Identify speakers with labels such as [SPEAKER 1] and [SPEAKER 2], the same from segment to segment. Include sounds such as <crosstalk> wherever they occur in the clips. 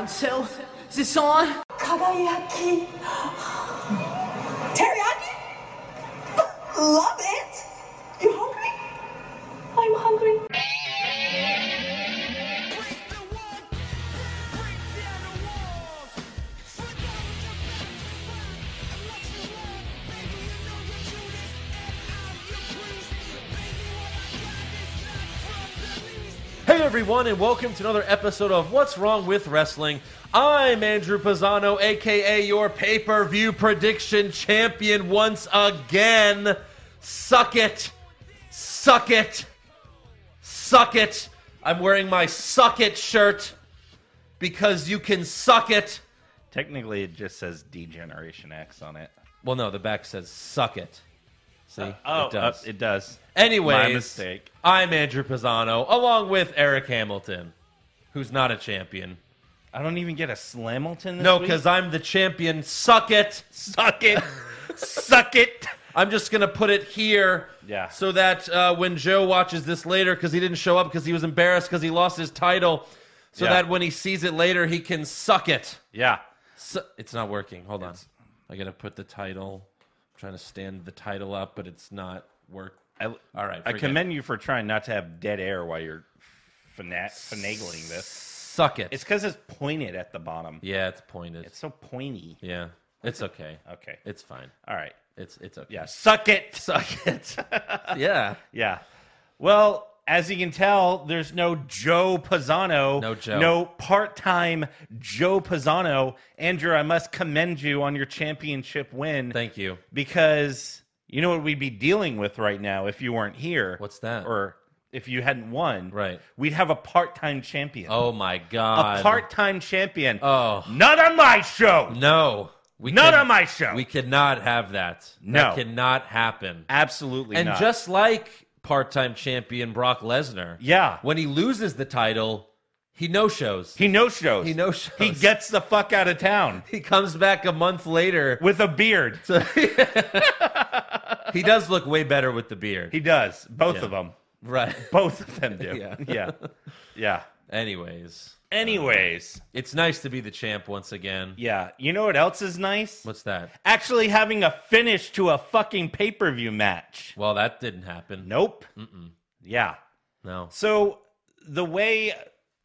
[SPEAKER 1] Oh, so this on?
[SPEAKER 2] 輝き teriyaki love it you hungry I'm hungry
[SPEAKER 3] Hey everyone, and welcome to another episode of What's Wrong with Wrestling. I'm Andrew Pisano, aka your pay-per-view prediction champion once again. Suck it, suck it, suck it. I'm wearing my suck it shirt because you can suck it.
[SPEAKER 4] Technically, it just says Degeneration X on it.
[SPEAKER 3] Well, no, the back says suck it. See, it
[SPEAKER 4] uh,
[SPEAKER 3] does.
[SPEAKER 4] it does.
[SPEAKER 3] oh, Anyways,
[SPEAKER 4] My mistake.
[SPEAKER 3] I'm Andrew Pisano, along with Eric Hamilton, who's not a champion.
[SPEAKER 4] I don't even get a Slamilton. This
[SPEAKER 3] No,
[SPEAKER 4] week?
[SPEAKER 3] because I'm the champion. Suck it.
[SPEAKER 4] suck it, suck it.
[SPEAKER 3] <laughs> I'm just going to put it here.
[SPEAKER 4] Yeah.
[SPEAKER 3] So that uh, when Joe watches this later, because he didn't show up because he was embarrassed because he lost his title, so
[SPEAKER 4] Yeah.
[SPEAKER 3] that when he sees it later, he can suck it.
[SPEAKER 4] Yeah,
[SPEAKER 3] Su- it's not working. Hold on. I got to put the title. I'm trying to stand the title up, but it's not work.
[SPEAKER 4] I,
[SPEAKER 3] All right.
[SPEAKER 4] I
[SPEAKER 3] forget
[SPEAKER 4] commend you for trying not to have dead air while you're fina- finagling this.
[SPEAKER 3] Suck it.
[SPEAKER 4] It's because it's pointed at the bottom.
[SPEAKER 3] yeah, it's pointed.
[SPEAKER 4] It's so pointy.
[SPEAKER 3] yeah. It's okay.
[SPEAKER 4] Okay.
[SPEAKER 3] It's fine.
[SPEAKER 4] All right.
[SPEAKER 3] It's it's okay.
[SPEAKER 4] Yeah, suck it, suck
[SPEAKER 3] it.
[SPEAKER 4] <laughs>
[SPEAKER 3] yeah.
[SPEAKER 4] Yeah. Well, as you can tell, there's no Joe Pisano.
[SPEAKER 3] No Joe.
[SPEAKER 4] No part time Joe Pisano. Andrew, I must commend you on your championship win.
[SPEAKER 3] Thank you.
[SPEAKER 4] Because you know what we'd be dealing with right now if you weren't here?
[SPEAKER 3] What's that?
[SPEAKER 4] Or if you hadn't won.
[SPEAKER 3] Right.
[SPEAKER 4] We'd have a part time champion.
[SPEAKER 3] Oh my god.
[SPEAKER 4] a part time champion.
[SPEAKER 3] Oh.
[SPEAKER 4] Not on my show.
[SPEAKER 3] No. We
[SPEAKER 4] Not
[SPEAKER 3] can-
[SPEAKER 4] on my show.
[SPEAKER 3] We cannot have that.
[SPEAKER 4] No.
[SPEAKER 3] That cannot happen.
[SPEAKER 4] Absolutely
[SPEAKER 3] and
[SPEAKER 4] not.
[SPEAKER 3] just like part-time champion Brock Lesnar.
[SPEAKER 4] Yeah.
[SPEAKER 3] When he loses the title, he no-shows.
[SPEAKER 4] He no shows.
[SPEAKER 3] He no-shows.
[SPEAKER 4] He gets the fuck out of town
[SPEAKER 3] <laughs> he comes back a month later.
[SPEAKER 4] with a beard.
[SPEAKER 3] he does look way better with the beard.
[SPEAKER 4] He does. Both
[SPEAKER 3] Yeah.
[SPEAKER 4] of them.
[SPEAKER 3] right. <laughs>
[SPEAKER 4] Both of them do.
[SPEAKER 3] Yeah.
[SPEAKER 4] <laughs> Yeah.
[SPEAKER 3] <laughs>
[SPEAKER 4] Yeah.
[SPEAKER 3] Anyways,
[SPEAKER 4] Anyways,
[SPEAKER 3] it's nice to be the champ once again.
[SPEAKER 4] yeah. You know what else is nice?
[SPEAKER 3] What's that?
[SPEAKER 4] Actually having a finish to a fucking pay per view match.
[SPEAKER 3] Well, that didn't happen.
[SPEAKER 4] Nope. Yeah.
[SPEAKER 3] No.
[SPEAKER 4] So the way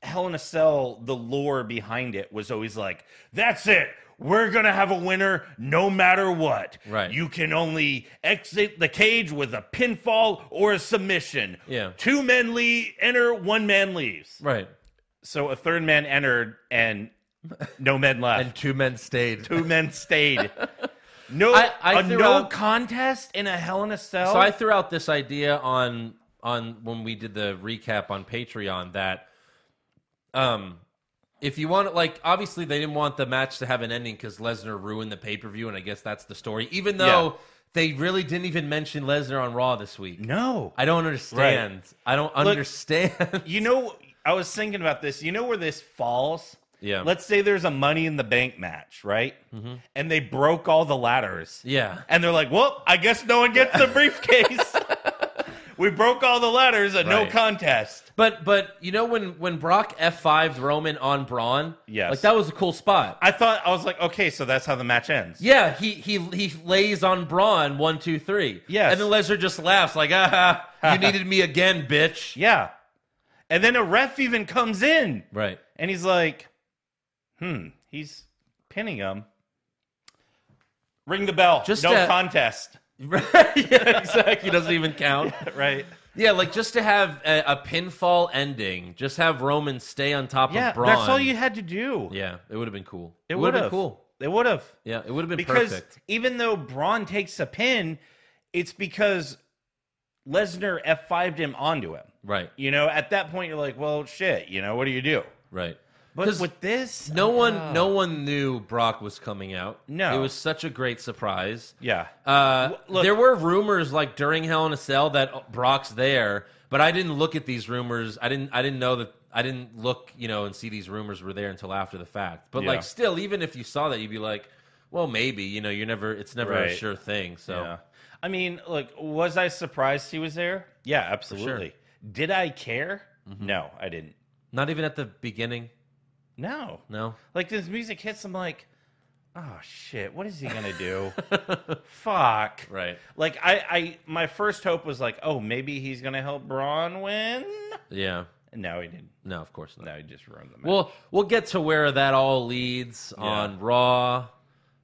[SPEAKER 4] Hell in a Cell, the lore behind it was always like, that's it. We're going to have a winner no matter what.
[SPEAKER 3] Right.
[SPEAKER 4] You can only exit the cage with a pinfall or a submission.
[SPEAKER 3] Yeah.
[SPEAKER 4] Two men leave, enter, one man leaves.
[SPEAKER 3] Right.
[SPEAKER 4] So a third man entered and no men left.
[SPEAKER 3] And two men stayed.
[SPEAKER 4] <laughs> two
[SPEAKER 3] <laughs>
[SPEAKER 4] men stayed. No,
[SPEAKER 3] I- I
[SPEAKER 4] a
[SPEAKER 3] threw
[SPEAKER 4] no
[SPEAKER 3] out-
[SPEAKER 4] contest in a Hell in a Cell.
[SPEAKER 3] So I threw out this idea on on when we did the recap on Patreon that um if you want like obviously they didn't want the match to have an ending cuz Lesnar ruined the pay-per-view and I guess that's the story even though
[SPEAKER 4] Yeah.
[SPEAKER 3] they really didn't even mention Lesnar on Raw this week.
[SPEAKER 4] no.
[SPEAKER 3] I don't understand. I don't
[SPEAKER 4] <laughs>
[SPEAKER 3] understand.
[SPEAKER 4] you know, I was thinking about this. You know where this falls?
[SPEAKER 3] Yeah.
[SPEAKER 4] Let's say there's a Money in the Bank match, right? And they broke all the ladders.
[SPEAKER 3] yeah.
[SPEAKER 4] And they're like, well, I guess no one gets the <laughs> briefcase. we broke all the ladders, a no
[SPEAKER 3] Right.
[SPEAKER 4] contest.
[SPEAKER 3] But but you know when when Brock F5'd Roman on Braun?
[SPEAKER 4] Yes.
[SPEAKER 3] Like that was a cool spot.
[SPEAKER 4] I thought, I was like, okay, so that's how the match ends.
[SPEAKER 3] Yeah, he he he lays on Braun one two three.
[SPEAKER 4] Yes.
[SPEAKER 3] and then Lesnar just laughs like, "Ah,
[SPEAKER 4] <laughs>
[SPEAKER 3] you needed me again, bitch."
[SPEAKER 4] Yeah. And then a ref even comes in
[SPEAKER 3] Right. <laughs>
[SPEAKER 4] and he's like, hmm, he's pinning him. Ring the bell.
[SPEAKER 3] Just
[SPEAKER 4] no
[SPEAKER 3] a-
[SPEAKER 4] contest. <laughs>
[SPEAKER 3] yeah, exactly. Doesn't even count.
[SPEAKER 4] Right.
[SPEAKER 3] Yeah, like just to have a, a pinfall ending, just have Roman stay on top
[SPEAKER 4] Yeah.
[SPEAKER 3] of Braun.
[SPEAKER 4] That's all you had to do.
[SPEAKER 3] Yeah, it would have been cool.
[SPEAKER 4] It
[SPEAKER 3] would've
[SPEAKER 4] would
[SPEAKER 3] been
[SPEAKER 4] have.
[SPEAKER 3] cool.
[SPEAKER 4] It would have.
[SPEAKER 3] Yeah, it would have been
[SPEAKER 4] Because
[SPEAKER 3] perfect.
[SPEAKER 4] even though Braun takes a pin, it's because Lesnar F5'd him onto him.
[SPEAKER 3] Right.
[SPEAKER 4] You know, at that point, you're like, well, shit, you know, what do you do?
[SPEAKER 3] Right.
[SPEAKER 4] But
[SPEAKER 3] 'Cause
[SPEAKER 4] with this,
[SPEAKER 3] no one, no one knew Brock was coming out.
[SPEAKER 4] Ah. No.
[SPEAKER 3] it was such a great surprise.
[SPEAKER 4] Yeah.
[SPEAKER 3] Uh,
[SPEAKER 4] W- look-
[SPEAKER 3] there were rumors like during Hell in a Cell that Brock's there, but I didn't look at these rumors. I didn't. I didn't know that. I didn't look, you know, and see these rumors were there until after the fact. But
[SPEAKER 4] Yeah.
[SPEAKER 3] like, still, even if you saw that, you'd be like, well, maybe. You know, you're never. It's never a
[SPEAKER 4] Right.
[SPEAKER 3] sure thing. So
[SPEAKER 4] Yeah. I mean, look, was I surprised he was there? Yeah,
[SPEAKER 3] Mm-hmm.
[SPEAKER 4] absolutely. Did I care? No, I didn't.
[SPEAKER 3] not even at the beginning.
[SPEAKER 4] No.
[SPEAKER 3] No.
[SPEAKER 4] Like this music hits, I'm like, oh shit, what is he gonna
[SPEAKER 3] <laughs>
[SPEAKER 4] do? Fuck.
[SPEAKER 3] Right.
[SPEAKER 4] Like I, I my first hope was like, oh, maybe he's gonna help Braun win.
[SPEAKER 3] Yeah.
[SPEAKER 4] No, he didn't.
[SPEAKER 3] No, of course not.
[SPEAKER 4] No, he just ruined the match.
[SPEAKER 3] We'll we'll get to where that all leads on Raw.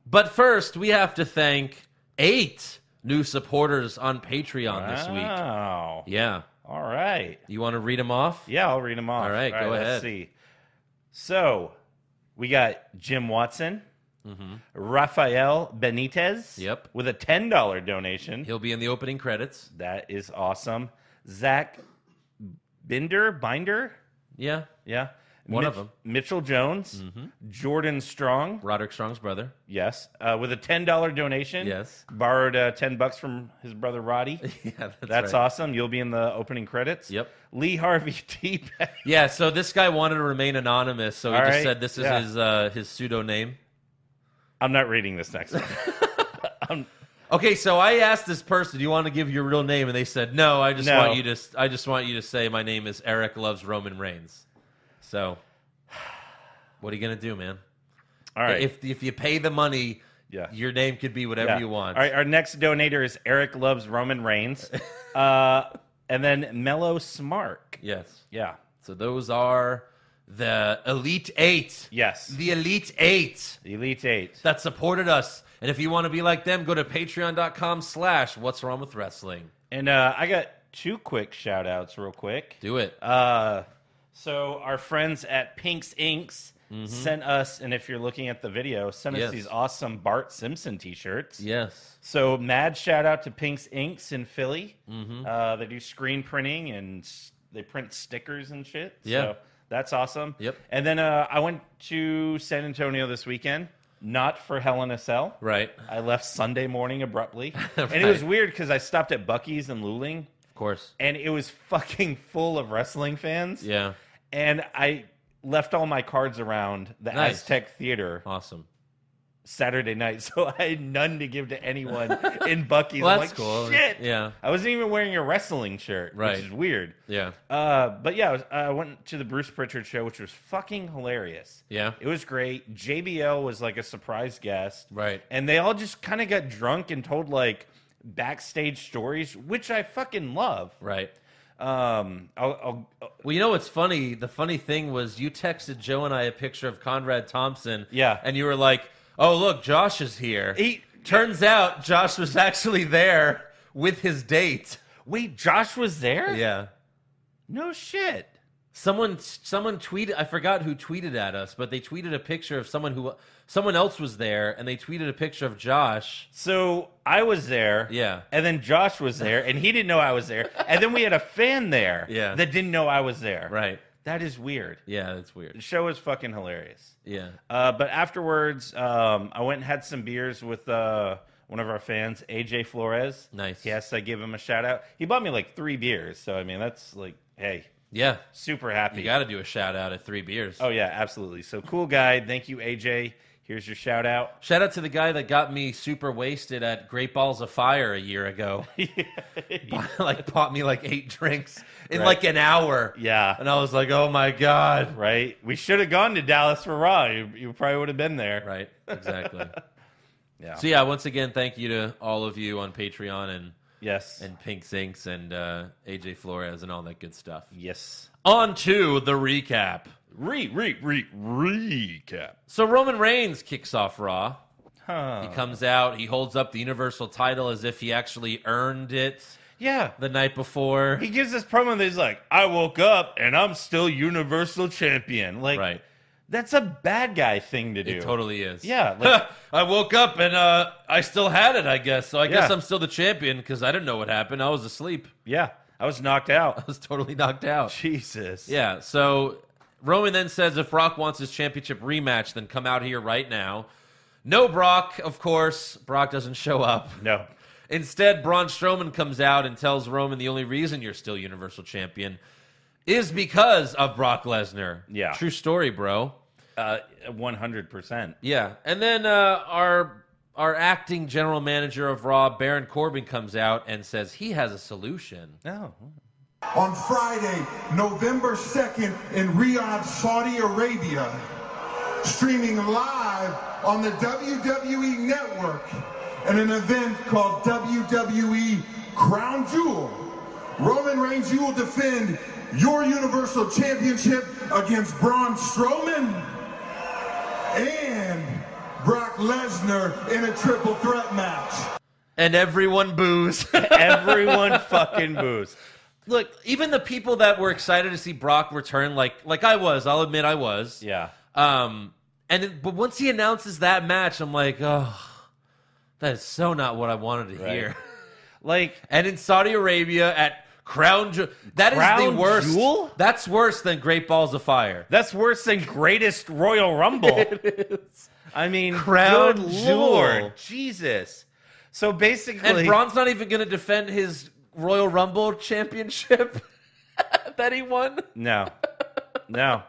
[SPEAKER 3] But first, we have to thank eight new supporters on Patreon this week.
[SPEAKER 4] Wow.
[SPEAKER 3] Yeah.
[SPEAKER 4] All right.
[SPEAKER 3] You want to read them off?
[SPEAKER 4] Yeah, I'll read them off.
[SPEAKER 3] All right, go
[SPEAKER 4] let's
[SPEAKER 3] ahead.
[SPEAKER 4] see. So we got Jim Watson, Rafael Benitez.
[SPEAKER 3] Mm-hmm. Yep.
[SPEAKER 4] With a ten dollar donation.
[SPEAKER 3] He'll be in the opening credits.
[SPEAKER 4] That is awesome. Zach Binder, Binder,
[SPEAKER 3] Yeah.
[SPEAKER 4] yeah,
[SPEAKER 3] One of them. Mm-hmm.
[SPEAKER 4] Mitchell Jones, Jordan Strong,
[SPEAKER 3] Roderick Strong's brother.
[SPEAKER 4] yes, uh, with a ten dollar donation.
[SPEAKER 3] Yes. <laughs>
[SPEAKER 4] borrowed uh, ten bucks from his brother Roddy.
[SPEAKER 3] yeah, <laughs> that's,
[SPEAKER 4] That's
[SPEAKER 3] right.
[SPEAKER 4] awesome. You'll be in the opening credits.
[SPEAKER 3] Yep.
[SPEAKER 4] Lee Harvey <laughs> Teabag.
[SPEAKER 3] Yeah, so this guy wanted to remain anonymous, so he
[SPEAKER 4] All
[SPEAKER 3] just
[SPEAKER 4] right,
[SPEAKER 3] said this is
[SPEAKER 4] yeah.
[SPEAKER 3] his uh, his pseudo name.
[SPEAKER 4] I'm not reading this next
[SPEAKER 3] <laughs>
[SPEAKER 4] one.
[SPEAKER 3] Okay, so I asked this person, "Do you want to give your real name?" And they said, "No, I just
[SPEAKER 4] No.
[SPEAKER 3] want you to. I just want you to say my name is Eric Loves Roman Reigns." So, what are you gonna do, man?
[SPEAKER 4] All right.
[SPEAKER 3] If if you pay the money,
[SPEAKER 4] Yeah.
[SPEAKER 3] your name could be whatever
[SPEAKER 4] Yeah.
[SPEAKER 3] you want.
[SPEAKER 4] All right, our next donator is Eric Loves
[SPEAKER 3] <laughs>
[SPEAKER 4] Roman Reigns. uh, and then Mellow Smart.
[SPEAKER 3] Yes.
[SPEAKER 4] Yeah.
[SPEAKER 3] So those are the elite eight.
[SPEAKER 4] Yes.
[SPEAKER 3] The elite eight
[SPEAKER 4] Elite Eight.
[SPEAKER 3] that supported us. And if you want to be like them, go to Patreon.com/slash What's Wrong with Wrestling.
[SPEAKER 4] And uh, I got two quick shout outs, real quick.
[SPEAKER 3] Do it.
[SPEAKER 4] Uh, so, our friends at Pink's Inks sent us, and if you're looking at the video, sent us
[SPEAKER 3] Mm-hmm. Yes.
[SPEAKER 4] these awesome Bart Simpson t shirts.
[SPEAKER 3] yes.
[SPEAKER 4] So, mad shout out to Pink's Inks in Philly.
[SPEAKER 3] Mm-hmm.
[SPEAKER 4] Uh, they do screen printing and s- they print stickers and shit.
[SPEAKER 3] Yeah.
[SPEAKER 4] So, that's awesome.
[SPEAKER 3] Yep.
[SPEAKER 4] And then uh, I went to San Antonio this weekend, not for Hell in a Cell.
[SPEAKER 3] Right.
[SPEAKER 4] I left Sunday
[SPEAKER 3] <laughs>
[SPEAKER 4] morning abruptly. And
[SPEAKER 3] Right.
[SPEAKER 4] it was weird because I stopped at Bucky's in Luling
[SPEAKER 3] Of course.
[SPEAKER 4] and it was fucking full of wrestling fans.
[SPEAKER 3] Yeah.
[SPEAKER 4] And I left all my cards around the
[SPEAKER 3] Nice.
[SPEAKER 4] Aztec Theater
[SPEAKER 3] Awesome.
[SPEAKER 4] Saturday night. <laughs> So I had none to give
[SPEAKER 3] <laughs>
[SPEAKER 4] to anyone in Bucky's.
[SPEAKER 3] Well,
[SPEAKER 4] I'm
[SPEAKER 3] that's
[SPEAKER 4] like,
[SPEAKER 3] cool.
[SPEAKER 4] Shit.
[SPEAKER 3] Yeah.
[SPEAKER 4] I wasn't even wearing a wrestling shirt,
[SPEAKER 3] Right.
[SPEAKER 4] which is weird.
[SPEAKER 3] Yeah.
[SPEAKER 4] Uh, but yeah, I, was, I went to the Bruce Pritchard show, which was fucking hilarious.
[SPEAKER 3] Yeah.
[SPEAKER 4] It was great. JBL was like a surprise guest.
[SPEAKER 3] Right.
[SPEAKER 4] And they all just kind of got drunk and told like backstage stories, which I fucking love.
[SPEAKER 3] Right.
[SPEAKER 4] Um, I'll, I'll
[SPEAKER 3] Well, you know what's funny? The funny thing was you texted Joe and I a picture of Conrad Thompson.
[SPEAKER 4] Yeah.
[SPEAKER 3] And you were like, "Oh, look, Josh is here."
[SPEAKER 4] He-
[SPEAKER 3] Turns out Josh was actually there with his date.
[SPEAKER 4] wait. Josh was there.
[SPEAKER 3] Yeah.
[SPEAKER 4] No shit.
[SPEAKER 3] Someone someone tweeted I forgot who tweeted at us, but they tweeted a picture of someone who someone else was there and they tweeted a picture of Josh.
[SPEAKER 4] So I was there.
[SPEAKER 3] Yeah.
[SPEAKER 4] And then Josh was there, and he didn't know I was there. And then we had a fan there.
[SPEAKER 3] <laughs> Yeah.
[SPEAKER 4] That didn't know I was there.
[SPEAKER 3] Right.
[SPEAKER 4] That is weird.
[SPEAKER 3] Yeah, that's
[SPEAKER 4] The
[SPEAKER 3] weird.
[SPEAKER 4] show is fucking hilarious.
[SPEAKER 3] Yeah.
[SPEAKER 4] Uh, but afterwards, um, I went and had some beers with uh, one of our fans, AJ Flores.
[SPEAKER 3] Nice.
[SPEAKER 4] Yes, I give him a shout out. He bought me like three beers, so I mean that's like, hey,
[SPEAKER 3] Yeah.
[SPEAKER 4] super happy.
[SPEAKER 3] You got to do a shout out at 3 beers.
[SPEAKER 4] oh yeah, absolutely. So cool guy. Thank you, AJ. Here's your shout out. <laughs>
[SPEAKER 3] Shout out to the guy that got me super wasted at Great Balls of Fire a year
[SPEAKER 4] <laughs>
[SPEAKER 3] ago. <laughs> like bought me like eight drinks in
[SPEAKER 4] Right.
[SPEAKER 3] like an hour.
[SPEAKER 4] yeah,
[SPEAKER 3] And I was like, "Oh my god."
[SPEAKER 4] right. We should have gone to Dallas for Raw. You, you probably would have been there.
[SPEAKER 3] Right. Exactly.
[SPEAKER 4] <laughs> Yeah.
[SPEAKER 3] So yeah, once again, thank you to all of you on Patreon and
[SPEAKER 4] Yes.
[SPEAKER 3] and Pink Zinks and uh, AJ Flores and all that good stuff.
[SPEAKER 4] yes.
[SPEAKER 3] On to the recap.
[SPEAKER 4] Re re re recap.
[SPEAKER 3] So Roman Reigns kicks off Raw. He
[SPEAKER 4] Huh.
[SPEAKER 3] comes out. He holds up the Universal title as if he actually earned it
[SPEAKER 4] yeah.
[SPEAKER 3] the night before.
[SPEAKER 4] He gives this promo that he's like, I woke up and I'm still Universal Champion. Like,
[SPEAKER 3] right.
[SPEAKER 4] that's a bad guy thing to do.
[SPEAKER 3] It totally is.
[SPEAKER 4] Yeah, like-
[SPEAKER 3] <laughs> I woke up and uh, I still had it, I guess. So I guess
[SPEAKER 4] Yeah.
[SPEAKER 3] I'm still the champion because I didn't know what happened. I was asleep. <laughs>
[SPEAKER 4] Yeah. I was knocked out. <laughs>
[SPEAKER 3] I was totally knocked out.
[SPEAKER 4] Jesus.
[SPEAKER 3] Yeah, so Roman then says if Brock wants his championship rematch, then come out here right now. No Brock, of course. Brock doesn't show up.
[SPEAKER 4] No.
[SPEAKER 3] Instead, Braun Strowman comes out and tells Roman the only reason you're still Universal Champion is because of Brock Lesnar.
[SPEAKER 4] Yeah.
[SPEAKER 3] True story, bro.
[SPEAKER 4] Uh, 100%.
[SPEAKER 3] Yeah. And then uh, our our acting general manager of Raw, Baron Corbin, comes out and says he has a solution.
[SPEAKER 4] No.
[SPEAKER 1] On Friday, November 2nd, in Riyadh, Saudi Arabia, streaming live on the WWE Network at an event called WWE Crown Jewel. Roman Reigns, you will defend your Universal Championship against Braun Strowman and Brock Lesnar in a triple threat match.
[SPEAKER 3] and everyone <laughs> boos.
[SPEAKER 4] Everyone fucking boos.
[SPEAKER 3] Look, even the people that were excited to see Brock return, like like I was, I'll admit I was.
[SPEAKER 4] Yeah.
[SPEAKER 3] Um, and then, but once he announces that match, I'm like, oh, that is so not what I wanted to
[SPEAKER 4] Right.
[SPEAKER 3] hear. <laughs>
[SPEAKER 4] Like
[SPEAKER 3] And in Saudi Arabia at Crown Jewel, that is
[SPEAKER 4] Crown
[SPEAKER 3] the worst.
[SPEAKER 4] Jewel?
[SPEAKER 3] That's worse than Great Balls of Fire.
[SPEAKER 4] that's worse than greatest Royal
[SPEAKER 3] <laughs>
[SPEAKER 4] Rumble. I mean,
[SPEAKER 3] Crown
[SPEAKER 4] good
[SPEAKER 3] Jewel.
[SPEAKER 4] lord, Jesus. So basically,
[SPEAKER 3] And Braun's not even going to defend his Royal Rumble championship <laughs> that he won.
[SPEAKER 4] no, no,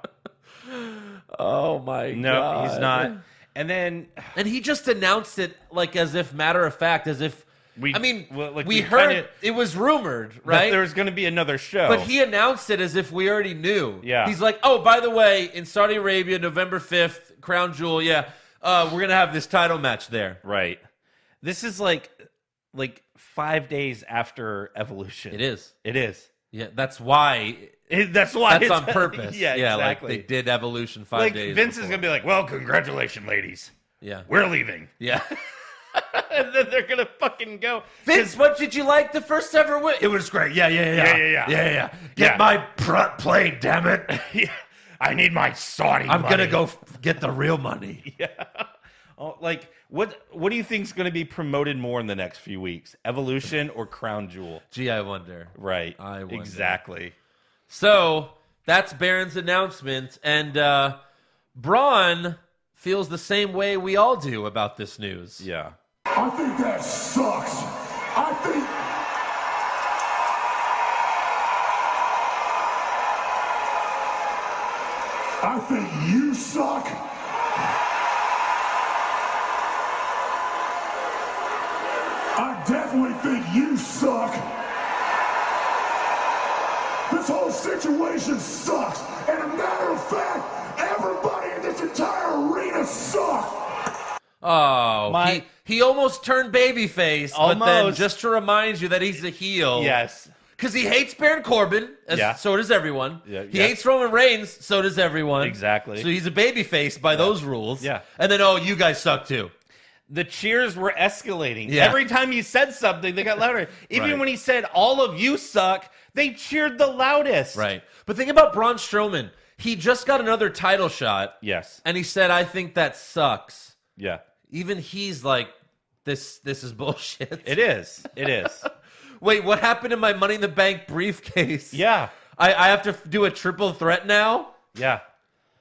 [SPEAKER 3] Oh my
[SPEAKER 4] no, he's not. And then
[SPEAKER 3] And he just announced it like as if matter of fact, as if
[SPEAKER 4] We-
[SPEAKER 3] I mean,
[SPEAKER 4] well, like,
[SPEAKER 3] we,
[SPEAKER 4] we
[SPEAKER 3] heard
[SPEAKER 4] kinda-
[SPEAKER 3] it was rumored,
[SPEAKER 4] right?
[SPEAKER 3] right?
[SPEAKER 4] there's going to be another show.
[SPEAKER 3] But he announced it as if we already knew.
[SPEAKER 4] Yeah.
[SPEAKER 3] He's like, oh, by the way, in Saudi Arabia, November 5th, Crown Jewel, yeah, uh, we're going to have this title match there.
[SPEAKER 4] right. This is like like five days after Evolution.
[SPEAKER 3] It is.
[SPEAKER 4] It is.
[SPEAKER 3] Yeah, that's why.
[SPEAKER 4] It- that's why.
[SPEAKER 3] That's
[SPEAKER 4] it's- <laughs>
[SPEAKER 3] on purpose.
[SPEAKER 4] yeah, exactly.
[SPEAKER 3] like they did Evolution five
[SPEAKER 4] Like,
[SPEAKER 3] days.
[SPEAKER 4] Vince is going to be like, "Well, congratulations, ladies.
[SPEAKER 3] be. Yeah.
[SPEAKER 4] We're leaving." <laughs>
[SPEAKER 3] Yeah.
[SPEAKER 4] and then they're gonna fucking go.
[SPEAKER 3] <laughs> Vince, what did you like the first ever win? It was great. Yeah, yeah,
[SPEAKER 4] Yeah, yeah, yeah.
[SPEAKER 3] yeah.
[SPEAKER 4] Yeah.
[SPEAKER 3] pr- plane, damn it.
[SPEAKER 4] <laughs> I need my Saudi.
[SPEAKER 3] gonna f- get the real
[SPEAKER 4] <laughs>
[SPEAKER 3] money.
[SPEAKER 4] Oh, like what? What do you think's gonna be promoted more in the next few weeks? Evolution or Crown Jewel?
[SPEAKER 3] Gee, I wonder.
[SPEAKER 4] Right.
[SPEAKER 3] I wonder.
[SPEAKER 4] exactly.
[SPEAKER 3] So that's Baron's announcement, and uh, Braun feels the same way we all do about this news.
[SPEAKER 4] Yeah.
[SPEAKER 1] I think that sucks. I think. I think you suck. I definitely think you suck. This whole situation sucks. And a matter of fact, everybody in this entire arena sucks.
[SPEAKER 3] Oh,
[SPEAKER 4] My-
[SPEAKER 3] he, he almost turned babyface, but then
[SPEAKER 4] Almost.
[SPEAKER 3] just to remind you that he's a heel.
[SPEAKER 4] Yes.
[SPEAKER 3] Because he hates Baron Corbin, as,
[SPEAKER 4] Yeah.
[SPEAKER 3] so does everyone.
[SPEAKER 4] Yeah,
[SPEAKER 3] he
[SPEAKER 4] yeah.
[SPEAKER 3] hates Roman Reigns, so does everyone.
[SPEAKER 4] Exactly.
[SPEAKER 3] So he's a babyface by those rules.
[SPEAKER 4] Yeah.
[SPEAKER 3] And then, oh, you guys suck too.
[SPEAKER 4] The cheers were escalating.
[SPEAKER 3] Yeah.
[SPEAKER 4] Every time he said something, they got louder. Even
[SPEAKER 3] Right.
[SPEAKER 4] when he said "all of you suck," they cheered the loudest.
[SPEAKER 3] Right. But think about Braun Strowman. He just got another title shot,
[SPEAKER 4] Yes.
[SPEAKER 3] and he said, I think that sucks.
[SPEAKER 4] Yeah.
[SPEAKER 3] Even he's like, this this is <laughs> bullshit.
[SPEAKER 4] It is. It <laughs> is.
[SPEAKER 3] Wait, what happened to my Money in the Bank briefcase?
[SPEAKER 4] yeah.
[SPEAKER 3] I, I have to f- do a triple threat now?
[SPEAKER 4] Yeah.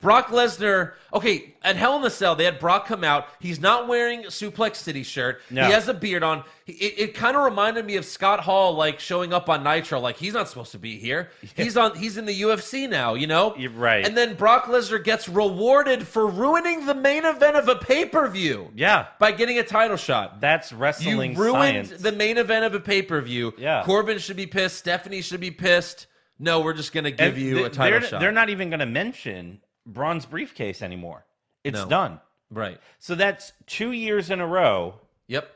[SPEAKER 3] Brock Lesnar. Okay, at Hell in a Cell, they had Brock come out. He's not wearing a Suplex City shirt.
[SPEAKER 4] No.
[SPEAKER 3] He has a beard on. He- It, it kind of reminded me of Scott Hall, like showing up on Nitro. Like he's not supposed to be here. He's on. He's in the UFC now. You know.
[SPEAKER 4] You're right.
[SPEAKER 3] And then Brock Lesnar gets rewarded for ruining the main event of a pay per view.
[SPEAKER 4] Yeah.
[SPEAKER 3] By getting a title shot.
[SPEAKER 4] That's
[SPEAKER 3] You
[SPEAKER 4] wrestling
[SPEAKER 3] ruined
[SPEAKER 4] science.
[SPEAKER 3] the main event of a pay per view.
[SPEAKER 4] Yeah.
[SPEAKER 3] Corbin should be pissed. Stephanie should be pissed. No, we're just gonna give
[SPEAKER 4] And
[SPEAKER 3] you
[SPEAKER 4] th-
[SPEAKER 3] a title
[SPEAKER 4] they're,
[SPEAKER 3] shot.
[SPEAKER 4] They're not even going to mention Braun's briefcase anymore. It's
[SPEAKER 3] No.
[SPEAKER 4] done.
[SPEAKER 3] right.
[SPEAKER 4] So that's two years in a row
[SPEAKER 3] Yep.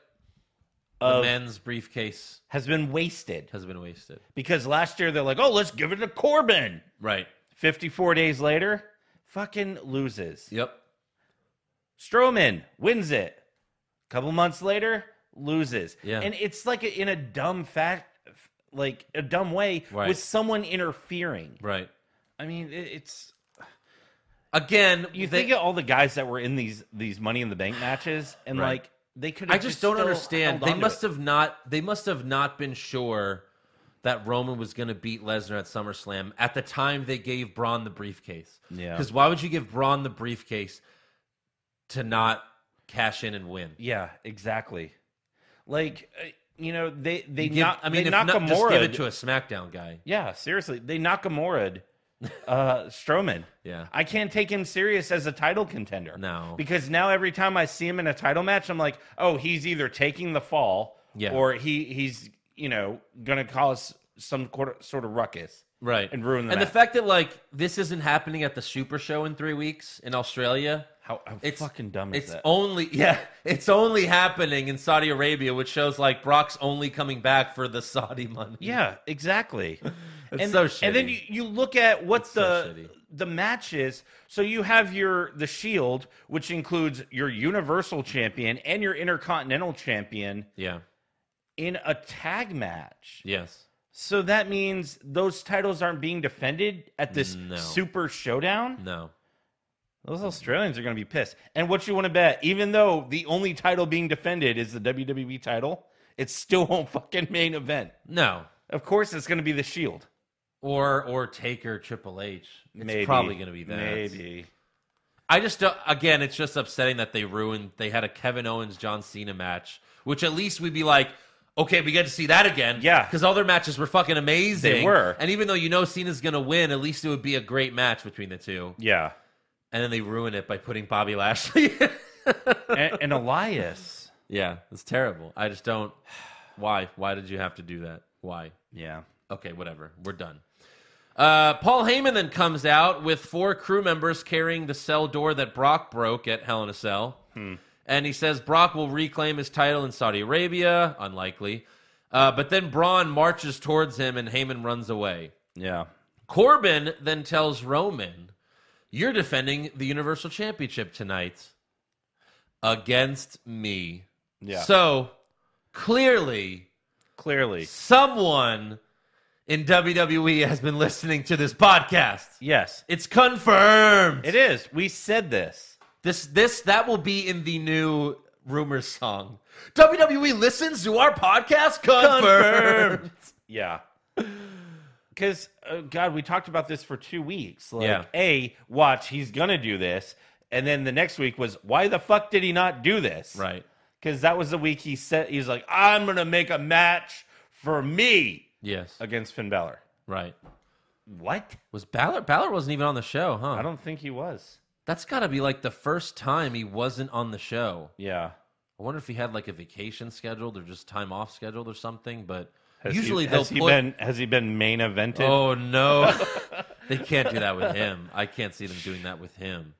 [SPEAKER 3] the
[SPEAKER 4] of
[SPEAKER 3] men's briefcase
[SPEAKER 4] has been wasted
[SPEAKER 3] has been wasted.
[SPEAKER 4] because last year they're like, oh, let's give it to Corbin.
[SPEAKER 3] Right.
[SPEAKER 4] 54 days later, fucking loses.
[SPEAKER 3] Yep.
[SPEAKER 4] Strowman wins it. Couple months later, loses.
[SPEAKER 3] Yeah.
[SPEAKER 4] And it's like in a dumb fact, like a dumb way
[SPEAKER 3] Right.
[SPEAKER 4] with someone interfering.
[SPEAKER 3] Right.
[SPEAKER 4] I mean, it- it's
[SPEAKER 3] Again,
[SPEAKER 4] You
[SPEAKER 3] they-
[SPEAKER 4] think of all the guys that were in these these Money in the Bank matches, and
[SPEAKER 3] Right.
[SPEAKER 4] like they could.
[SPEAKER 3] I just don't understand. They must have not. They must have not been sure that Roman was going to beat Lesnar at SummerSlam at the time they gave Braun the briefcase.
[SPEAKER 4] Yeah.
[SPEAKER 3] Because why would you give Braun the briefcase to not cash in and win?
[SPEAKER 4] Yeah, exactly. Like uh, you know, they they
[SPEAKER 3] Give-
[SPEAKER 4] not.
[SPEAKER 3] I mean,
[SPEAKER 4] they
[SPEAKER 3] if
[SPEAKER 4] knock
[SPEAKER 3] not, just give it
[SPEAKER 4] Gamora'd-
[SPEAKER 3] to a SmackDown guy.
[SPEAKER 4] Yeah, seriously, they Nakamura, uh, Strowman.
[SPEAKER 3] Yeah.
[SPEAKER 4] I can't take him serious as a title contender.
[SPEAKER 3] No.
[SPEAKER 4] because now every time I see him in a title match, I'm like, oh, he's either taking the fall,
[SPEAKER 3] Yeah.
[SPEAKER 4] or he he's you know gonna cause some quarter, sort of ruckus.
[SPEAKER 3] Right.
[SPEAKER 4] and ruin the
[SPEAKER 3] And the
[SPEAKER 4] match.
[SPEAKER 3] fact that like this isn't happening at the Super Show in three weeks in Australia.
[SPEAKER 4] How, how
[SPEAKER 3] It's-
[SPEAKER 4] fucking dumb is
[SPEAKER 3] It's
[SPEAKER 4] that?
[SPEAKER 3] only <laughs> yeah, it's only happening in Saudi Arabia, which shows like Brock's only coming back for the Saudi money.
[SPEAKER 4] yeah, exactly.
[SPEAKER 3] <laughs> It's
[SPEAKER 4] and,
[SPEAKER 3] so
[SPEAKER 4] And then you,
[SPEAKER 3] shitty.
[SPEAKER 4] you look at what
[SPEAKER 3] It's so
[SPEAKER 4] the
[SPEAKER 3] shitty.
[SPEAKER 4] the match is. So you have your the Shield, which includes your Universal Champion and your Intercontinental Champion
[SPEAKER 3] yeah,
[SPEAKER 4] in a tag match.
[SPEAKER 3] yes,
[SPEAKER 4] So that means those titles aren't being defended at this
[SPEAKER 3] No. Mm.
[SPEAKER 4] super showdown.
[SPEAKER 3] no,
[SPEAKER 4] Those Australians are going to be pissed. And what you want to bet, even though the only title being defended is the WWE title, it still won't fucking main event.
[SPEAKER 3] no,
[SPEAKER 4] Of course, it's going to be the Shield.
[SPEAKER 3] or or Taker Triple H. It's
[SPEAKER 4] Maybe.
[SPEAKER 3] probably going to be that.
[SPEAKER 4] Maybe.
[SPEAKER 3] I just don't, again, it's just upsetting that they ruined. They had a Kevin Owens John Cena match, which at least we'd be like, okay, we get to see that again.
[SPEAKER 4] Yeah.
[SPEAKER 3] because all their matches were fucking amazing.
[SPEAKER 4] They were.
[SPEAKER 3] and even though you know Cena's going to win, at least it would be a great match between the two.
[SPEAKER 4] Yeah.
[SPEAKER 3] And then they ruin it by putting Bobby Lashley. <laughs> in.
[SPEAKER 4] and, and Elias.
[SPEAKER 3] Yeah, it's terrible. I just don't. <sighs> Why? Why did you have to do that? Why?
[SPEAKER 4] Yeah.
[SPEAKER 3] Okay, whatever. We're done. Uh, Paul Heyman then comes out with four crew members carrying the cell door that Brock broke at Hell in a Cell. And he says Brock will reclaim his title in Saudi Arabia. Unlikely. Uh, but then Braun marches towards him and Heyman runs away.
[SPEAKER 4] Yeah.
[SPEAKER 3] Corbin then tells Roman, You're defending the Universal Championship tonight against me.
[SPEAKER 4] Yeah.
[SPEAKER 3] So clearly,
[SPEAKER 4] Clearly.
[SPEAKER 3] someone in WWE has been listening to this podcast.
[SPEAKER 4] Yes.
[SPEAKER 3] It's confirmed.
[SPEAKER 4] It is. We said this.
[SPEAKER 3] This this that will be in the new rumors song. WWE listens to our podcast. Confirmed.
[SPEAKER 4] Yeah. Because, uh, God, we talked about this for two weeks. Like,
[SPEAKER 3] Yeah.
[SPEAKER 4] A, watch, he's going to do this. And then the next week was, why the fuck did he not do this?
[SPEAKER 3] right.
[SPEAKER 4] Because that was the week he said, he was like, I'm going to make a match for me
[SPEAKER 3] Yes.
[SPEAKER 4] against Finn Balor.
[SPEAKER 3] Right.
[SPEAKER 4] What?
[SPEAKER 3] Was Balor Balor wasn't even on the show, huh?
[SPEAKER 4] I don't think he was.
[SPEAKER 3] That's got to be like the first time he wasn't on the show.
[SPEAKER 4] Yeah.
[SPEAKER 3] I wonder if he had like a vacation scheduled or just time off scheduled or something. But
[SPEAKER 4] Has
[SPEAKER 3] usually
[SPEAKER 4] he,
[SPEAKER 3] they'll
[SPEAKER 4] has he
[SPEAKER 3] put.
[SPEAKER 4] been has he been main evented?
[SPEAKER 3] oh no, <laughs> they can't do that with him. I can't see them doing that with him.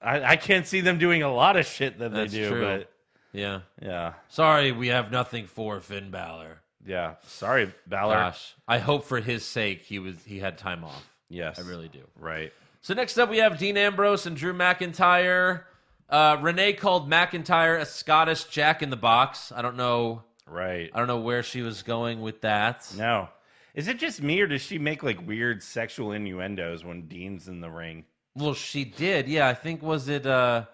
[SPEAKER 4] I, I can't see them doing a lot of shit that
[SPEAKER 3] That's
[SPEAKER 4] they do,
[SPEAKER 3] true.
[SPEAKER 4] but
[SPEAKER 3] Yeah.
[SPEAKER 4] yeah,
[SPEAKER 3] Sorry, we have nothing for Finn Balor.
[SPEAKER 4] yeah. Sorry, Balor.
[SPEAKER 3] Gosh, I hope for his sake he was he had time off.
[SPEAKER 4] Yes,
[SPEAKER 3] I really do.
[SPEAKER 4] right.
[SPEAKER 3] So next up, we have Dean Ambrose and Drew McIntyre. Uh, Renee called McIntyre a Scottish Jack in the Box. I don't know.
[SPEAKER 4] Right.
[SPEAKER 3] I don't know where she was going with that.
[SPEAKER 4] No. Is it just me or does she make like weird sexual innuendos when Dean's in the ring?
[SPEAKER 3] Well, she did. Yeah, I think was it uh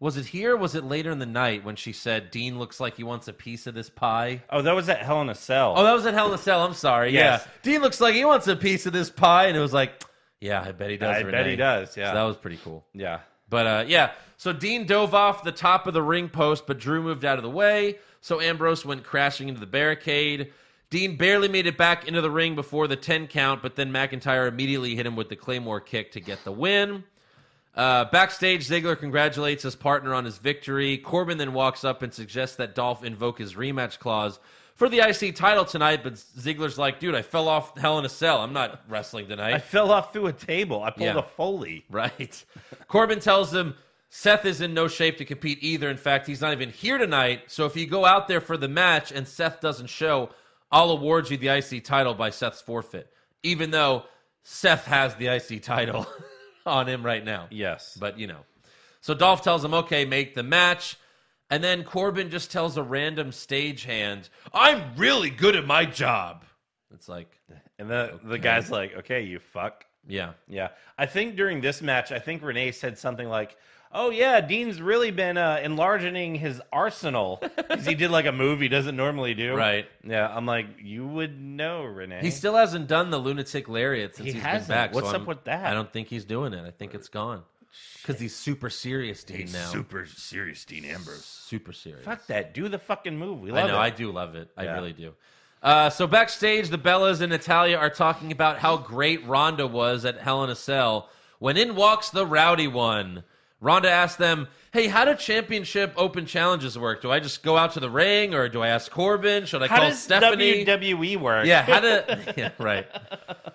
[SPEAKER 3] was it here? Or was it later in the night when she said Dean looks like he wants a piece of this pie?
[SPEAKER 4] Oh, that was at Hell in a Cell.
[SPEAKER 3] Oh, that was at Hell in a Cell. I'm sorry.
[SPEAKER 4] Yes.
[SPEAKER 3] Yeah, Dean looks like he wants a piece of this pie, and it was like, yeah, I bet he does.
[SPEAKER 4] I bet
[SPEAKER 3] Renee.
[SPEAKER 4] he does. Yeah.
[SPEAKER 3] So that was pretty cool.
[SPEAKER 4] yeah.
[SPEAKER 3] But uh, yeah, so Dean dove off the top of the ring post, but Drew moved out of the way. So Ambrose went crashing into the barricade. Dean barely made it back into the ring before the 10 count, but then McIntyre immediately hit him with the Claymore kick to get the win. Uh, backstage, Ziggler congratulates his partner on his victory. Corbin then walks up and suggests that Dolph invoke his rematch clause for the IC title tonight, but Ziggler's like, dude, I fell off Hell in a Cell. I'm not wrestling tonight.
[SPEAKER 4] I fell off through a table. I pulled
[SPEAKER 3] Yeah.
[SPEAKER 4] a Foley.
[SPEAKER 3] Right. Corbin tells him Seth is in no shape to compete either. In fact, he's not even here tonight. So if you go out there for the match and Seth doesn't show, I'll award you the IC title by Seth's forfeit, even though Seth has the IC title <laughs> on him right now.
[SPEAKER 4] Yes.
[SPEAKER 3] But, you know. So Dolph tells him, okay, make the match. And then Corbin just tells a random stagehand, I'm really good at my job. It's like,
[SPEAKER 4] and the, the guy's like, okay, you fuck.
[SPEAKER 3] yeah.
[SPEAKER 4] Yeah. I think during this match, I think Renee said something like, Oh yeah, Dean's really been uh, enlarging his
[SPEAKER 3] <laughs>
[SPEAKER 4] arsenal because he did like a move he doesn't normally do.
[SPEAKER 3] Right.
[SPEAKER 4] Yeah, I'm like, you would know, Renee.
[SPEAKER 3] He still hasn't done the lunatic lariat since
[SPEAKER 4] He
[SPEAKER 3] he has
[SPEAKER 4] hasn't.
[SPEAKER 3] been back.
[SPEAKER 4] What's
[SPEAKER 3] so
[SPEAKER 4] up
[SPEAKER 3] I'm-
[SPEAKER 4] with that?
[SPEAKER 3] I don't think he's doing it. I think it's gone. Because he's super serious, Dean. now
[SPEAKER 4] super serious, Dean Ambrose.
[SPEAKER 3] super serious.
[SPEAKER 4] Fuck that. Do the fucking move. We
[SPEAKER 3] I
[SPEAKER 4] love
[SPEAKER 3] know.
[SPEAKER 4] it.
[SPEAKER 3] I do love it. I
[SPEAKER 4] Yeah.
[SPEAKER 3] really do. Uh, so backstage, the Bellas and Natalia are talking about how great Ronda was at Hell in a Cell. When in walks the Rowdy One. Ronda asks them, "Hey, how do championship open challenges work? Do I just go out to the ring, or do I ask Corbin? Should I
[SPEAKER 4] How
[SPEAKER 3] call
[SPEAKER 4] does E
[SPEAKER 3] Stephanie?"
[SPEAKER 4] WWE
[SPEAKER 3] <laughs>
[SPEAKER 4] work?
[SPEAKER 3] Yeah, how to yeah, right.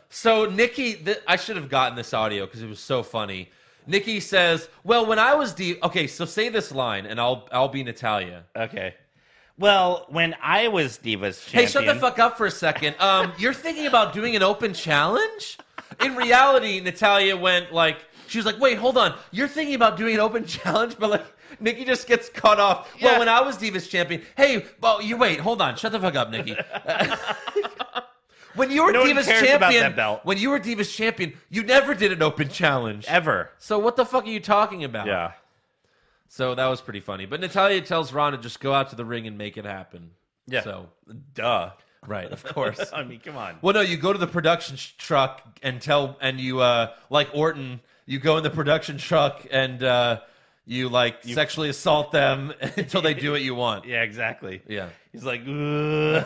[SPEAKER 3] So Nikki, th- I should have gotten this audio because it was so funny. Nikki says, "Well, when I was D, okay, so say this line, and I'll I'll be Natalia."
[SPEAKER 4] Okay. Well, when I was Divas
[SPEAKER 3] Hey,
[SPEAKER 4] champion,
[SPEAKER 3] shut the fuck up for a second.
[SPEAKER 4] <laughs>
[SPEAKER 3] Um, you're thinking about doing an open challenge? In reality, Natalia went like she was like, "Wait, hold on. You're thinking about doing an open <laughs> challenge, but like Nikki just gets cut off." Well,
[SPEAKER 4] Yeah.
[SPEAKER 3] when I was Divas champion, hey, well, you wait, hold on, shut the fuck up, Nikki. <laughs> when you were
[SPEAKER 4] No one
[SPEAKER 3] Divas
[SPEAKER 4] cares
[SPEAKER 3] champion,
[SPEAKER 4] about that belt.
[SPEAKER 3] when you were Divas champion, you never did an open challenge
[SPEAKER 4] ever.
[SPEAKER 3] So what the fuck are you talking about?
[SPEAKER 4] Yeah.
[SPEAKER 3] So that was pretty funny. But Natalia tells Ron to just go out to the ring and make it happen.
[SPEAKER 4] Yeah.
[SPEAKER 3] So
[SPEAKER 4] Duh.
[SPEAKER 3] right, of course.
[SPEAKER 4] <laughs> I mean, come on.
[SPEAKER 3] Well, no, you go to the production sh- truck and tell, and you uh, like Orton, you go in the production truck and uh, you like sexually assault them <laughs> until they do what you want.
[SPEAKER 4] Yeah, exactly.
[SPEAKER 3] Yeah.
[SPEAKER 4] He's like, "Ugh."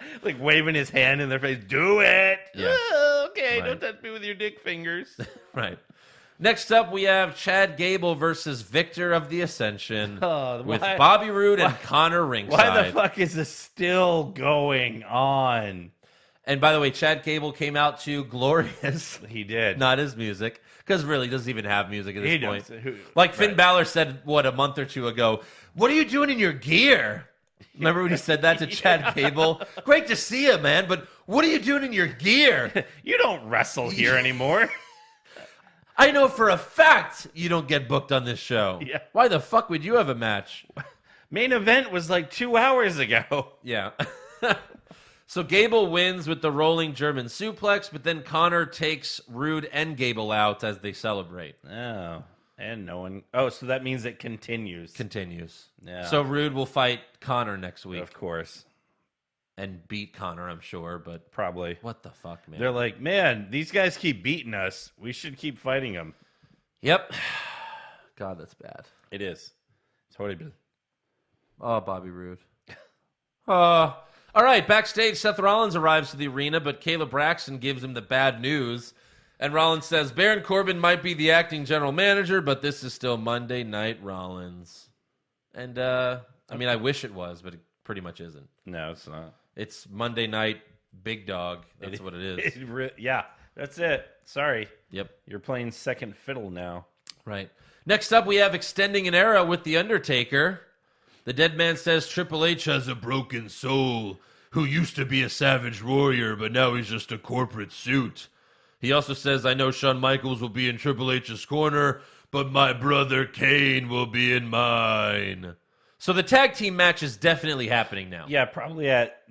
[SPEAKER 4] <laughs> like waving his hand in their face. Do it.
[SPEAKER 3] Yeah.
[SPEAKER 4] "Ugh, okay,
[SPEAKER 3] Right.
[SPEAKER 4] don't touch me with your dick fingers.
[SPEAKER 3] <laughs> Right. Next up, we have Chad Gable versus Victor of the Ascension
[SPEAKER 4] <laughs> Oh,
[SPEAKER 3] with
[SPEAKER 4] why-
[SPEAKER 3] Bobby Roode and Connor ringside.
[SPEAKER 4] Why the fuck is this still going on?
[SPEAKER 3] and by the way, Chad Gable came out to <laughs> "Glorious,"
[SPEAKER 4] He did.
[SPEAKER 3] not his music, because really he doesn't even have music at this
[SPEAKER 4] He
[SPEAKER 3] point.
[SPEAKER 4] does. Who-
[SPEAKER 3] Like Finn
[SPEAKER 4] right.
[SPEAKER 3] Balor said, what a month or two ago. What are you doing in your gear? Remember when he said
[SPEAKER 4] <laughs>
[SPEAKER 3] that to Chad Cable? Great to see you, man. But what are you doing in your gear?
[SPEAKER 4] You don't
[SPEAKER 3] <laughs>
[SPEAKER 4] wrestle here anymore.
[SPEAKER 3] I know for a fact you don't get booked on this show.
[SPEAKER 4] Yeah.
[SPEAKER 3] Why the fuck would you have a match?
[SPEAKER 4] Main event was like two hours ago.
[SPEAKER 3] Yeah. <laughs> so Gable wins with the rolling German suplex, but then Connor takes Rude and Gable out as they celebrate.
[SPEAKER 4] Oh, and no one. Oh, so that means it continues.
[SPEAKER 3] Continues.
[SPEAKER 4] Yeah.
[SPEAKER 3] So Rude will fight Connor next week
[SPEAKER 4] of course,
[SPEAKER 3] and beat Connor, I'm sure. But
[SPEAKER 4] probably.
[SPEAKER 3] what the fuck, man?
[SPEAKER 4] They're like, man, these guys keep beating us. We should keep fighting them.
[SPEAKER 3] Yep. <sighs> God, that's bad.
[SPEAKER 4] It is. Totally. been-
[SPEAKER 3] Oh, Bobby Roode. <laughs> Uh, all right, backstage, Seth Rollins arrives to the arena, but Caleb Braxton gives him the bad news. And Rollins says, Baron Corbin might be the acting general manager, but this is still Monday Night Rollins. And, uh, I mean, I wish it was, but it pretty much isn't.
[SPEAKER 4] No, it's not.
[SPEAKER 3] It's Monday Night Big Dog. That's what it is.
[SPEAKER 4] <laughs> It re- yeah, that's it. Sorry.
[SPEAKER 3] Yep.
[SPEAKER 4] You're playing second fiddle now.
[SPEAKER 3] Right. Next up, we have extending an era with The Undertaker. The dead man says Triple H has a broken soul who used to be a savage warrior, but now he's just a corporate suit. He also says, I know Shawn Michaels will be in Triple H's corner, but my brother Kane will be in mine. So the tag team match is definitely happening now.
[SPEAKER 4] Yeah, probably at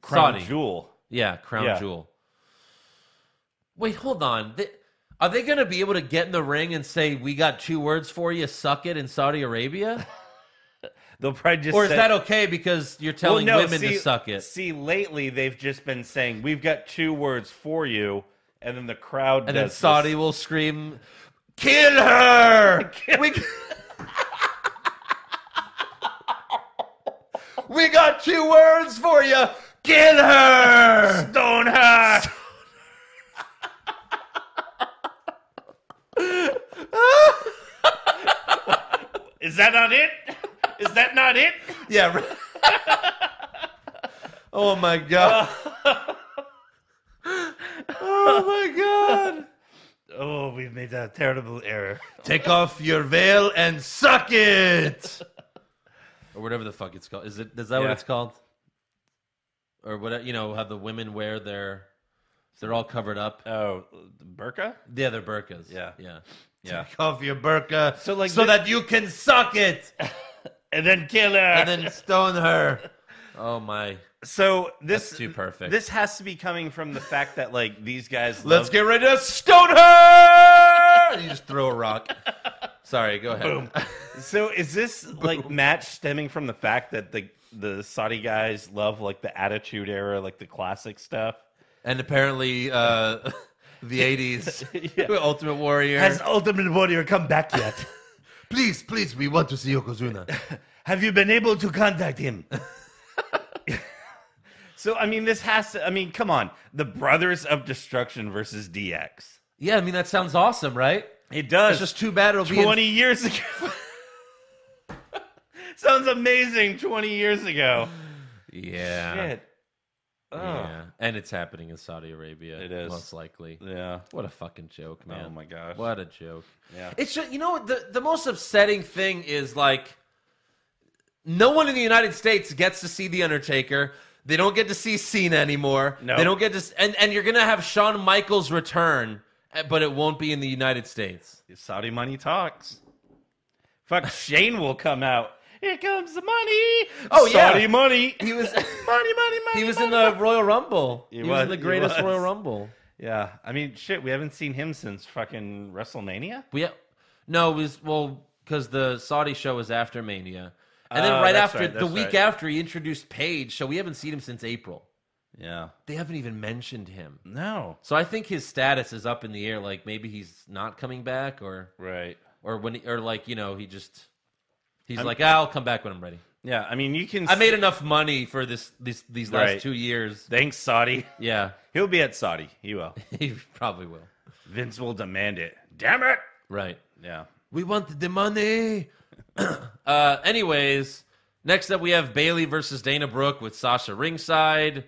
[SPEAKER 4] Crown
[SPEAKER 3] Saudi.
[SPEAKER 4] Jewel.
[SPEAKER 3] Yeah, Crown
[SPEAKER 4] Yeah.
[SPEAKER 3] Jewel. Wait, hold on. Th- are they going to be able to get in the ring and say, We got two words for you, suck it in Saudi
[SPEAKER 4] <laughs>
[SPEAKER 3] Arabia?
[SPEAKER 4] They'll probably just
[SPEAKER 3] Or is
[SPEAKER 4] say-
[SPEAKER 3] that okay because you're
[SPEAKER 4] Well,
[SPEAKER 3] telling
[SPEAKER 4] no,
[SPEAKER 3] women
[SPEAKER 4] see-
[SPEAKER 3] to suck it?
[SPEAKER 4] See, lately they've just been saying we've got two words for you, and then the crowd
[SPEAKER 3] and
[SPEAKER 4] does
[SPEAKER 3] then
[SPEAKER 4] this.
[SPEAKER 3] Saudi
[SPEAKER 4] <laughs>
[SPEAKER 3] will scream, "Kill her!" we, <laughs> we got two words for you: kill her, stone her.
[SPEAKER 4] <laughs> Is that not it? Is that not it?
[SPEAKER 3] yeah. right. oh my god. oh my god.
[SPEAKER 4] Oh, we've made a terrible
[SPEAKER 3] <laughs>
[SPEAKER 4] error.
[SPEAKER 3] Take off your veil and suck it, or whatever the fuck it's called. Is it? Is that what
[SPEAKER 4] Yeah.
[SPEAKER 3] it's called? Or what? You know how the women wear their, they're all covered up.
[SPEAKER 4] Oh, burqa?
[SPEAKER 3] Yeah, they're burkas.
[SPEAKER 4] Yeah.
[SPEAKER 3] yeah.
[SPEAKER 4] Yeah.
[SPEAKER 3] Take off your burqa so
[SPEAKER 4] So,
[SPEAKER 3] like
[SPEAKER 4] like,
[SPEAKER 3] so
[SPEAKER 4] thi-
[SPEAKER 3] that you can suck it
[SPEAKER 4] And then kill her.
[SPEAKER 3] and
[SPEAKER 4] <laughs>
[SPEAKER 3] then stone her. Oh my!
[SPEAKER 4] so this
[SPEAKER 3] That's too perfect.
[SPEAKER 4] This has to be coming from the fact that like these guys.
[SPEAKER 3] Let's
[SPEAKER 4] love-
[SPEAKER 3] get ready to stone her. And you just throw a rock. Sorry, go ahead.
[SPEAKER 4] Boom. So is this like match stemming from the fact that the the Saudi guys love like the Attitude Era, like the classic stuff?
[SPEAKER 3] And apparently, uh, <laughs> the '80s
[SPEAKER 4] Yeah.
[SPEAKER 3] <laughs> Ultimate Warrior
[SPEAKER 4] <laughs> Ultimate Warrior come back
[SPEAKER 3] <laughs>
[SPEAKER 4] yet?
[SPEAKER 3] Please, please, we want to see Yokozuna.
[SPEAKER 4] Have you been able to contact him? <laughs> so I mean, this has to. I mean, come on, the Brothers of Destruction versus DX.
[SPEAKER 3] <laughs> yeah, I mean that sounds awesome, right?
[SPEAKER 4] It
[SPEAKER 3] It's
[SPEAKER 4] does.
[SPEAKER 3] just too bad it'll be
[SPEAKER 4] twenty years ago. <laughs> Sounds amazing. Twenty years ago.
[SPEAKER 3] In... Yeah,
[SPEAKER 4] Shit. Oh.
[SPEAKER 3] Yeah, and it's happening in Saudi Arabia.
[SPEAKER 4] It is.
[SPEAKER 3] most likely.
[SPEAKER 4] Yeah.
[SPEAKER 3] What a fucking joke, man!
[SPEAKER 4] Oh my gosh.
[SPEAKER 3] What a joke.
[SPEAKER 4] Yeah.
[SPEAKER 3] It's just, you know what, the the most upsetting thing is like no one in the United States gets to see The Undertaker. They don't get to see Cena anymore.
[SPEAKER 4] No.
[SPEAKER 3] They don't get to s- and and you're going to have Shawn Michaels return, eh, but it won't be in the United States.
[SPEAKER 4] Saudi money talks.
[SPEAKER 3] <laughs>
[SPEAKER 4] Fuck, Shane will come out. Here comes the money. Oh
[SPEAKER 3] yeah.
[SPEAKER 4] Saudi <laughs> money.
[SPEAKER 3] He was
[SPEAKER 4] money, money, money.
[SPEAKER 3] he was
[SPEAKER 4] money,
[SPEAKER 3] in the Royal Rumble. He, was,
[SPEAKER 4] was,
[SPEAKER 3] in the
[SPEAKER 4] he
[SPEAKER 3] greatest
[SPEAKER 4] was.
[SPEAKER 3] Royal Rumble.
[SPEAKER 4] Yeah, I mean, shit. We haven't seen him since fucking WrestleMania.
[SPEAKER 3] We no, it was well because the Saudi show was after Mania, and then
[SPEAKER 4] Oh,
[SPEAKER 3] right
[SPEAKER 4] that's
[SPEAKER 3] after
[SPEAKER 4] right,
[SPEAKER 3] the
[SPEAKER 4] that's
[SPEAKER 3] week
[SPEAKER 4] right.
[SPEAKER 3] after he introduced Paige, so we haven't seen him since April.
[SPEAKER 4] Yeah.
[SPEAKER 3] They haven't even mentioned him,
[SPEAKER 4] No.
[SPEAKER 3] so I think his status is up in the air. Like maybe he's not coming back, or
[SPEAKER 4] Right.
[SPEAKER 3] or when he, or like you know he just he's like "Ah, I'll come back when I'm ready.
[SPEAKER 4] Yeah. I mean, you can.
[SPEAKER 3] I made enough money for this these these last
[SPEAKER 4] Right.
[SPEAKER 3] two years.
[SPEAKER 4] Thanks, Saudi.
[SPEAKER 3] Yeah, <laughs>
[SPEAKER 4] He'll be at Saudi. He will.
[SPEAKER 3] he probably will.
[SPEAKER 4] Vince will demand it. Damn it.
[SPEAKER 3] Right.
[SPEAKER 4] Yeah.
[SPEAKER 3] We want the money. <clears throat> uh, anyways, next up we have Bailey versus Dana Brooke with Sasha ringside.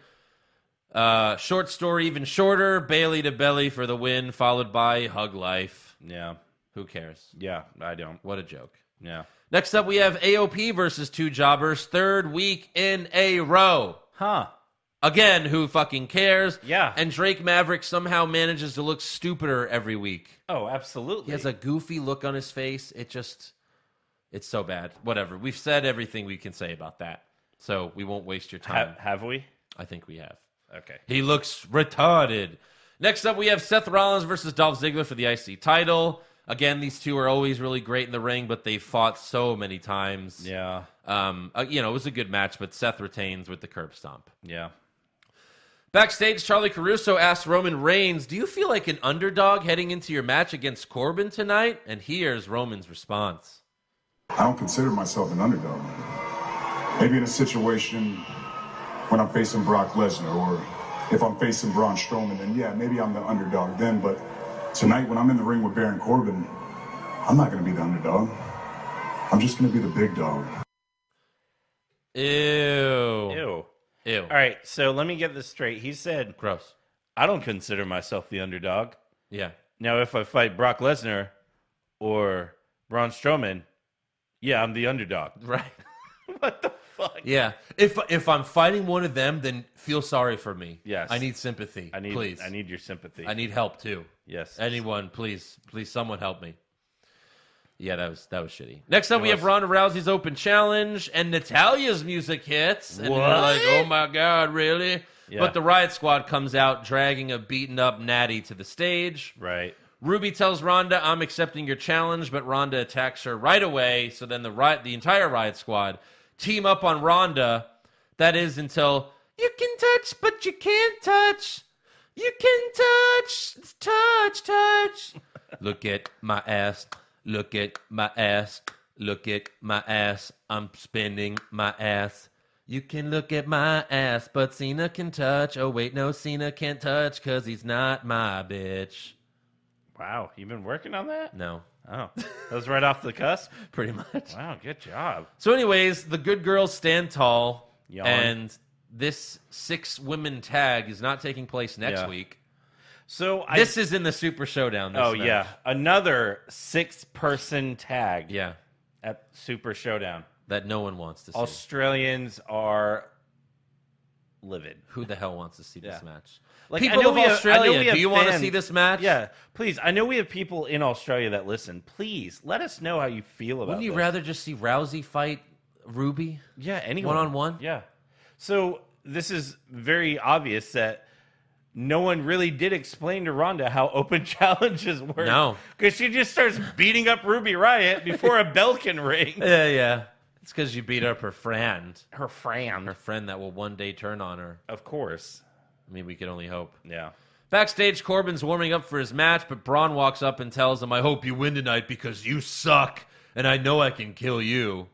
[SPEAKER 3] Uh, short story, even shorter. Bailey to Belly for the win, followed by Hug Life.
[SPEAKER 4] Yeah.
[SPEAKER 3] Who cares?
[SPEAKER 4] Yeah. I don't.
[SPEAKER 3] What a joke.
[SPEAKER 4] Yeah.
[SPEAKER 3] Next up we have AOP versus two jobbers, third week in a row.
[SPEAKER 4] Huh.
[SPEAKER 3] Again, who fucking cares?
[SPEAKER 4] Yeah.
[SPEAKER 3] And Drake Maverick somehow manages to look stupider every week.
[SPEAKER 4] Oh, absolutely.
[SPEAKER 3] He has a goofy look on his face. It just, it's so bad. Whatever. We've said everything we can say about that. So we won't waste your time.
[SPEAKER 4] Ha- have we?
[SPEAKER 3] I think we have.
[SPEAKER 4] Okay.
[SPEAKER 3] He looks retarded. Next up, we have Seth Rollins versus Dolph Ziggler for the IC title. Again, these two are always really great in the ring, but they fought so many times.
[SPEAKER 4] Yeah.
[SPEAKER 3] Um, uh, you know, it was a good match, but Seth retains with the curb stomp.
[SPEAKER 4] Yeah.
[SPEAKER 3] Backstage, Charlie Caruso asked Roman Reigns, Do you feel like an underdog heading into your match against Corbin tonight? And here's Roman's response.
[SPEAKER 5] I don't consider myself an underdog. Maybe in a situation when I'm facing Brock Lesnar or if I'm facing Braun Strowman, then yeah, maybe I'm the underdog then. But tonight when I'm in the ring with Baron Corbin, I'm not going to be the underdog. I'm just going to be the big dog.
[SPEAKER 3] Ew.
[SPEAKER 4] Ew. All
[SPEAKER 3] Ew.
[SPEAKER 4] right. So let me get this straight. He said,
[SPEAKER 3] Gross.
[SPEAKER 4] I don't consider myself the underdog. <laughs>
[SPEAKER 3] Yeah.
[SPEAKER 4] Now, if I fight Brock Lesnar or Braun Strowman, yeah, I'm the underdog. <laughs>
[SPEAKER 3] Right.
[SPEAKER 4] what the fuck?
[SPEAKER 3] Yeah. If if I'm fighting one of them, then feel sorry for me.
[SPEAKER 4] Yes.
[SPEAKER 3] I need sympathy.
[SPEAKER 4] I need,
[SPEAKER 3] please.
[SPEAKER 4] I need your sympathy.
[SPEAKER 3] I need help too.
[SPEAKER 4] yes.
[SPEAKER 3] Anyone, please, please, someone help me. Yeah, that was that was shitty. Next up, we have
[SPEAKER 4] was.
[SPEAKER 3] Ronda Rousey's open challenge, and Natalia's music hits, and we're like,
[SPEAKER 4] What?
[SPEAKER 3] "Oh my god, really?"
[SPEAKER 4] Yeah.
[SPEAKER 3] But the Riot Squad comes out dragging a beaten up Natty to the stage.
[SPEAKER 4] Right.
[SPEAKER 3] Ruby tells Ronda, "I'm accepting your challenge," but Ronda attacks her right away. So then the riot, the entire Riot Squad, team up on Ronda. That is until you can touch, but you can't touch. You can touch, touch, touch. <laughs> Look at my ass. Look at my ass. Look at my ass. I'm spinning my ass. You can look at my ass, but Cena can touch. Oh, wait, no, Cena can't touch because he's not my bitch.
[SPEAKER 4] Wow. You've been working
[SPEAKER 3] <laughs>
[SPEAKER 4] on that?
[SPEAKER 3] No,
[SPEAKER 4] Oh, that was right off the cusp.
[SPEAKER 3] <laughs> pretty much.
[SPEAKER 4] Wow. Good job.
[SPEAKER 3] So, anyways, the good girls stand tall,
[SPEAKER 4] Yawn.
[SPEAKER 3] and this six women tag is not taking place next
[SPEAKER 4] Yeah.
[SPEAKER 3] week.
[SPEAKER 4] So I.
[SPEAKER 3] This is in the Super Showdown. This
[SPEAKER 4] oh,
[SPEAKER 3] match.
[SPEAKER 4] yeah. Another six person tag
[SPEAKER 3] yeah,
[SPEAKER 4] at Super Showdown.
[SPEAKER 3] that no one wants to see.
[SPEAKER 4] Australians are livid.
[SPEAKER 3] Who the hell wants to see this
[SPEAKER 4] Yeah.
[SPEAKER 3] match?
[SPEAKER 4] Like, I
[SPEAKER 3] People
[SPEAKER 4] know
[SPEAKER 3] of
[SPEAKER 4] we have- I know
[SPEAKER 3] Australia,
[SPEAKER 4] we have
[SPEAKER 3] do you want to
[SPEAKER 4] fans-
[SPEAKER 3] see this match?
[SPEAKER 4] Yeah, please. I know we have people in Australia that listen. Please let us know how you feel about.
[SPEAKER 3] Wouldn't you
[SPEAKER 4] this.
[SPEAKER 3] rather just see Rousey fight Ruby?
[SPEAKER 4] Yeah, anyone
[SPEAKER 3] One-on-one?
[SPEAKER 4] Yeah. So this is very obvious that no one really did explain to Rhonda how <laughs> open challenges work.
[SPEAKER 3] No.
[SPEAKER 4] because she just starts beating up Ruby Riot before a bell can ring.
[SPEAKER 3] Yeah, yeah. It's because you beat up her friend,
[SPEAKER 4] Her
[SPEAKER 3] her
[SPEAKER 4] fram,
[SPEAKER 3] friend that will one day turn on her.
[SPEAKER 4] of course.
[SPEAKER 3] I mean, we can only hope.
[SPEAKER 4] Yeah.
[SPEAKER 3] Backstage, Corbin's warming up for his match, but Braun walks up and tells him, I hope you win tonight because you suck, and I know I can kill you.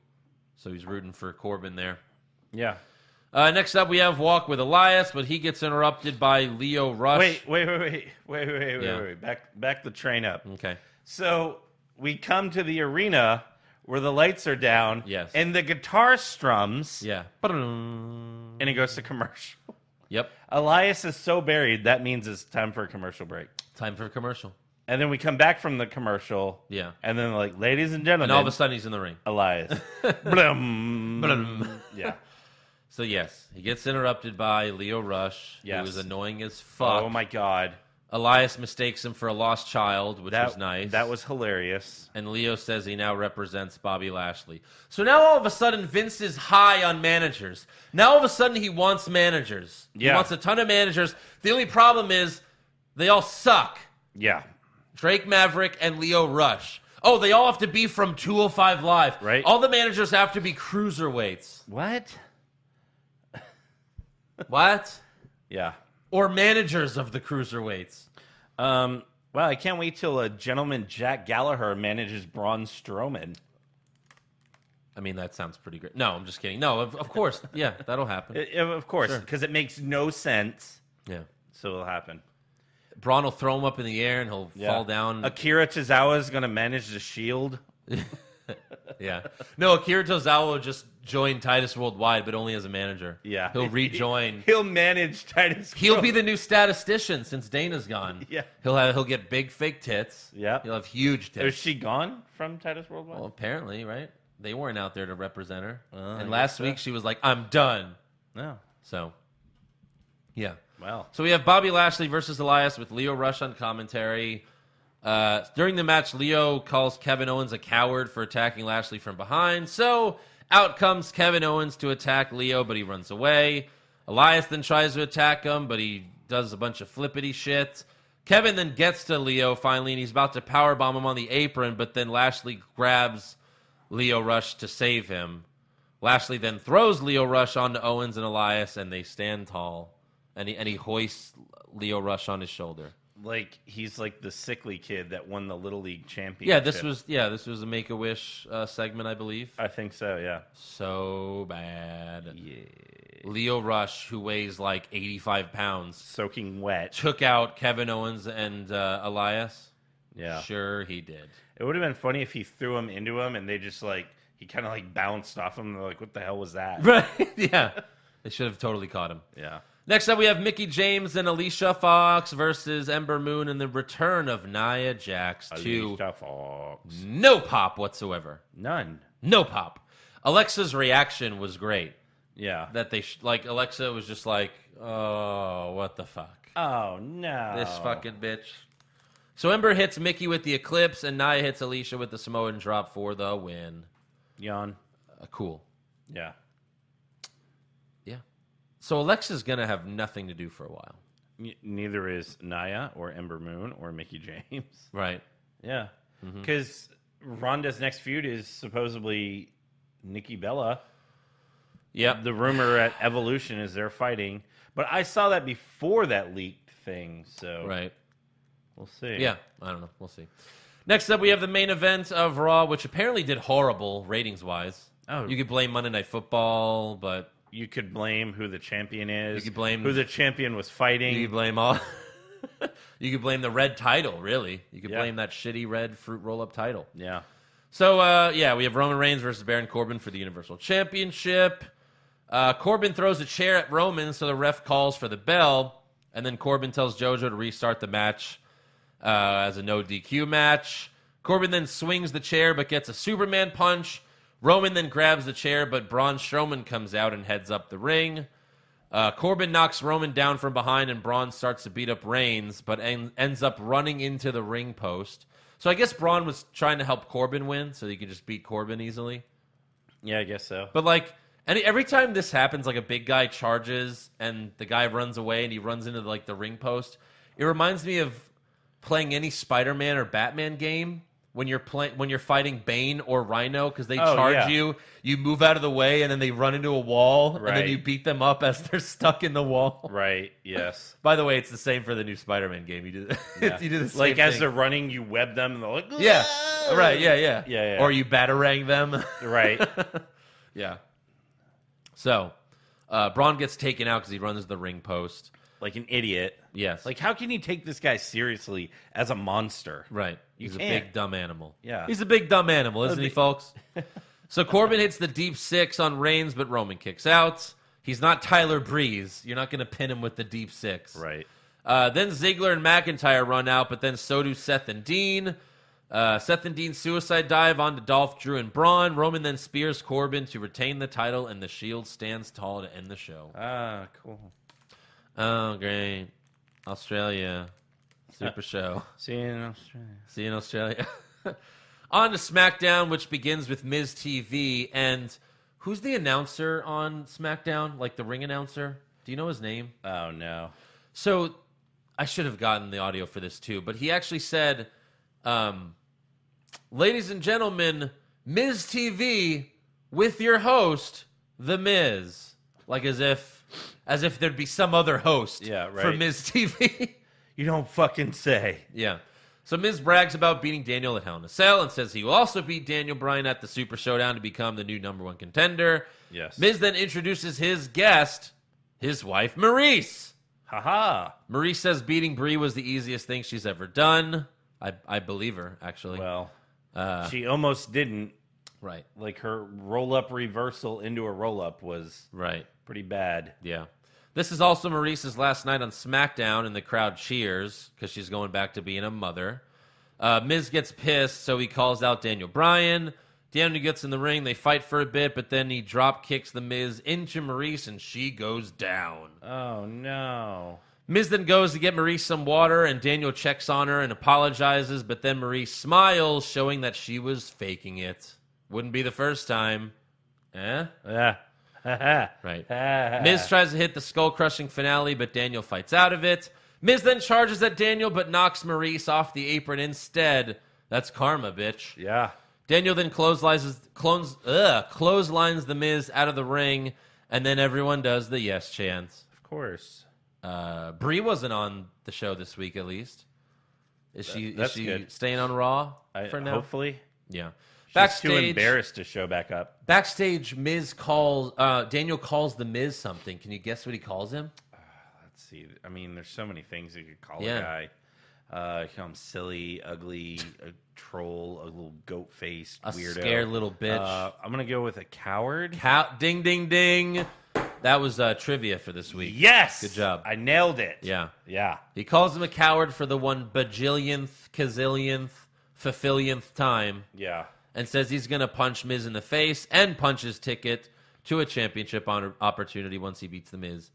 [SPEAKER 3] So he's rooting for Corbin there.
[SPEAKER 4] Yeah.
[SPEAKER 3] Uh, next up, we have Walk with Elias, but he gets interrupted by Leo Rush.
[SPEAKER 4] Wait, wait, wait, wait, wait, wait, wait,
[SPEAKER 3] Yeah. Mm.
[SPEAKER 4] wait, wait. Back, back the train up.
[SPEAKER 3] Okay.
[SPEAKER 4] So we come to the arena where the lights are down.
[SPEAKER 3] Yes.
[SPEAKER 4] And the guitar strums.
[SPEAKER 3] Yeah. Ba-dum.
[SPEAKER 4] And it goes to commercial. <laughs>
[SPEAKER 3] Yep.
[SPEAKER 4] Elias is so buried, that means it's time for a commercial break.
[SPEAKER 3] Time for a commercial.
[SPEAKER 4] And then we come back from the commercial.
[SPEAKER 3] Yeah.
[SPEAKER 4] And then, like, ladies and gentlemen,
[SPEAKER 3] And all of a sudden he's in the ring. <laughs>
[SPEAKER 4] Elias. Blum.
[SPEAKER 3] Blum.
[SPEAKER 4] Yeah.
[SPEAKER 3] So yes, he gets interrupted by Leo Rush,
[SPEAKER 4] Yes.
[SPEAKER 3] who is annoying as fuck.
[SPEAKER 4] Oh, my God.
[SPEAKER 3] Elias mistakes him for a lost child, which
[SPEAKER 4] That
[SPEAKER 3] was nice.
[SPEAKER 4] That was hilarious.
[SPEAKER 3] and Leo says he now represents Bobby Lashley. So now all of a sudden Vince is high on managers. Now all of a sudden he wants managers. He
[SPEAKER 4] Yeah.
[SPEAKER 3] wants a ton of managers. The only problem is they all suck.
[SPEAKER 4] Yeah.
[SPEAKER 3] Drake Maverick and Leo Rush. Oh, they all have to be from 205 Live.
[SPEAKER 4] Right.
[SPEAKER 3] All the managers have to be cruiserweights.
[SPEAKER 4] What?
[SPEAKER 3] what?
[SPEAKER 4] Yeah.
[SPEAKER 3] Or managers of the cruiserweights.
[SPEAKER 4] Um, well, I can't wait till a gentleman Jack Gallagher manages Braun Strowman.
[SPEAKER 3] I mean, that sounds pretty great. No, I'm just kidding. No, of, of course. Yeah, that'll happen.
[SPEAKER 4] I- I- of course,
[SPEAKER 3] Sure.
[SPEAKER 4] because it makes no sense.
[SPEAKER 3] Yeah.
[SPEAKER 4] So it'll happen.
[SPEAKER 3] Braun will throw him up in the air and he'll fall down.
[SPEAKER 4] Akira Tozawa is going to manage the Shield.
[SPEAKER 3] Yeah. No, Akira Tozawa will just join Titus Worldwide, but only as a manager.
[SPEAKER 4] Yeah, <laughs>
[SPEAKER 3] He'll rejoin.
[SPEAKER 4] He'll manage Titus.
[SPEAKER 3] <laughs> He'll be
[SPEAKER 4] Grove.
[SPEAKER 3] the new statistician since Dana's gone.
[SPEAKER 4] <laughs> Yeah.
[SPEAKER 3] He'll have he'll get big fake tits.
[SPEAKER 4] Yep.
[SPEAKER 3] He'll have huge
[SPEAKER 4] Is
[SPEAKER 3] tits.
[SPEAKER 4] she gone from Titus Worldwide?
[SPEAKER 3] well, apparently, right? They weren't out there to represent her.
[SPEAKER 4] I
[SPEAKER 3] and last
[SPEAKER 4] guess so.
[SPEAKER 3] week she was like, "I'm done."
[SPEAKER 4] no.
[SPEAKER 3] So, yeah.
[SPEAKER 4] Well,
[SPEAKER 3] So we have Bobby Lashley versus Elias with Leo Rush on commentary. Uh, during the match, Leo calls Kevin Owens a coward for attacking Lashley from behind. So out comes Kevin Owens to attack Leo, but he runs away. Elias then tries to attack him, but he does a bunch of flippity shit. Kevin then gets to Leo finally, and he's about to powerbomb him on the apron, but then Lashley grabs Leo Rush to save him. Lashley then throws Leo Rush onto Owens and Elias, and they stand tall. And he, and he hoists Leo Rush on his shoulder.
[SPEAKER 4] like he's like the sickly kid that won the Little League championship.
[SPEAKER 3] Yeah, this was yeah, this was a Make a Wish uh, segment, I believe.
[SPEAKER 4] I think so. Yeah.
[SPEAKER 3] So bad. Yeah. Leo Rush, who weighs like eighty-five pounds,
[SPEAKER 4] Soaking wet.
[SPEAKER 3] took out Kevin Owens and uh, Elias.
[SPEAKER 4] Yeah.
[SPEAKER 3] Sure, he did.
[SPEAKER 4] <laughs> It would have been funny if he threw him into him and they just like he kind of like bounced off him. They're like, "What the hell was that?"
[SPEAKER 3] Right? <laughs> yeah. They should have totally caught him.
[SPEAKER 4] Yeah.
[SPEAKER 3] Next up, we have Mickey James and Alicia Fox versus Ember Moon and the return of Nia Jax to
[SPEAKER 4] Alicia Fox.
[SPEAKER 3] no pop whatsoever.
[SPEAKER 4] None.
[SPEAKER 3] No pop. Alexa's reaction was great.
[SPEAKER 4] Yeah.
[SPEAKER 3] That they sh- like Alexa was just like, "Oh, what the fuck?
[SPEAKER 4] oh no.
[SPEAKER 3] This fucking bitch." So Ember hits Mickey with the Eclipse and Nia hits Alicia with the Samoan drop for the win.
[SPEAKER 4] yawn.
[SPEAKER 3] Uh, cool.
[SPEAKER 4] Yeah.
[SPEAKER 3] Yeah. So Alexa's going to have nothing to do for a while.
[SPEAKER 4] N- neither is Naya or Ember Moon or Mickey James. <laughs>
[SPEAKER 3] Right.
[SPEAKER 4] Yeah,
[SPEAKER 3] Mm-hmm.
[SPEAKER 4] because Ronda's next feud is supposedly Nikki Bella.
[SPEAKER 3] Yep.
[SPEAKER 4] The rumor at Evolution is they're fighting, but I saw that before that leaked thing, so
[SPEAKER 3] Right.
[SPEAKER 4] we'll see.
[SPEAKER 3] Yeah, I don't know. We'll see. Next up, we have the main event of Raw, which apparently did horrible ratings wise.
[SPEAKER 4] Oh.
[SPEAKER 3] You could blame Monday Night Football, but
[SPEAKER 4] you could blame who the champion is.
[SPEAKER 3] You could blame-
[SPEAKER 4] who the champion was
[SPEAKER 3] you
[SPEAKER 4] fighting.
[SPEAKER 3] could blame all. <laughs> you could blame the red title, really. You could
[SPEAKER 4] Yeah.
[SPEAKER 3] blame that shitty red fruit roll up title.
[SPEAKER 4] yeah,
[SPEAKER 3] So, uh, yeah, we have Roman Reigns versus Baron Corbin for the Universal Championship. Uh, Corbin throws a chair at Roman, so the ref calls for the bell, and then Corbin tells JoJo to restart the match uh, as a no DQ match. Corbin then swings the chair but gets a Superman punch. Roman then grabs the chair, but Braun Strowman comes out and heads up the ring. Uh, Corbin knocks Roman down from behind, and Braun starts to beat up Reigns, but en- ends up running into the ring post. So I guess Braun was trying to help Corbin win, so he could just beat Corbin easily.
[SPEAKER 4] yeah, I guess so.
[SPEAKER 3] But like, any, every time this happens, like a big guy charges and the guy runs away and he runs into like the ring post. It reminds me of playing any Spider-Man or Batman game when you're playing when you're fighting Bane or Rhino because they
[SPEAKER 4] Oh,
[SPEAKER 3] charge
[SPEAKER 4] yeah.
[SPEAKER 3] you, you move out of the way and then they run into a wall and then
[SPEAKER 4] Right.
[SPEAKER 3] you beat them up as they're stuck in the wall.
[SPEAKER 4] Right? Yes.
[SPEAKER 3] By the way, it's the same for the new Spider-Man game. You do, you do the <laughs> same
[SPEAKER 4] like as
[SPEAKER 3] thing.
[SPEAKER 4] they're running, you web them and they're like,
[SPEAKER 3] yeah, right, yeah, yeah,
[SPEAKER 4] Yeah, yeah.
[SPEAKER 3] Or you batarang them. <laughs>
[SPEAKER 4] right.
[SPEAKER 3] yeah. So, uh, Braun gets taken out because he runs the ring post.
[SPEAKER 4] like an idiot.
[SPEAKER 3] Yes,
[SPEAKER 4] Like, how can you take this guy seriously as a monster?
[SPEAKER 3] right.
[SPEAKER 4] you
[SPEAKER 3] He's a
[SPEAKER 4] can't.
[SPEAKER 3] big dumb animal.
[SPEAKER 4] Yeah.
[SPEAKER 3] he's a big dumb
[SPEAKER 4] <laughs>
[SPEAKER 3] animal, isn't he,
[SPEAKER 4] big-
[SPEAKER 3] folks? so Corbin hits the deep six on Reigns, but Roman kicks out. He's not Tyler Breeze. You're not going to pin him with the deep six.
[SPEAKER 4] Right.
[SPEAKER 3] Uh, then Ziggler and McIntyre run out, but then so do Seth and Dean. Uh, Seth and Dean suicide dive onto Dolph, Drew, and Braun. Roman then spears Corbin to retain the title, and the Shield stands tall to end the show.
[SPEAKER 4] Ah, cool.
[SPEAKER 3] Oh, great. Australia. Super show.
[SPEAKER 4] See you in Australia.
[SPEAKER 3] See you in Australia. <laughs> on to SmackDown, which begins with Miz TV. And who's the announcer on SmackDown? Like the ring announcer? Do you know his name?
[SPEAKER 4] Oh no.
[SPEAKER 3] So I should have gotten the audio for this too, but he actually said, um, Ladies and gentlemen, Miz TV with your host, The Miz. Like as if. As if there'd be some other host
[SPEAKER 4] Yeah,
[SPEAKER 3] for
[SPEAKER 4] right.
[SPEAKER 3] Miz TV.
[SPEAKER 4] You don't fucking say.
[SPEAKER 3] <laughs> Yeah. So Miz brags about beating Daniel at Hell in a Cell and says he will also beat Daniel Bryan at the Super Showdown to become the new number one contender.
[SPEAKER 4] Yes.
[SPEAKER 3] Miz then introduces his guest, his wife, Maurice.
[SPEAKER 4] Haha.
[SPEAKER 3] Maurice says beating Brie was the easiest thing she's ever done. I, I believe her, actually.
[SPEAKER 4] Well,
[SPEAKER 3] uh,
[SPEAKER 4] she almost didn't.
[SPEAKER 3] right,
[SPEAKER 4] Like her roll up reversal into a roll up was
[SPEAKER 3] right.
[SPEAKER 4] pretty bad.
[SPEAKER 3] Yeah. This is also Maurice's last night on SmackDown, and the crowd cheers because she's going back to being a mother. Uh, Miz gets pissed, so he calls out Daniel Bryan. Daniel gets in the ring. They fight for a bit, but then he drop kicks the Miz into Maurice, and she goes down.
[SPEAKER 4] Oh <laughs> no.
[SPEAKER 3] Miz then goes to get Maurice some water, and Daniel checks on her and apologizes, but then Maurice smiles, showing that she was faking it. Wouldn't be the first time. Eh?
[SPEAKER 4] Yeah.
[SPEAKER 3] Right. Miz tries to hit the skull crushing finale, but Daniel fights out of it. Miz then charges at Daniel, but knocks Maurice off the apron instead. That's karma, bitch.
[SPEAKER 4] Yeah.
[SPEAKER 3] Daniel then clotheslines, clones, ugh, clotheslines the Miz out of the ring, and then everyone does the yes chant.
[SPEAKER 4] Of course.
[SPEAKER 3] Uh, Brie wasn't on the show this week, at least. Is she? Is
[SPEAKER 4] that's
[SPEAKER 3] she
[SPEAKER 4] good.
[SPEAKER 3] staying on Raw
[SPEAKER 4] I,
[SPEAKER 3] for now?
[SPEAKER 4] Hopefully.
[SPEAKER 3] Yeah.
[SPEAKER 4] She's too
[SPEAKER 3] Backstage,
[SPEAKER 4] embarrassed to show back up.
[SPEAKER 3] backstage, Miz calls. Uh, Daniel calls the Miz something. Can you guess what he calls him?
[SPEAKER 4] Let's see. I mean, there's so many things you could call
[SPEAKER 3] Yeah.
[SPEAKER 4] a guy. Uh, you call him silly, ugly, a troll, a little goat faced
[SPEAKER 3] A
[SPEAKER 4] weirdo.
[SPEAKER 3] scared little bitch.
[SPEAKER 4] Uh, I'm gonna go with a coward.
[SPEAKER 3] Cow- ding, ding, ding. That was uh, trivia for this week.
[SPEAKER 4] Yes.
[SPEAKER 3] Good job.
[SPEAKER 4] I nailed it.
[SPEAKER 3] Yeah.
[SPEAKER 4] Yeah.
[SPEAKER 3] He calls him a coward for the one bajillionth, kazillionth, fulfillionth time
[SPEAKER 4] Yeah.
[SPEAKER 3] and says he's going to punch Miz in the face and punch his ticket to a championship honor- opportunity once he beats the Miz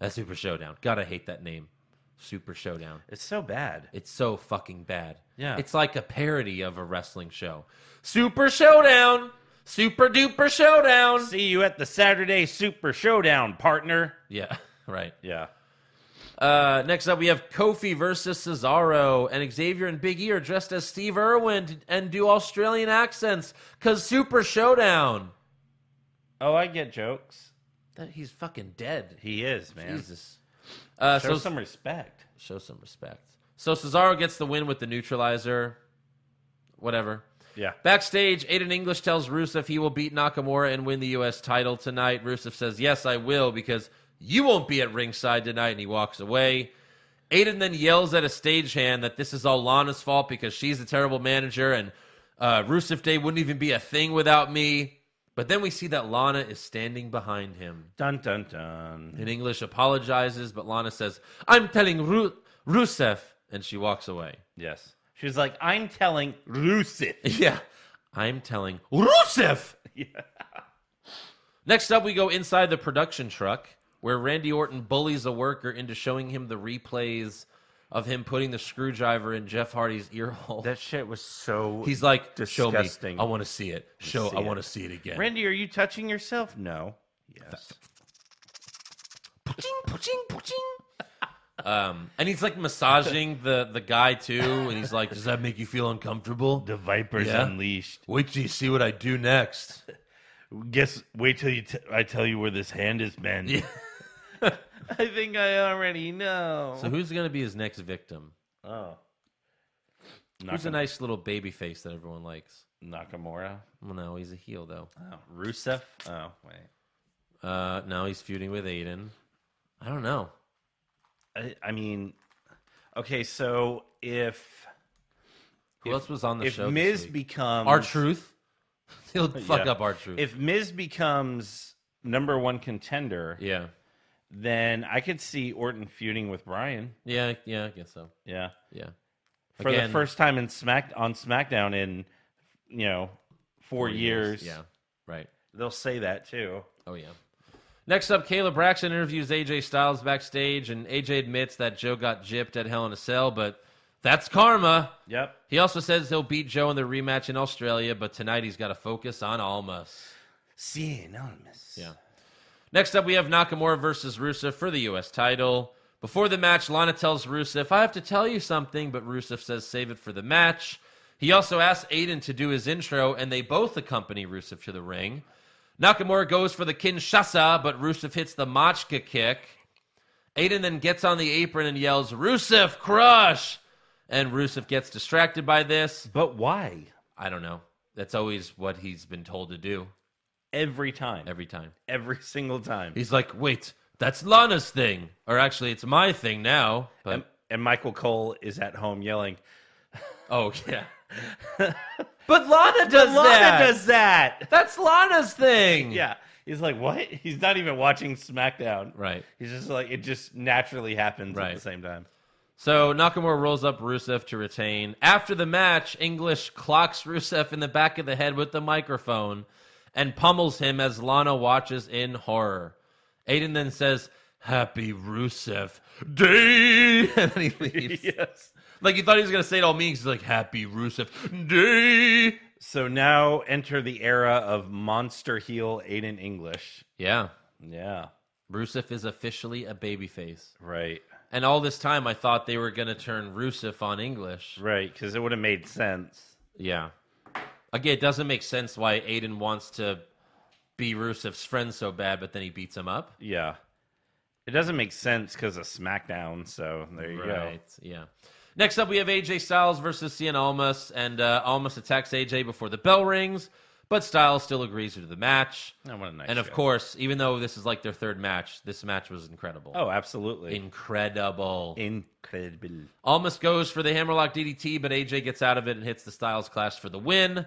[SPEAKER 3] at Super Showdown. God, I hate that name. Super Showdown.
[SPEAKER 4] It's so bad.
[SPEAKER 3] It's so fucking bad.
[SPEAKER 4] Yeah.
[SPEAKER 3] It's like a parody of a wrestling show. Super Showdown! Super duper showdown!
[SPEAKER 4] See you at the Saturday Super Showdown, partner.
[SPEAKER 3] Yeah, <laughs> right.
[SPEAKER 4] Yeah.
[SPEAKER 3] Uh, next up, we have Kofi versus Cesaro, and Xavier and Big E are dressed as Steve Irwin and do Australian accents because Super Showdown.
[SPEAKER 4] Oh, I get jokes.
[SPEAKER 3] That he's fucking dead.
[SPEAKER 4] He is, man.
[SPEAKER 3] Jesus. Uh,
[SPEAKER 4] Show
[SPEAKER 3] so
[SPEAKER 4] some respect.
[SPEAKER 3] show some respect. So Cesaro gets the win with the neutralizer. Whatever.
[SPEAKER 4] Yeah.
[SPEAKER 3] Backstage, Aiden English tells Rusev he will beat Nakamura and win the U.S. title tonight. Rusev says, Yes, I will, because you won't be at ringside tonight, and he walks away. Aiden then yells at a stagehand that this is all Lana's fault because she's a terrible manager, and uh, Rusev Day wouldn't even be a thing without me. But then we see that Lana is standing behind him.
[SPEAKER 4] Dun dun dun.
[SPEAKER 3] In English, apologizes, but Lana says, I'm telling Ru- Rusev, and she walks
[SPEAKER 4] <laughs>
[SPEAKER 3] away.
[SPEAKER 4] Yes. She's like, I'm telling Rusev.
[SPEAKER 3] Yeah. I'm telling
[SPEAKER 4] <laughs>
[SPEAKER 3] Rusev. Next up, we go inside the production truck where Randy Orton bullies a worker into showing him the replays of him putting the screwdriver in Jeff Hardy's ear hole.
[SPEAKER 4] That shit was so.
[SPEAKER 3] He's like, show
[SPEAKER 4] disgusting.
[SPEAKER 3] me. I want to see it. Show,
[SPEAKER 4] see
[SPEAKER 3] I
[SPEAKER 4] it."
[SPEAKER 3] want to see it again.
[SPEAKER 4] Randy, are you touching yourself? No. Yes.
[SPEAKER 3] Puching, puching, puching. Um, and he's like massaging the, the guy too, and he's like, "Does that make you feel
[SPEAKER 4] <laughs>
[SPEAKER 3] uncomfortable?
[SPEAKER 4] The Viper's
[SPEAKER 3] Yeah.
[SPEAKER 4] unleashed.
[SPEAKER 3] Wait till you see what I do next."
[SPEAKER 4] Guess. Wait till you. T- I tell you where this hand is, man.
[SPEAKER 3] Yeah.
[SPEAKER 4] <laughs> I think I already know.
[SPEAKER 3] So who's gonna be his next victim?
[SPEAKER 4] oh.
[SPEAKER 3] Who's a
[SPEAKER 4] Nakam-
[SPEAKER 3] nice little baby face that everyone likes?
[SPEAKER 4] Nakamura.
[SPEAKER 3] Well, no, he's a heel though.
[SPEAKER 4] Oh, Rusev. Oh wait.
[SPEAKER 3] Uh, now he's feuding with Aiden. I don't know.
[SPEAKER 4] I, I mean, okay. So if
[SPEAKER 3] Who else was on the
[SPEAKER 4] if
[SPEAKER 3] show?
[SPEAKER 4] Miz
[SPEAKER 3] this week?
[SPEAKER 4] becomes
[SPEAKER 3] our truth, <laughs> he'll
[SPEAKER 4] Yeah.
[SPEAKER 3] fuck up our truth.
[SPEAKER 4] If Miz becomes number one contender,
[SPEAKER 3] Yeah.
[SPEAKER 4] then I could see Orton feuding with Bryan.
[SPEAKER 3] Yeah. Yeah. I guess so.
[SPEAKER 4] Yeah,
[SPEAKER 3] Yeah.
[SPEAKER 4] for
[SPEAKER 3] Again,
[SPEAKER 4] the first time in Smack on SmackDown in you know four, years.
[SPEAKER 3] Yeah. Right.
[SPEAKER 4] they'll say that too.
[SPEAKER 3] Oh yeah. Next up, Caleb Braxton interviews AJ Styles backstage, and AJ admits that Joe got gypped at Hell in a Cell, but that's karma.
[SPEAKER 4] Yep.
[SPEAKER 3] He also says he'll beat Joe in the rematch in Australia, but tonight he's got to focus on Almas.
[SPEAKER 4] See anonymous.
[SPEAKER 3] Yeah. Next up, we have Nakamura versus Rusev for the U.S. title. Before the match, Lana tells Rusev, I have to tell you something, but Rusev says, save it for the match. He also asks Aiden to do his intro, and they both accompany Rusev to the ring. Nakamura goes for the Kinshasa, but Rusev hits the Machka kick. Aiden then gets on the apron and yells, Rusev, crush! And Rusev gets distracted by this.
[SPEAKER 4] But why?
[SPEAKER 3] I don't know. That's always what he's been told to do
[SPEAKER 4] Every time. Every, <laughs>
[SPEAKER 3] every time.
[SPEAKER 4] single time.
[SPEAKER 3] He's like, wait, that's Lana's thing. Or actually, it's my thing now. But,
[SPEAKER 4] And, and Michael Cole is at home yelling.
[SPEAKER 3] <laughs> oh, yeah. <laughs> but Lana does
[SPEAKER 4] Lana
[SPEAKER 3] that.
[SPEAKER 4] does that. <laughs>
[SPEAKER 3] That's Lana's thing.
[SPEAKER 4] Yeah. He's like, what? <laughs> He's not even watching SmackDown.
[SPEAKER 3] Right.
[SPEAKER 4] He's just like, it just naturally happens at
[SPEAKER 3] Right.
[SPEAKER 4] the same time.
[SPEAKER 3] So Nakamura rolls up Rusev to retain. After the match, English clocks Rusev in the back of the head with the microphone and pummels him as Lana watches in horror. Aiden then says, Happy Rusev Day! <laughs> And then he leaves.
[SPEAKER 4] <laughs> yes.
[SPEAKER 3] Like, he thought he was going to say it all mean. 'cause He's like, Happy Rusev Day!
[SPEAKER 4] So now enter the era of monster heel Aiden English.
[SPEAKER 3] Yeah.
[SPEAKER 4] Yeah.
[SPEAKER 3] Rusev is officially a babyface.
[SPEAKER 4] Right.
[SPEAKER 3] And all this time, I thought they were going to turn Rusev on English.
[SPEAKER 4] Right. Because it would have made sense.
[SPEAKER 3] Yeah. Again, it doesn't make sense why Aiden wants to be Rusev's friend so bad, but then he beats him up.
[SPEAKER 4] Yeah. It doesn't make sense because of SmackDown. So there you go.
[SPEAKER 3] Yeah. Next up, we have AJ Styles versus Cien Almas, and uh, Almas attacks AJ before the bell rings, but Styles still agrees to the match.
[SPEAKER 4] Oh, what a nice
[SPEAKER 3] and of
[SPEAKER 4] show.
[SPEAKER 3] course, even though this is like their third match, this match was incredible.
[SPEAKER 4] Oh, absolutely.
[SPEAKER 3] incredible!
[SPEAKER 4] Incredible.
[SPEAKER 3] Almost goes for the hammerlock DDT, but AJ gets out of it and hits the Styles Clash for the win.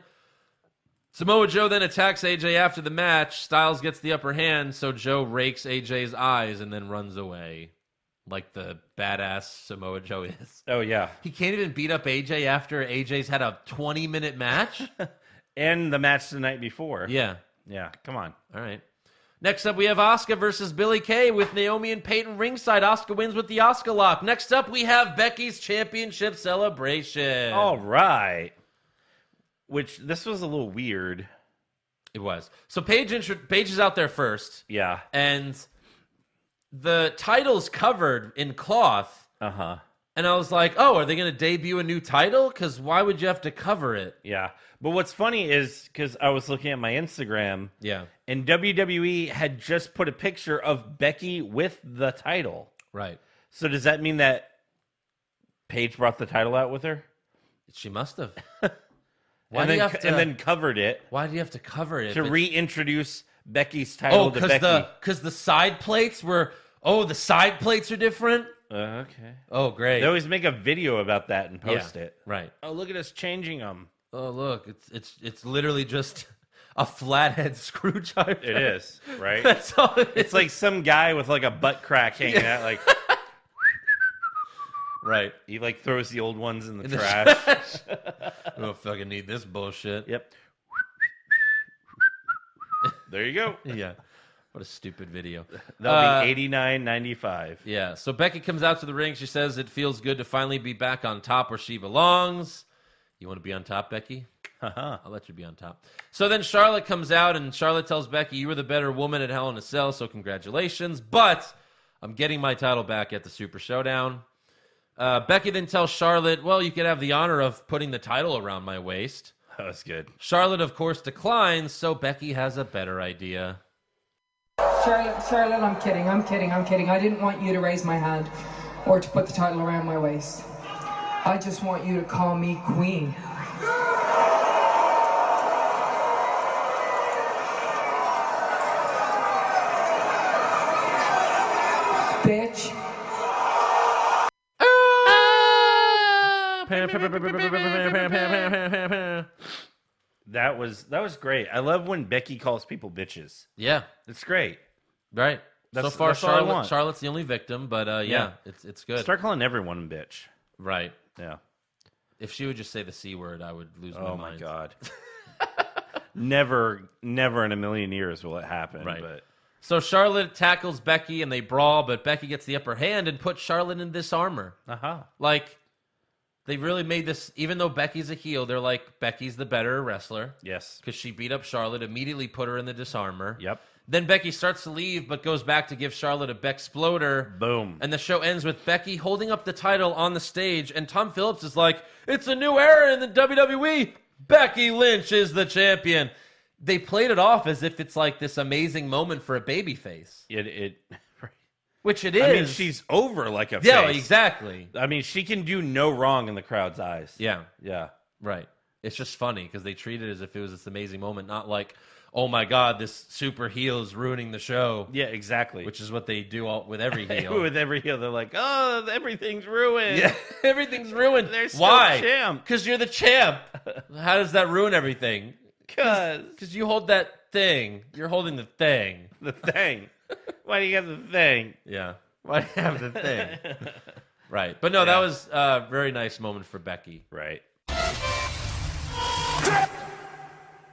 [SPEAKER 3] Samoa Joe then attacks AJ after the match. Styles gets the upper hand, so Joe rakes AJ's eyes and then runs away, like the badass Samoa Joe is.
[SPEAKER 4] Oh, yeah.
[SPEAKER 3] He can't even beat up AJ after AJ's had a 20 minute
[SPEAKER 4] <laughs>
[SPEAKER 3] match.
[SPEAKER 4] And the match the night before.
[SPEAKER 3] yeah,
[SPEAKER 4] Yeah. Come on.
[SPEAKER 3] all right. Next up, we have Oscar versus Billy Kay with Naomi and Peyton ringside. Oscar wins with the Oscar lock. Next up, we have Becky's championship celebration.
[SPEAKER 4] All right. Which this was a little weird.
[SPEAKER 3] It was. So Paige, intro- Paige is out there first,
[SPEAKER 4] Yeah.
[SPEAKER 3] and the title's covered in cloth.
[SPEAKER 4] Uh huh.
[SPEAKER 3] And I was like, oh, are they going to debut a new title? Because why would you have to cover it?
[SPEAKER 4] Yeah. But what's funny is because I was looking at my Instagram
[SPEAKER 3] Yeah,
[SPEAKER 4] and WWE had just put a picture of Becky with the title.
[SPEAKER 3] right.
[SPEAKER 4] So does that mean that Paige brought the title out with her?
[SPEAKER 3] She must
[SPEAKER 4] <laughs>
[SPEAKER 3] have. why
[SPEAKER 4] and,
[SPEAKER 3] do
[SPEAKER 4] then,
[SPEAKER 3] you have
[SPEAKER 4] co-
[SPEAKER 3] to?
[SPEAKER 4] and then covered it
[SPEAKER 3] why do you have to cover it? if
[SPEAKER 4] to
[SPEAKER 3] it's-
[SPEAKER 4] reintroduce Becky's title
[SPEAKER 3] oh,
[SPEAKER 4] to
[SPEAKER 3] because
[SPEAKER 4] Becky.
[SPEAKER 3] the because the side plates were. Oh, the side plates are different.
[SPEAKER 4] Uh, okay.
[SPEAKER 3] Oh, great.
[SPEAKER 4] They always make a video about that and
[SPEAKER 3] Yeah,
[SPEAKER 4] post it.
[SPEAKER 3] Right.
[SPEAKER 4] Oh, look at us changing them.
[SPEAKER 3] Oh, look, it's it's it's literally just a flathead <laughs> screwdriver.
[SPEAKER 4] It is, right?
[SPEAKER 3] That's all. It is.
[SPEAKER 4] It's like some guy with like a butt crack hanging out. Like
[SPEAKER 3] <laughs> right.
[SPEAKER 4] he like throws the old ones in the
[SPEAKER 3] the
[SPEAKER 4] trash.
[SPEAKER 3] We don't fucking need this bullshit.
[SPEAKER 4] <laughs> yep. there
[SPEAKER 3] <laughs>
[SPEAKER 4] you go.
[SPEAKER 3] Yeah. What a stupid video.
[SPEAKER 4] That'll
[SPEAKER 3] Uh,
[SPEAKER 4] be eighty nine ninety five.
[SPEAKER 3] Yeah. So Becky comes out to the ring. She says it feels good to finally be back on top where she belongs. You want to be on top, Becky?
[SPEAKER 4] Uh-huh.
[SPEAKER 3] I'll let you be on top. So then Charlotte comes out and Charlotte tells Becky, You were the better woman at Hell in a Cell, so congratulations. But I'm getting my title back at the Super Showdown. Uh, Becky then tells Charlotte, Well, you could have the honor of putting the title around my waist.
[SPEAKER 4] That
[SPEAKER 3] <laughs>
[SPEAKER 4] was good.
[SPEAKER 3] Charlotte, of course, declines, so Becky has a better idea.
[SPEAKER 6] Charlotte, Charlotte, I'm kidding, I'm kidding, I'm kidding. I didn't want you to raise my hand or to put the title around my waist. I just want you to call me Queen. Bitch.
[SPEAKER 3] Pam, pam, pam, pam, pam, pam, pam, pam, pam, pam, pam, pam.
[SPEAKER 4] That was that was great. I love when Becky calls people bitches.
[SPEAKER 3] Yeah,
[SPEAKER 4] It's great.
[SPEAKER 3] right.
[SPEAKER 4] That's-
[SPEAKER 3] so far,
[SPEAKER 4] that's all I
[SPEAKER 3] Charlotte
[SPEAKER 4] want.
[SPEAKER 3] Charlotte's the only victim, but uh, yeah,
[SPEAKER 4] Yeah.
[SPEAKER 3] it's it's good.
[SPEAKER 4] Start calling everyone a bitch.
[SPEAKER 3] Right.
[SPEAKER 4] Yeah.
[SPEAKER 3] If she would just say the c word, I would lose my
[SPEAKER 4] Oh my
[SPEAKER 3] mind. <laughs>
[SPEAKER 4] god. never, never in a million years will it happen.
[SPEAKER 3] Right.
[SPEAKER 4] But
[SPEAKER 3] So Charlotte tackles Becky and they brawl, but Becky gets the upper hand and puts Charlotte in this armor.
[SPEAKER 4] uh huh.
[SPEAKER 3] Like they really made this. Even though Becky's a heel, they're like Becky's the better wrestler
[SPEAKER 4] Yes.
[SPEAKER 3] because she beat up Charlotte, immediately put her in the disarmor.
[SPEAKER 4] Yep.
[SPEAKER 3] Then Becky starts to leave, but goes back to give Charlotte a Beck exploder.
[SPEAKER 4] Boom.
[SPEAKER 3] And the show ends with Becky holding up the title on the stage, and Tom Phillips is like, "It's a new era in the WWE. Becky Lynch is the champion." They played it off as if it's like this amazing moment for a babyface,
[SPEAKER 4] It. It. <laughs>
[SPEAKER 3] which it is.
[SPEAKER 4] I mean, she's over like a.
[SPEAKER 3] yeah,
[SPEAKER 4] face.
[SPEAKER 3] exactly.
[SPEAKER 4] I mean, she can do no wrong in the crowd's eyes.
[SPEAKER 3] Yeah,
[SPEAKER 4] Yeah.
[SPEAKER 3] right. It's just funny because they treat it as if it was this amazing moment, not like, "Oh my God, this super heel is ruining the show,"
[SPEAKER 4] Yeah. Exactly. <laughs>
[SPEAKER 3] which is what they do all, with every heel.
[SPEAKER 4] with every heel, they're like, "Oh, everything's ruined."
[SPEAKER 3] Yeah, <laughs> everything's ruined.
[SPEAKER 4] They're still
[SPEAKER 3] Why?
[SPEAKER 4] champ.
[SPEAKER 3] Because you're the champ. <laughs> How does that ruin everything?
[SPEAKER 4] <laughs> Cause
[SPEAKER 3] <laughs> Because you hold that thing. You're holding the thing.
[SPEAKER 4] the thing. Why do you have the thing?
[SPEAKER 3] Yeah. Why do you have the thing? right. But no, that was a very nice moment for Becky.
[SPEAKER 4] <laughs> Right.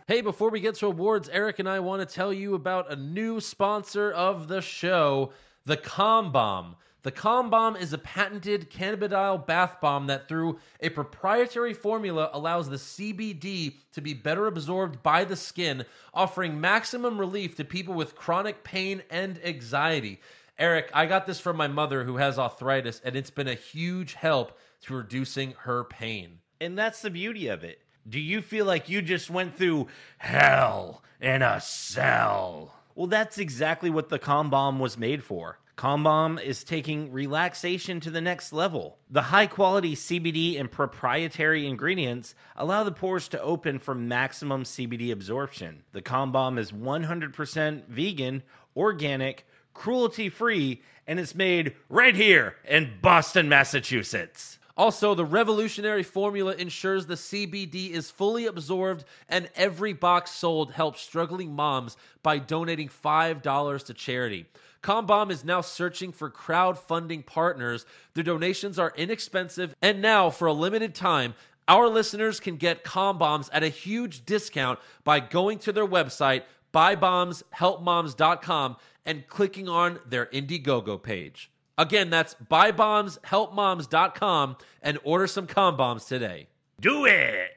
[SPEAKER 3] Hey, before we get to awards, Eric and I want to tell you about a new sponsor of the show, the Calm Bomb. The Calm Bomb is a patented cannabidiol bath bomb that, through a proprietary formula, allows the CBD to be better absorbed by the skin, offering maximum relief to people with chronic pain and anxiety. Eric, I got this from my mother who has arthritis, and it's been a huge help to reducing her pain.
[SPEAKER 4] And that's the beauty of it. Do you feel like you just went through hell in a cell? Well, that's exactly what the Calm Bomb was made for. Calm Bomb is taking relaxation to the next level. The high quality CBD and proprietary ingredients allow the pores to open for maximum CBD absorption. The Calm Bomb is 100% vegan, organic, cruelty free, and it's made right here in Boston, Massachusetts.
[SPEAKER 3] Also, the revolutionary formula ensures the CBD is fully absorbed, and every box sold helps struggling moms by donating $5 to charity. Combom is now searching for crowdfunding partners. Their donations are inexpensive, and now, for a limited time, our listeners can get Combombs at a huge discount by going to their website, buybombshelpmoms.com, and clicking on their Indiegogo page. Again, that's buybombshelpmoms.com and order some com bombs today.
[SPEAKER 4] Do it!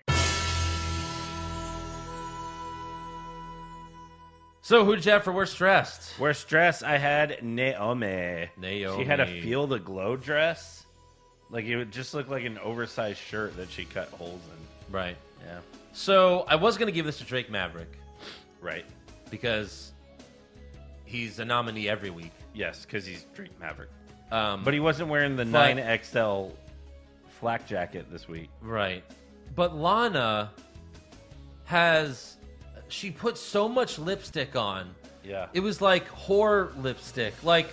[SPEAKER 3] So, who did you have for worst dressed?
[SPEAKER 4] Where stress, I had Naomi.
[SPEAKER 3] Naomi.
[SPEAKER 4] She had a feel the glow dress. Like it would just look like an oversized shirt that she cut holes in.
[SPEAKER 3] Right.
[SPEAKER 4] Yeah.
[SPEAKER 3] So, I was going to give this to Drake Maverick
[SPEAKER 4] Right.
[SPEAKER 3] because he's a nominee every week.
[SPEAKER 4] Yes, because he's Drake Maverick.
[SPEAKER 3] Um,
[SPEAKER 4] But he wasn't wearing the
[SPEAKER 3] But-
[SPEAKER 4] 9XL flak jacket this week.
[SPEAKER 3] Right. But Lana has. She put so much lipstick on.
[SPEAKER 4] Yeah.
[SPEAKER 3] It was like whore lipstick. Like.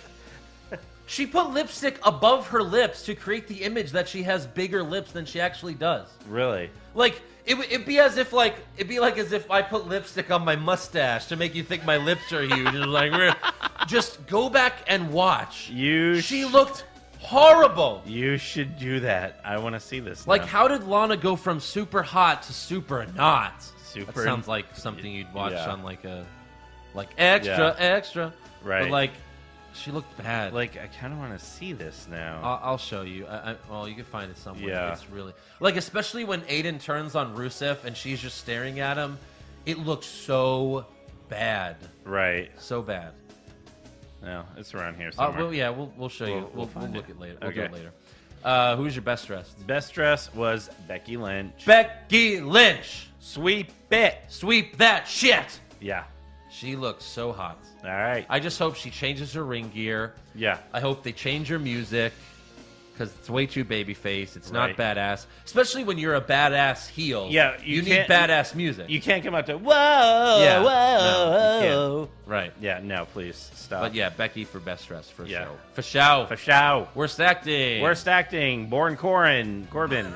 [SPEAKER 3] She put lipstick above her lips to create the image that she has bigger lips than she actually does.
[SPEAKER 4] really?
[SPEAKER 3] Like it, would- it'd be as if like it'd be like as if I put lipstick on my mustache to make you think my lips are huge. And like, <laughs> we're- just go back and watch.
[SPEAKER 4] You
[SPEAKER 3] She
[SPEAKER 4] sh-
[SPEAKER 3] looked horrible.
[SPEAKER 4] You should do that. I want to see this.
[SPEAKER 3] Like,
[SPEAKER 4] now.
[SPEAKER 3] how did Lana go from super hot to super not?
[SPEAKER 4] Super-
[SPEAKER 3] that sounds like something you'd watch
[SPEAKER 4] Yeah.
[SPEAKER 3] on like a like extra extra.
[SPEAKER 4] Right.
[SPEAKER 3] But like, she looked bad.
[SPEAKER 4] Like, I kind of want to see this now.
[SPEAKER 3] I'll, I'll show you. I, I, well, you can find it somewhere.
[SPEAKER 4] Yeah.
[SPEAKER 3] It's really like, especially when Aiden turns on Rusev and she's just staring at him. It looks so bad,
[SPEAKER 4] right.
[SPEAKER 3] so bad.
[SPEAKER 4] No, it's around here
[SPEAKER 3] Uh,
[SPEAKER 4] somewhere.
[SPEAKER 3] well, yeah, we'll we'll show you.
[SPEAKER 4] We'll-
[SPEAKER 3] We'll,
[SPEAKER 4] we'll
[SPEAKER 3] we'll,
[SPEAKER 4] find
[SPEAKER 3] look
[SPEAKER 4] it.
[SPEAKER 3] at later. We'll do
[SPEAKER 4] Okay.
[SPEAKER 3] it later. Uh, who's your best dressed?
[SPEAKER 4] Best dress was Becky Lynch.
[SPEAKER 3] Becky Lynch.
[SPEAKER 4] Sweep it.
[SPEAKER 3] Sweep that shit.
[SPEAKER 4] Yeah.
[SPEAKER 3] She looks so hot.
[SPEAKER 4] All right.
[SPEAKER 3] I just hope she changes her ring gear.
[SPEAKER 4] yeah.
[SPEAKER 3] I hope they change her music because it's way too babyface. It's
[SPEAKER 4] Right.
[SPEAKER 3] not badass, especially when you're a badass heel.
[SPEAKER 4] Yeah, you
[SPEAKER 3] you, need
[SPEAKER 4] can't-
[SPEAKER 3] badass music.
[SPEAKER 4] You can't come out to Oh, whoa,
[SPEAKER 3] Yeah,
[SPEAKER 4] whoa,
[SPEAKER 3] no, you
[SPEAKER 4] whoa.
[SPEAKER 3] right?
[SPEAKER 4] Yeah, no, please stop.
[SPEAKER 3] But yeah, Becky for best dress for
[SPEAKER 4] Yeah.
[SPEAKER 3] show for show.
[SPEAKER 4] for show.
[SPEAKER 3] Worst acting.
[SPEAKER 4] Worst acting: <laughs> Born Corin, Corbin.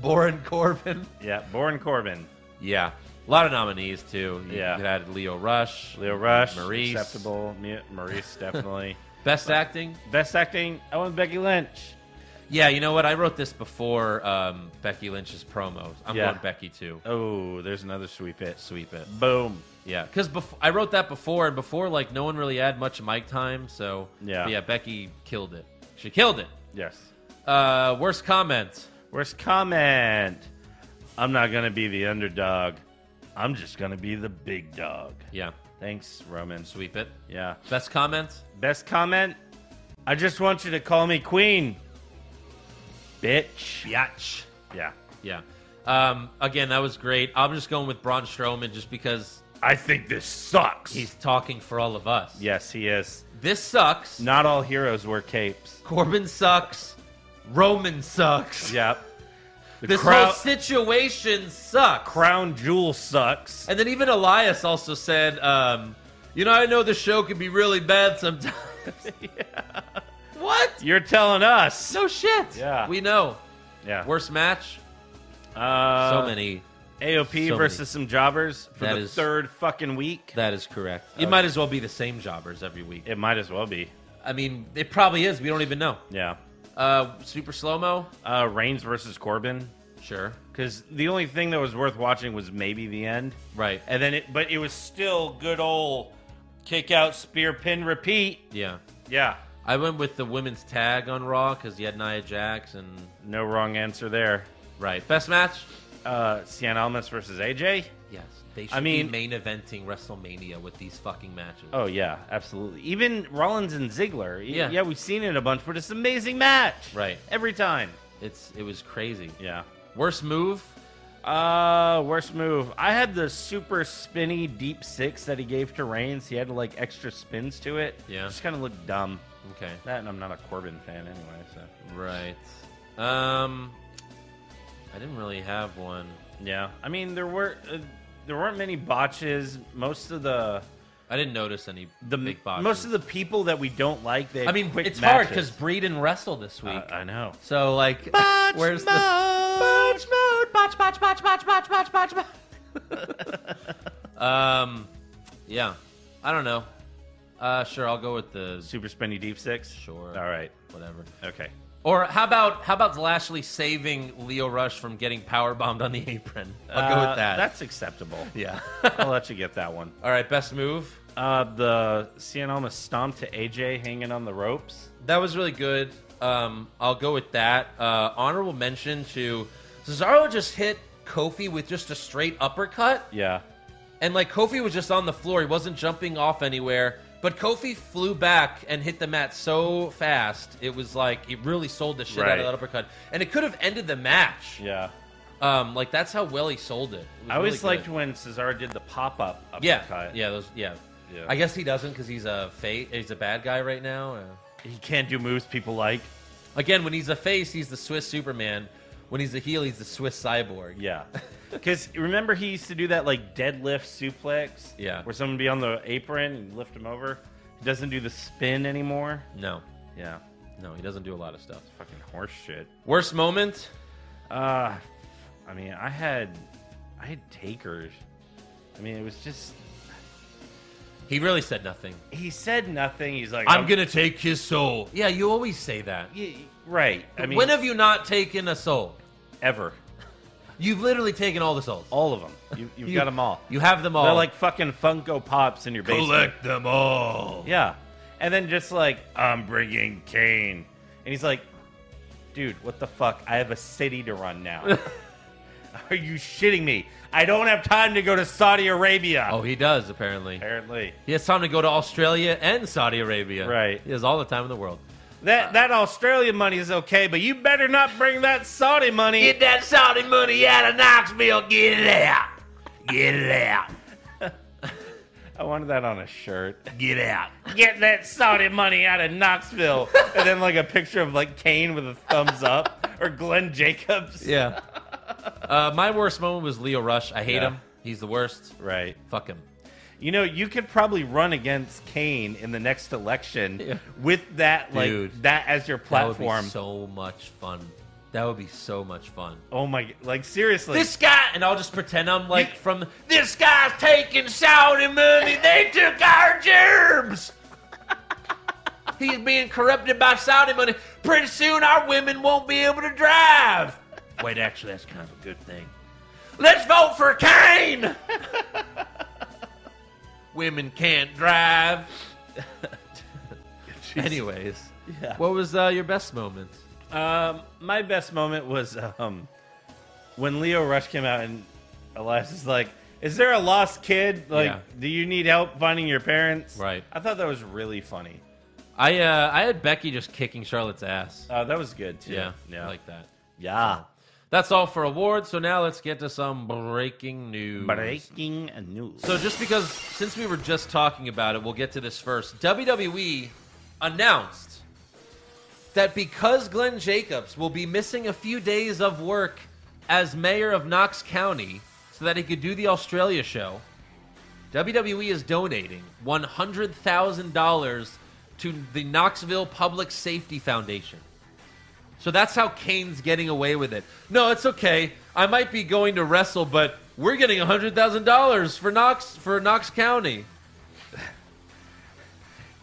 [SPEAKER 3] Boren Corbin.
[SPEAKER 4] yeah, Born Corbin.
[SPEAKER 3] <laughs> Yeah. A lot of nominees too. You
[SPEAKER 4] Yeah.
[SPEAKER 3] had Leo Rush.
[SPEAKER 4] Leo Rush,
[SPEAKER 3] Maurice.
[SPEAKER 4] acceptable. Yeah, Maurice definitely. <laughs>
[SPEAKER 3] Best acting.
[SPEAKER 4] Best acting, Owen Becky Lynch.
[SPEAKER 3] Yeah, you know what? I wrote this before um, Becky Lynch's promos. I'm
[SPEAKER 4] Yeah.
[SPEAKER 3] going Becky too.
[SPEAKER 4] Oh, there's another sweep it.
[SPEAKER 3] Sweep it.
[SPEAKER 4] Boom.
[SPEAKER 3] Yeah, because I wrote that before, and before like no one really had much mic time, so
[SPEAKER 4] Yeah.
[SPEAKER 3] but yeah. Becky killed it. She killed it.
[SPEAKER 4] Yes.
[SPEAKER 3] Uh, worst comment.
[SPEAKER 4] Worst comment. I'm not gonna be the underdog. I'm just gonna be the big dog.
[SPEAKER 3] Yeah,
[SPEAKER 4] Thanks, Roman.
[SPEAKER 3] sweep it.
[SPEAKER 4] Yeah.
[SPEAKER 3] Best comment.
[SPEAKER 4] Best comment. I just want you to call me queen. Bitch.
[SPEAKER 3] Biatch.
[SPEAKER 4] Yeah.
[SPEAKER 3] Yeah. Um, again, that was great. I'm just going with Braun Strowman just because
[SPEAKER 4] I think this sucks.
[SPEAKER 3] he's talking for all of us.
[SPEAKER 4] yes, he is.
[SPEAKER 3] This sucks.
[SPEAKER 4] Not all heroes wear capes.
[SPEAKER 3] Corbin sucks. Roman sucks.
[SPEAKER 4] Yep. The
[SPEAKER 3] This
[SPEAKER 4] crown,
[SPEAKER 3] whole situation sucks.
[SPEAKER 4] crown
[SPEAKER 3] <laughs>
[SPEAKER 4] jewel sucks. <laughs>
[SPEAKER 3] And then even Elias also said, um, you know, I know the show can be really bad sometimes. <laughs> What?
[SPEAKER 4] You're telling us.
[SPEAKER 3] No shit.
[SPEAKER 4] Yeah.
[SPEAKER 3] We know.
[SPEAKER 4] Yeah.
[SPEAKER 3] Worst match?
[SPEAKER 4] Uh,
[SPEAKER 3] so many.
[SPEAKER 4] AOP
[SPEAKER 3] so
[SPEAKER 4] versus
[SPEAKER 3] many.
[SPEAKER 4] some jobbers for
[SPEAKER 3] That
[SPEAKER 4] the
[SPEAKER 3] is-
[SPEAKER 4] third fucking week.
[SPEAKER 3] That is correct. It might as well be the same jobbers every week.
[SPEAKER 4] it might as well be.
[SPEAKER 3] I mean, it probably is. We don't even know.
[SPEAKER 4] Yeah.
[SPEAKER 3] Uh, super slow mo?
[SPEAKER 4] Uh, Reigns versus Corbin.
[SPEAKER 3] Sure.
[SPEAKER 4] Because the only thing that was worth watching was maybe the end.
[SPEAKER 3] Right.
[SPEAKER 4] And then it, but it was still good old kick out, spear, pin, repeat.
[SPEAKER 3] Yeah.
[SPEAKER 4] Yeah.
[SPEAKER 3] I went with the women's tag on Raw because you had Nia Jax and.
[SPEAKER 4] No wrong answer there.
[SPEAKER 3] Right. Best match?
[SPEAKER 4] Uh, Cian Almas versus AJ.
[SPEAKER 3] Yes. They should
[SPEAKER 4] I mean-
[SPEAKER 3] be main eventing WrestleMania with these fucking matches.
[SPEAKER 4] Oh yeah, absolutely. Even Rollins and Ziggler. Y-
[SPEAKER 3] Yeah.
[SPEAKER 4] yeah, we've seen it a bunch, but it's an amazing match.
[SPEAKER 3] Right.
[SPEAKER 4] every time.
[SPEAKER 3] It's It was crazy.
[SPEAKER 4] Yeah.
[SPEAKER 3] Worst move?
[SPEAKER 4] Uh, worst move. I had the super spinny deep six that he gave to Reigns. He had like extra spins to it.
[SPEAKER 3] Yeah.
[SPEAKER 4] just kind of looked dumb.
[SPEAKER 3] Okay.
[SPEAKER 4] That, and I'm not a Corbin fan anyway. So
[SPEAKER 3] Right. Um, I didn't really have one.
[SPEAKER 4] yeah, I mean there were uh, there weren't many botches. Most of the
[SPEAKER 3] I didn't notice any
[SPEAKER 4] the
[SPEAKER 3] big boxes.
[SPEAKER 4] most of the people that we don't like. They
[SPEAKER 3] I mean,
[SPEAKER 4] quick
[SPEAKER 3] it's hard 'cause hard because
[SPEAKER 4] matches. Uh,
[SPEAKER 3] Breed and wrestle this week.
[SPEAKER 4] I, I know.
[SPEAKER 3] so like, where's the
[SPEAKER 4] Botch mode. Botch botch botch botch botch botch botch botch.
[SPEAKER 3] <laughs> um? Yeah, I don't know. Uh, sure, I'll go with the
[SPEAKER 4] Super spinny deep six.
[SPEAKER 3] Sure.
[SPEAKER 4] All right.
[SPEAKER 3] whatever.
[SPEAKER 4] Okay.
[SPEAKER 3] Or how about how about Lashley saving Leo Rush from getting power bombed on the apron? I'll go
[SPEAKER 4] Uh,
[SPEAKER 3] with that.
[SPEAKER 4] That's acceptable.
[SPEAKER 3] <laughs> yeah.
[SPEAKER 4] I'll let you get that one.
[SPEAKER 3] All right, best move.
[SPEAKER 4] Uh, the Cien Almas stomp to AJ hanging on the ropes.
[SPEAKER 3] That was really good. Um, I'll go with that. Uh, honorable mention to Cesaro just hit Kofi with just a straight uppercut,
[SPEAKER 4] Yeah.
[SPEAKER 3] and like Kofi was just on the floor. He wasn't jumping off anywhere, but Kofi flew back and hit the mat so fast it was like it really sold the shit out
[SPEAKER 4] Right.
[SPEAKER 3] of that uppercut, and it could have ended the match.
[SPEAKER 4] Yeah.
[SPEAKER 3] Um, like that's how well he sold it. It was
[SPEAKER 4] I always
[SPEAKER 3] really good.
[SPEAKER 4] liked when Cesaro did the pop up
[SPEAKER 3] yeah,
[SPEAKER 4] uppercut.
[SPEAKER 3] yeah, those, yeah,
[SPEAKER 4] Yeah.
[SPEAKER 3] I guess he doesn't because he's a fate. He's a bad guy right now. Uh,
[SPEAKER 4] He can't do moves people like.
[SPEAKER 3] Again, when he's a face, he's the Swiss Superman. When he's a heel, he's the Swiss cyborg.
[SPEAKER 4] <laughs> Yeah. Because remember, he used to do that like deadlift suplex.
[SPEAKER 3] Yeah.
[SPEAKER 4] Where someone would be on the apron and lift him over. He doesn't do the spin anymore.
[SPEAKER 3] No,
[SPEAKER 4] Yeah.
[SPEAKER 3] no, he doesn't do a lot of stuff.
[SPEAKER 4] Fucking horse shit.
[SPEAKER 3] Worst moment?
[SPEAKER 4] Uh, I mean, I had, I had takers. I mean, it was just
[SPEAKER 3] He really said nothing.
[SPEAKER 4] he said nothing. He's like, "Oh,
[SPEAKER 3] I'm gonna take his soul. Yeah, you always say that.
[SPEAKER 4] Yeah, right. I mean,
[SPEAKER 3] when have you not taken a soul?
[SPEAKER 4] ever
[SPEAKER 3] You've literally taken all the souls.
[SPEAKER 4] all of them? You,
[SPEAKER 3] <laughs>
[SPEAKER 4] you've
[SPEAKER 3] You-
[SPEAKER 4] got them all.
[SPEAKER 3] You have them all.
[SPEAKER 4] They're like fucking Funko Pops in your basement.
[SPEAKER 3] them all.
[SPEAKER 4] Yeah, and then just like I'm bringing Kane, and he's like, dude, what the fuck? I have a city to run now. Are you shitting me? I don't have time to go to Saudi Arabia.
[SPEAKER 3] Oh, he does apparently.
[SPEAKER 4] Apparently.
[SPEAKER 3] He has time to go to Australia and Saudi Arabia.
[SPEAKER 4] Right.
[SPEAKER 3] He has all the time in the world.
[SPEAKER 4] That that Australia money is okay, but you better not bring that Saudi money. Get that Saudi money out of Knoxville. Get it out. Get it out. <laughs> I wanted that on a shirt. Get out. Get that Saudi money out of Knoxville. and then like a picture of like Kane with a thumbs up or Glenn Jacobs.
[SPEAKER 3] Yeah. <laughs> uh, my worst moment was Leo Rush. I hate
[SPEAKER 4] Yeah.
[SPEAKER 3] him. He's the worst.
[SPEAKER 4] Right.
[SPEAKER 3] Fuck him.
[SPEAKER 4] You know, you could probably run against Kane in the next election
[SPEAKER 3] Yeah.
[SPEAKER 4] with that like
[SPEAKER 3] Dude.
[SPEAKER 4] that as your
[SPEAKER 3] That would be
[SPEAKER 4] platform.
[SPEAKER 3] so much fun. That would be so much fun.
[SPEAKER 4] Oh my! Like seriously,
[SPEAKER 3] This guy, and I'll just pretend I'm like from this guy's taking Saudi money. They took our <laughs> germs. He's being corrupted by Saudi money. Pretty soon, our women won't be able to drive. Wait, actually, that's kind of a good thing. Let's vote for <laughs> Kane. women can't <laughs> drive. Anyways,
[SPEAKER 4] Yeah.
[SPEAKER 3] what was uh, your best moment?
[SPEAKER 4] Um, my best moment was um, when Leo Rush came out and Elias is like, "Is there a lost kid? Like,
[SPEAKER 3] Yeah.
[SPEAKER 4] do you need help finding your parents?"
[SPEAKER 3] Right.
[SPEAKER 4] I thought that was really funny.
[SPEAKER 3] I uh, I had Becky just kicking Charlotte's ass.
[SPEAKER 4] Uh, that was good too.
[SPEAKER 3] yeah,
[SPEAKER 4] yeah,
[SPEAKER 3] like that.
[SPEAKER 4] yeah.
[SPEAKER 3] That's all for awards. So now let's get to some breaking news.
[SPEAKER 4] Breaking news.
[SPEAKER 3] So just because since we were just talking about it, we'll get to this first. WWE announced that because Glenn Jacobs will be missing a few days of work as mayor of Knox County so that he could do the Australia show, WWE is donating $100,000 to the Knoxville Public Safety Foundation. So that's how Kane's getting away with it. No, it's okay. I might be going to wrestle, but we're getting hundred thousand dollars for Knox for Knox County.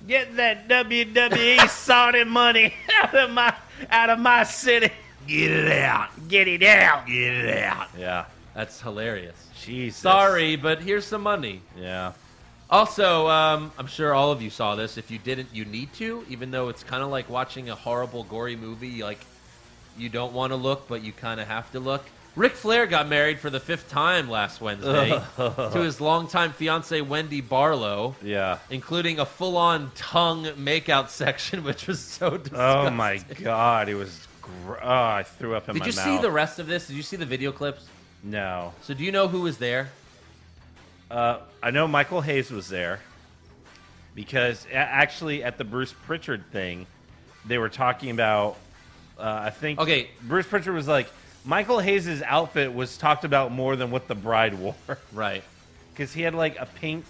[SPEAKER 4] get
[SPEAKER 3] <laughs>
[SPEAKER 4] that WWE Saudi money out of my out of my city. Get it out. Get it out. Get it out. Yeah.
[SPEAKER 3] That's hilarious.
[SPEAKER 4] Jesus.
[SPEAKER 3] Sorry, but here's some money.
[SPEAKER 4] Yeah.
[SPEAKER 3] Also, um, I'm sure all of you saw this. If you didn't, you need to. Even though it's kind of like watching a horrible, gory movie. Like you don't want to look, but you kind of have to look. Ric Flair got married for the fifth time last Wednesday to his longtime fiancee Wendy Barlow.
[SPEAKER 4] Yeah.
[SPEAKER 3] including a full-on tongue makeout section, <laughs> which was so disgusting.
[SPEAKER 4] Oh my god, it was. Gr- oh, I threw up in
[SPEAKER 3] Did
[SPEAKER 4] my
[SPEAKER 3] you
[SPEAKER 4] mouth.
[SPEAKER 3] see the rest of this? Did you see the video clips?
[SPEAKER 4] No.
[SPEAKER 3] So do you know who was there?
[SPEAKER 4] Uh, I know Michael Hayes was there because a- actually at the Bruce Pritchard thing, they were talking about. Uh, I think.
[SPEAKER 3] Okay.
[SPEAKER 4] Bruce Pritchard was like Michael Hayes' outfit was talked about more than what the bride wore <laughs>
[SPEAKER 3] Right.
[SPEAKER 4] because he had like a pink,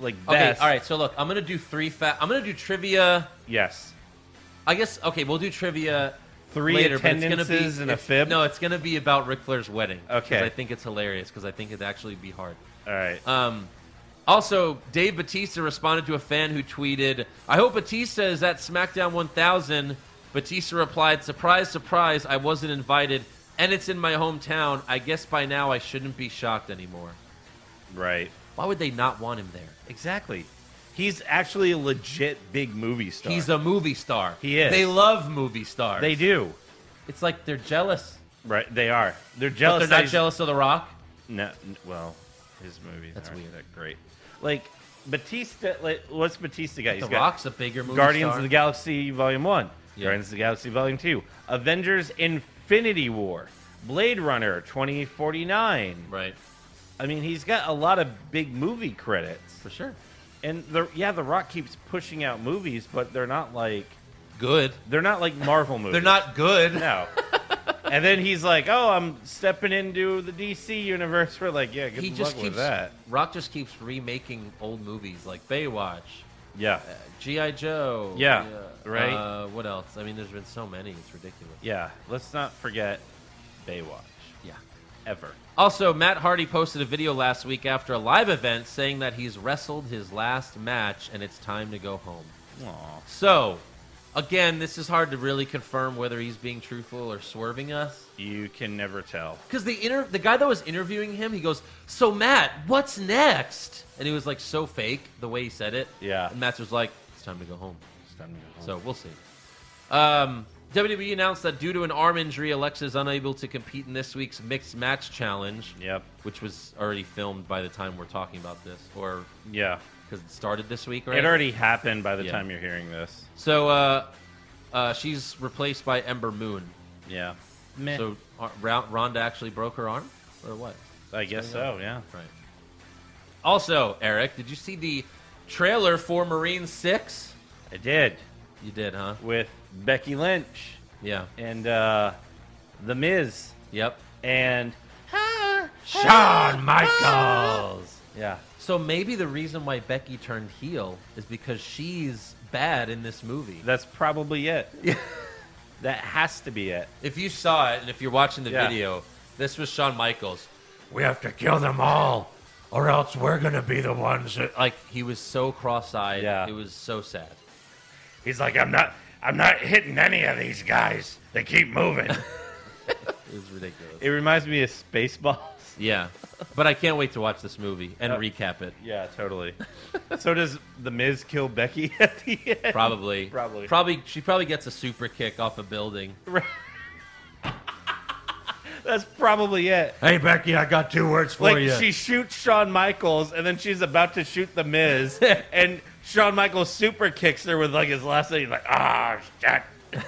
[SPEAKER 4] like
[SPEAKER 3] Okay.
[SPEAKER 4] vest.
[SPEAKER 3] All right. So look, I'm gonna do three. Fa- I'm gonna do trivia.
[SPEAKER 4] Yes.
[SPEAKER 3] I guess. Okay, we'll do trivia.
[SPEAKER 4] Three
[SPEAKER 3] later, but it's gonna be-
[SPEAKER 4] attendances and a
[SPEAKER 3] it's-
[SPEAKER 4] fib.
[SPEAKER 3] No, it's gonna be about Ric Flair's wedding. 'cause
[SPEAKER 4] Okay.
[SPEAKER 3] I think it's hilarious because I think it'd actually be hard.
[SPEAKER 4] All right.
[SPEAKER 3] Um, also, Dave Batista responded to a fan who tweeted, I hope Batista is at SmackDown 1000. Batista replied, Surprise, surprise, I wasn't invited, and it's in my hometown. I guess by now I shouldn't be shocked anymore.
[SPEAKER 4] right.
[SPEAKER 3] Why would they not want him there?
[SPEAKER 4] Exactly. He's actually a legit big movie star.
[SPEAKER 3] He's a movie star.
[SPEAKER 4] He is.
[SPEAKER 3] They love movie stars.
[SPEAKER 4] They do.
[SPEAKER 3] It's like they're jealous.
[SPEAKER 4] Right, they are. They're
[SPEAKER 3] But
[SPEAKER 4] jealous.
[SPEAKER 3] they're
[SPEAKER 4] that
[SPEAKER 3] not
[SPEAKER 4] he's-
[SPEAKER 3] jealous of The Rock.
[SPEAKER 4] No, n- well, his movies.
[SPEAKER 3] That's
[SPEAKER 4] aren't
[SPEAKER 3] weird.
[SPEAKER 4] That great. Like Batista. Like, what's Batista got? He's
[SPEAKER 3] The
[SPEAKER 4] got
[SPEAKER 3] Rock's a bigger movie
[SPEAKER 4] Guardians
[SPEAKER 3] star.
[SPEAKER 4] of the Galaxy Volume One.
[SPEAKER 3] Yeah.
[SPEAKER 4] Guardians of the Galaxy Volume Two. Avengers: Infinity War. Blade Runner 2049.
[SPEAKER 3] Right,
[SPEAKER 4] I mean, he's got a lot of big movie credits.
[SPEAKER 3] for sure.
[SPEAKER 4] And the yeah, The Rock keeps pushing out movies, but they're not like
[SPEAKER 3] Good.
[SPEAKER 4] they're not like Marvel
[SPEAKER 3] <laughs>
[SPEAKER 4] movies.
[SPEAKER 3] They're not good.
[SPEAKER 4] <laughs> No. and then he's like, "Oh, I'm stepping into the DC universe." <laughs> We're like, "Yeah, good
[SPEAKER 3] he
[SPEAKER 4] luck
[SPEAKER 3] just
[SPEAKER 4] with
[SPEAKER 3] keeps
[SPEAKER 4] that."
[SPEAKER 3] Rock just keeps remaking old movies like Baywatch,
[SPEAKER 4] Yeah,
[SPEAKER 3] GI Joe.
[SPEAKER 4] Yeah, right.
[SPEAKER 3] Uh, what else? I mean, there's been so many. It's ridiculous.
[SPEAKER 4] yeah. Let's not forget Baywatch
[SPEAKER 3] Yeah.
[SPEAKER 4] ever.
[SPEAKER 3] Also, Matt Hardy posted a video last week after a live event saying that he's wrestled his last match and it's time to go home.
[SPEAKER 4] Aw.
[SPEAKER 3] So, again, this is hard to really confirm whether he's being truthful or swerving us.
[SPEAKER 4] You can never tell.
[SPEAKER 3] Because the inter- the guy that was interviewing him, he goes, "So Matt, what's next?" And he was like so fake the way he said it.
[SPEAKER 4] Yeah.
[SPEAKER 3] And Matt was like, "It's time to go home."
[SPEAKER 4] It's time to go home.
[SPEAKER 3] So we'll see. Um, WWE announced that due to an arm injury, Alexa is unable to compete in this week's mixed match challenge,
[SPEAKER 4] Yep.
[SPEAKER 3] which was already filmed by the time we're talking about this, or
[SPEAKER 4] Yeah.
[SPEAKER 3] because it started this week, right?
[SPEAKER 4] It already happened by the
[SPEAKER 3] Yeah.
[SPEAKER 4] time you're hearing this.
[SPEAKER 3] So uh, uh, she's replaced by Ember Moon.
[SPEAKER 4] Yeah.
[SPEAKER 3] So uh, Ron- Ronda actually broke her arm, or what?
[SPEAKER 4] I guess so. Yeah.
[SPEAKER 3] Right. Also, Eric, did you see the trailer for Marine Six?
[SPEAKER 4] I did
[SPEAKER 3] You did, huh?
[SPEAKER 4] with Becky Lynch
[SPEAKER 3] Yeah.
[SPEAKER 4] and uh, The Miz
[SPEAKER 3] Yep.
[SPEAKER 4] and
[SPEAKER 3] Shawn Michaels.
[SPEAKER 4] yeah.
[SPEAKER 3] So maybe the reason why Becky turned heel is because she's bad in this movie. <laughs>
[SPEAKER 4] That's probably it. That has to be it.
[SPEAKER 3] If you saw it and if you're watching the
[SPEAKER 4] Yeah.
[SPEAKER 3] video, this was Shawn Michaels.
[SPEAKER 7] We have to kill them all, or else we're gonna be the ones that.
[SPEAKER 3] Like he was so cross-eyed.
[SPEAKER 4] Yeah.
[SPEAKER 3] It was so sad.
[SPEAKER 7] He's like, I'm not, I'm not hitting any of these guys. They keep moving.
[SPEAKER 3] It was ridiculous.
[SPEAKER 4] It reminds me of Spaceballs.
[SPEAKER 3] Yeah. But I can't wait to watch this movie and recap it.
[SPEAKER 4] Yeah, totally. so does the Miz kill Becky <laughs> at the end?
[SPEAKER 3] Probably.
[SPEAKER 4] Probably.
[SPEAKER 3] Probably. She probably gets a super kick off a building.
[SPEAKER 4] That's probably it.
[SPEAKER 7] hey Becky, I got two words for
[SPEAKER 4] Like
[SPEAKER 7] you.
[SPEAKER 4] she shoots Shawn Michaels, and then she's about to shoot the
[SPEAKER 7] <laughs>
[SPEAKER 4] Miz, and Shawn Michaels super kicks her with like his last name, like ah
[SPEAKER 7] <laughs>
[SPEAKER 4] shit,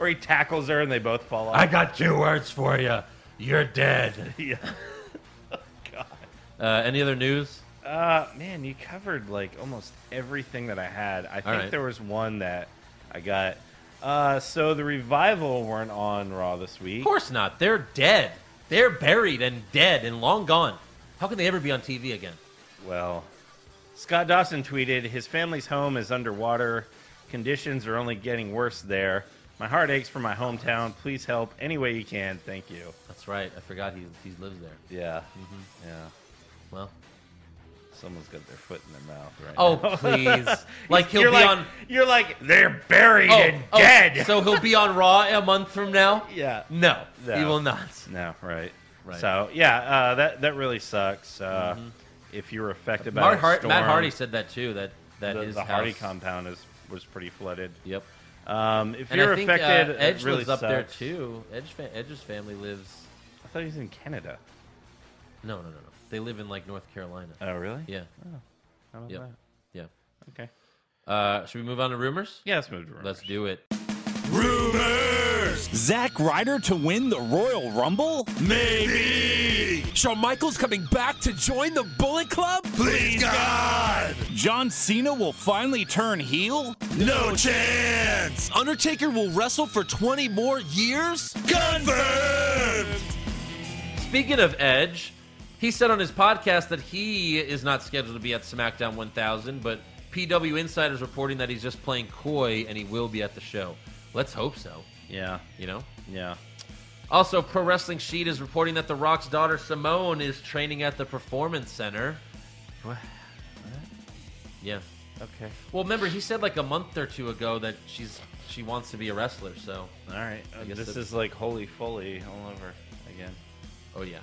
[SPEAKER 4] or he tackles her, and they both fall off.
[SPEAKER 7] I got two words for you. You're dead.
[SPEAKER 4] <laughs> yeah.
[SPEAKER 3] Uh, any other news?
[SPEAKER 4] Uh, man, you covered like almost everything that I had. I think
[SPEAKER 3] right.
[SPEAKER 4] there was one that I got. Uh, so the revival weren't on Raw this week.
[SPEAKER 3] Of course not. They're dead. They're buried and dead and long gone. How can they ever be on TV again?
[SPEAKER 4] Well, Scott Dawson tweeted, "His family's home is underwater. Conditions are only getting worse there. My heart aches for my hometown. Please help any way you can. Thank you."
[SPEAKER 3] That's right. I forgot he, he lives there.
[SPEAKER 4] Yeah, Mm-hmm. yeah.
[SPEAKER 3] Well.
[SPEAKER 4] Someone's got their foot in their mouth right
[SPEAKER 3] Oh
[SPEAKER 4] now.
[SPEAKER 3] please!
[SPEAKER 4] <laughs>
[SPEAKER 3] Like he'll
[SPEAKER 4] you're
[SPEAKER 3] be
[SPEAKER 4] like,
[SPEAKER 3] on.
[SPEAKER 4] You're like,
[SPEAKER 7] They're buried
[SPEAKER 3] Oh,
[SPEAKER 7] and
[SPEAKER 3] oh,
[SPEAKER 7] dead.
[SPEAKER 3] So he'll be on Raw a month from now.
[SPEAKER 4] <laughs> yeah.
[SPEAKER 3] No,
[SPEAKER 4] No.
[SPEAKER 3] he will not.
[SPEAKER 4] No, right.
[SPEAKER 3] Right.
[SPEAKER 4] So yeah, uh, that that really sucks. Uh, If you were affected by
[SPEAKER 3] Matt,
[SPEAKER 4] that
[SPEAKER 3] Har-
[SPEAKER 4] storm,
[SPEAKER 3] Matt Hardy said that too. That that
[SPEAKER 4] the,
[SPEAKER 3] his
[SPEAKER 4] the Hardy
[SPEAKER 3] house-
[SPEAKER 4] compound is was pretty flooded.
[SPEAKER 3] Yep.
[SPEAKER 4] Um, if
[SPEAKER 3] And
[SPEAKER 4] you're
[SPEAKER 3] I think
[SPEAKER 4] affected,
[SPEAKER 3] uh,
[SPEAKER 4] it
[SPEAKER 3] Edge
[SPEAKER 4] really
[SPEAKER 3] lives up there
[SPEAKER 4] sucks.
[SPEAKER 3] too. Edge fa- Edge's family lives.
[SPEAKER 4] I thought he was in Canada.
[SPEAKER 3] No, no, no, no. They live in like North Carolina.
[SPEAKER 4] Oh, really?
[SPEAKER 3] yeah.
[SPEAKER 4] How about
[SPEAKER 3] Yep.
[SPEAKER 4] that?
[SPEAKER 3] Yeah.
[SPEAKER 4] Okay.
[SPEAKER 3] Uh, should we move on to rumors?
[SPEAKER 4] Yeah, let's move to rumors.
[SPEAKER 3] Let's do it.
[SPEAKER 8] Zack Ryder to win the Royal Rumble?
[SPEAKER 7] Maybe.
[SPEAKER 8] Shawn Michaels coming back to join the Bullet Club?
[SPEAKER 7] Please God,
[SPEAKER 8] John Cena will finally turn heel?
[SPEAKER 7] no chance.
[SPEAKER 8] Undertaker will wrestle for 20 more years?
[SPEAKER 7] Confirmed.
[SPEAKER 3] Speaking of Edge, he said on his podcast that he is not scheduled to be at SmackDown 1000, but PW Insider is reporting that he's just playing coy and he will be at the show. Let's hope so.
[SPEAKER 4] Yeah,
[SPEAKER 3] You know.
[SPEAKER 4] yeah.
[SPEAKER 3] Also, Pro Wrestling Sheet is reporting that The Rock's daughter Simone is training at the Performance Center.
[SPEAKER 4] What?
[SPEAKER 3] Yeah.
[SPEAKER 4] Okay.
[SPEAKER 3] Well, remember he said like a month or two ago that she's she wants to be a wrestler. So,
[SPEAKER 4] All right. Uh,
[SPEAKER 3] guess
[SPEAKER 4] this
[SPEAKER 3] that's-
[SPEAKER 4] is like holy foley all over again.
[SPEAKER 3] oh yeah,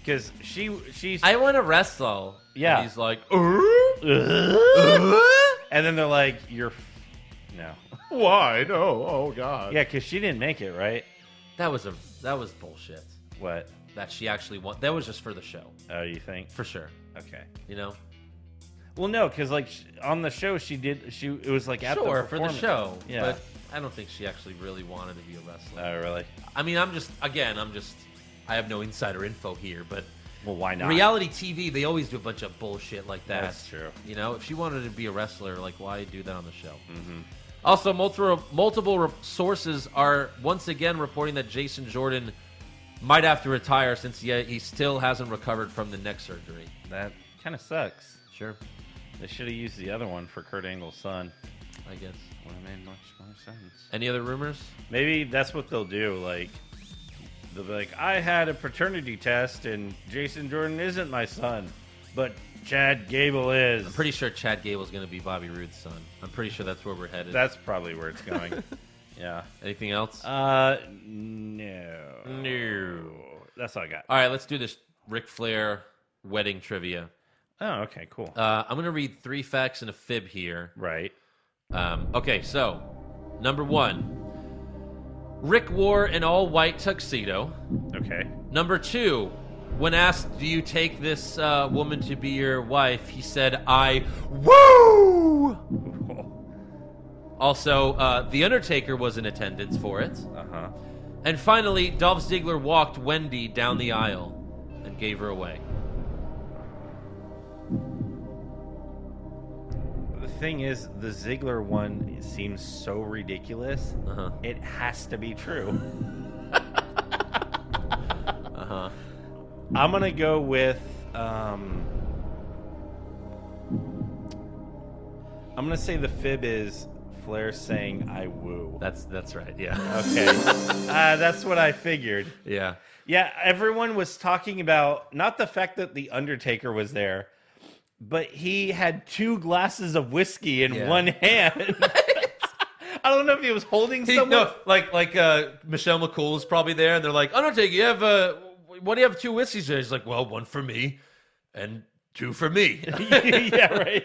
[SPEAKER 4] Because she she's
[SPEAKER 3] I want to wrestle.
[SPEAKER 4] Yeah.
[SPEAKER 3] And he's like,
[SPEAKER 4] <laughs>
[SPEAKER 3] "Oh,
[SPEAKER 4] and then they're like, "You're f- no." <laughs>
[SPEAKER 7] Why? No. Oh God.
[SPEAKER 4] Yeah, because she didn't make it, right?
[SPEAKER 3] that was a that was bullshit.
[SPEAKER 4] What?
[SPEAKER 3] That she actually won. That was just for the show,
[SPEAKER 4] Oh, you think?
[SPEAKER 3] for sure.
[SPEAKER 4] Okay.
[SPEAKER 3] You know,
[SPEAKER 4] Well, no, because like sh- on the show she did she it was like at
[SPEAKER 3] sure
[SPEAKER 4] the
[SPEAKER 3] for the
[SPEAKER 4] performance.
[SPEAKER 3] show.
[SPEAKER 4] Yeah.
[SPEAKER 3] But I don't think she actually really wanted to be a wrestler.
[SPEAKER 4] oh, really?
[SPEAKER 3] I mean, I'm just again, I'm just I have no insider info here, but
[SPEAKER 4] Well, why not?
[SPEAKER 3] reality TV they always do a bunch of bullshit like that.
[SPEAKER 4] That's true.
[SPEAKER 3] You know, if she wanted to be a wrestler, like why do that on the show? Mm-hmm. Also, multiple multiple re- sources are once again reporting that Jason Jordan might have to retire since he, he still hasn't recovered from the neck surgery.
[SPEAKER 4] That kind of sucks.
[SPEAKER 3] Sure,
[SPEAKER 4] They should have used the other one for Kurt Angle's son.
[SPEAKER 3] I guess.
[SPEAKER 4] Would have made much more sense.
[SPEAKER 3] Any other rumors?
[SPEAKER 4] Maybe that's what they'll do. Like, they'll be like, I had a paternity test, and Jason Jordan isn't my son, but Chad Gable is.
[SPEAKER 3] I'm pretty sure Chad Gable's going to be Bobby Roode's son. I'm pretty sure that's where we're headed.
[SPEAKER 4] That's probably where it's <laughs> going. yeah.
[SPEAKER 3] Anything else?
[SPEAKER 4] Uh, no.
[SPEAKER 3] no.
[SPEAKER 4] That's all I got.
[SPEAKER 3] All right, let's do this Ric Flair wedding trivia.
[SPEAKER 4] Oh, okay, cool.
[SPEAKER 3] Uh, I'm going to read three facts and a fib here.
[SPEAKER 4] right.
[SPEAKER 3] Um, okay, so number one Rick wore an all white tuxedo.
[SPEAKER 4] Okay.
[SPEAKER 3] Number two, when asked, Do you take this uh, woman to be your wife? he said, I woo! Also, uh, The Undertaker was in attendance for it.
[SPEAKER 4] Uh huh.
[SPEAKER 3] And finally, Dolph Ziggler walked Wendy down the aisle and gave her away.
[SPEAKER 4] The thing is, the Ziggler one seems so ridiculous.
[SPEAKER 3] Uh huh.
[SPEAKER 4] It has to be true. uh huh. I'm gonna go with. Um, I'm gonna say the fib is Flair saying "I woo."
[SPEAKER 3] That's that's right. Yeah. <laughs>
[SPEAKER 4] Okay, uh, that's what I figured.
[SPEAKER 3] Yeah.
[SPEAKER 4] Yeah, everyone was talking about not the fact that the Undertaker was there, but he had two glasses of whiskey in
[SPEAKER 3] Yeah.
[SPEAKER 4] one hand. <laughs> I don't know if he
[SPEAKER 3] <laughs>
[SPEAKER 4] was holding
[SPEAKER 3] He,
[SPEAKER 4] someone.
[SPEAKER 3] no, like like uh, Michelle McCool is probably there, and they're like, Undertaker, you have uh, what do you have two whiskeys? there?" He's like, well, one for me, and two for me.
[SPEAKER 4] <laughs> yeah, right.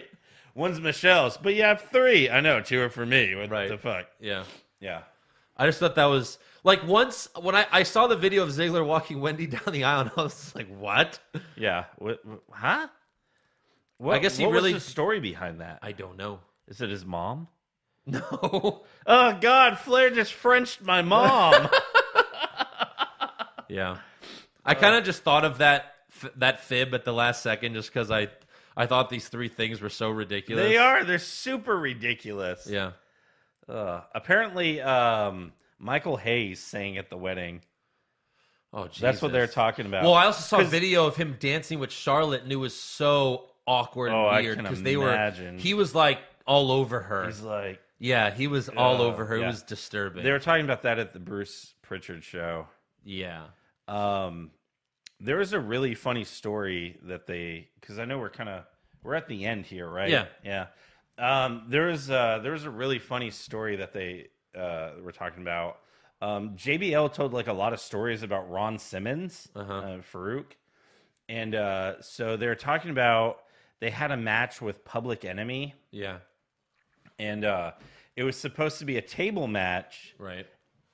[SPEAKER 4] One's Michelle's, but you have three. I know two are for me. What
[SPEAKER 3] Right.
[SPEAKER 4] the fuck?
[SPEAKER 3] yeah.
[SPEAKER 4] <laughs> Yeah.
[SPEAKER 3] I just thought that was like once when I, I saw the video of Ziggler walking Wendy <laughs> down the aisle, and I was just like, what?
[SPEAKER 4] Yeah. What, what- huh? What,
[SPEAKER 3] guess he
[SPEAKER 4] what was
[SPEAKER 3] really-
[SPEAKER 4] the story behind that.
[SPEAKER 3] I don't know.
[SPEAKER 4] Is it his mom?
[SPEAKER 3] <laughs> No.
[SPEAKER 4] Oh God, Flair just Frenched my mom.
[SPEAKER 3] <laughs> Yeah. <laughs> I
[SPEAKER 4] Uh,
[SPEAKER 3] kind of just thought of that f- that fib at the last second, just because I I thought these three things were so ridiculous.
[SPEAKER 4] they are. They're super ridiculous.
[SPEAKER 3] Yeah.
[SPEAKER 4] Ugh. Uh, apparently, um, Michael Hayes sang at the wedding.
[SPEAKER 3] Oh, Jesus.
[SPEAKER 4] That's what they're talking about.
[SPEAKER 3] Well, I also saw a
[SPEAKER 4] 'Cause-
[SPEAKER 3] video of him dancing with Charlotte, and it was so awkward
[SPEAKER 4] Oh, I
[SPEAKER 3] and weird
[SPEAKER 4] can
[SPEAKER 3] they were.
[SPEAKER 4] imagine.
[SPEAKER 3] He was like all over her.
[SPEAKER 4] He's like
[SPEAKER 3] yeah, he was all
[SPEAKER 4] Uh,
[SPEAKER 3] over her. It
[SPEAKER 4] yeah.
[SPEAKER 3] was disturbing.
[SPEAKER 4] they were talking about that at the Bruce Pritchard show.
[SPEAKER 3] yeah.
[SPEAKER 4] Um, there is a really funny story that they because I know we're kind of we're at the end here, right?
[SPEAKER 3] Yeah.
[SPEAKER 4] yeah. Um, there is uh, there is a really funny story that they uh, were talking about. Um, JBL told like a lot of stories about Ron Simmons, uh Farouk, and uh, so they're talking about they had a match with Public Enemy,
[SPEAKER 3] Yeah.
[SPEAKER 4] and uh, it was supposed to be a table match,
[SPEAKER 3] Right.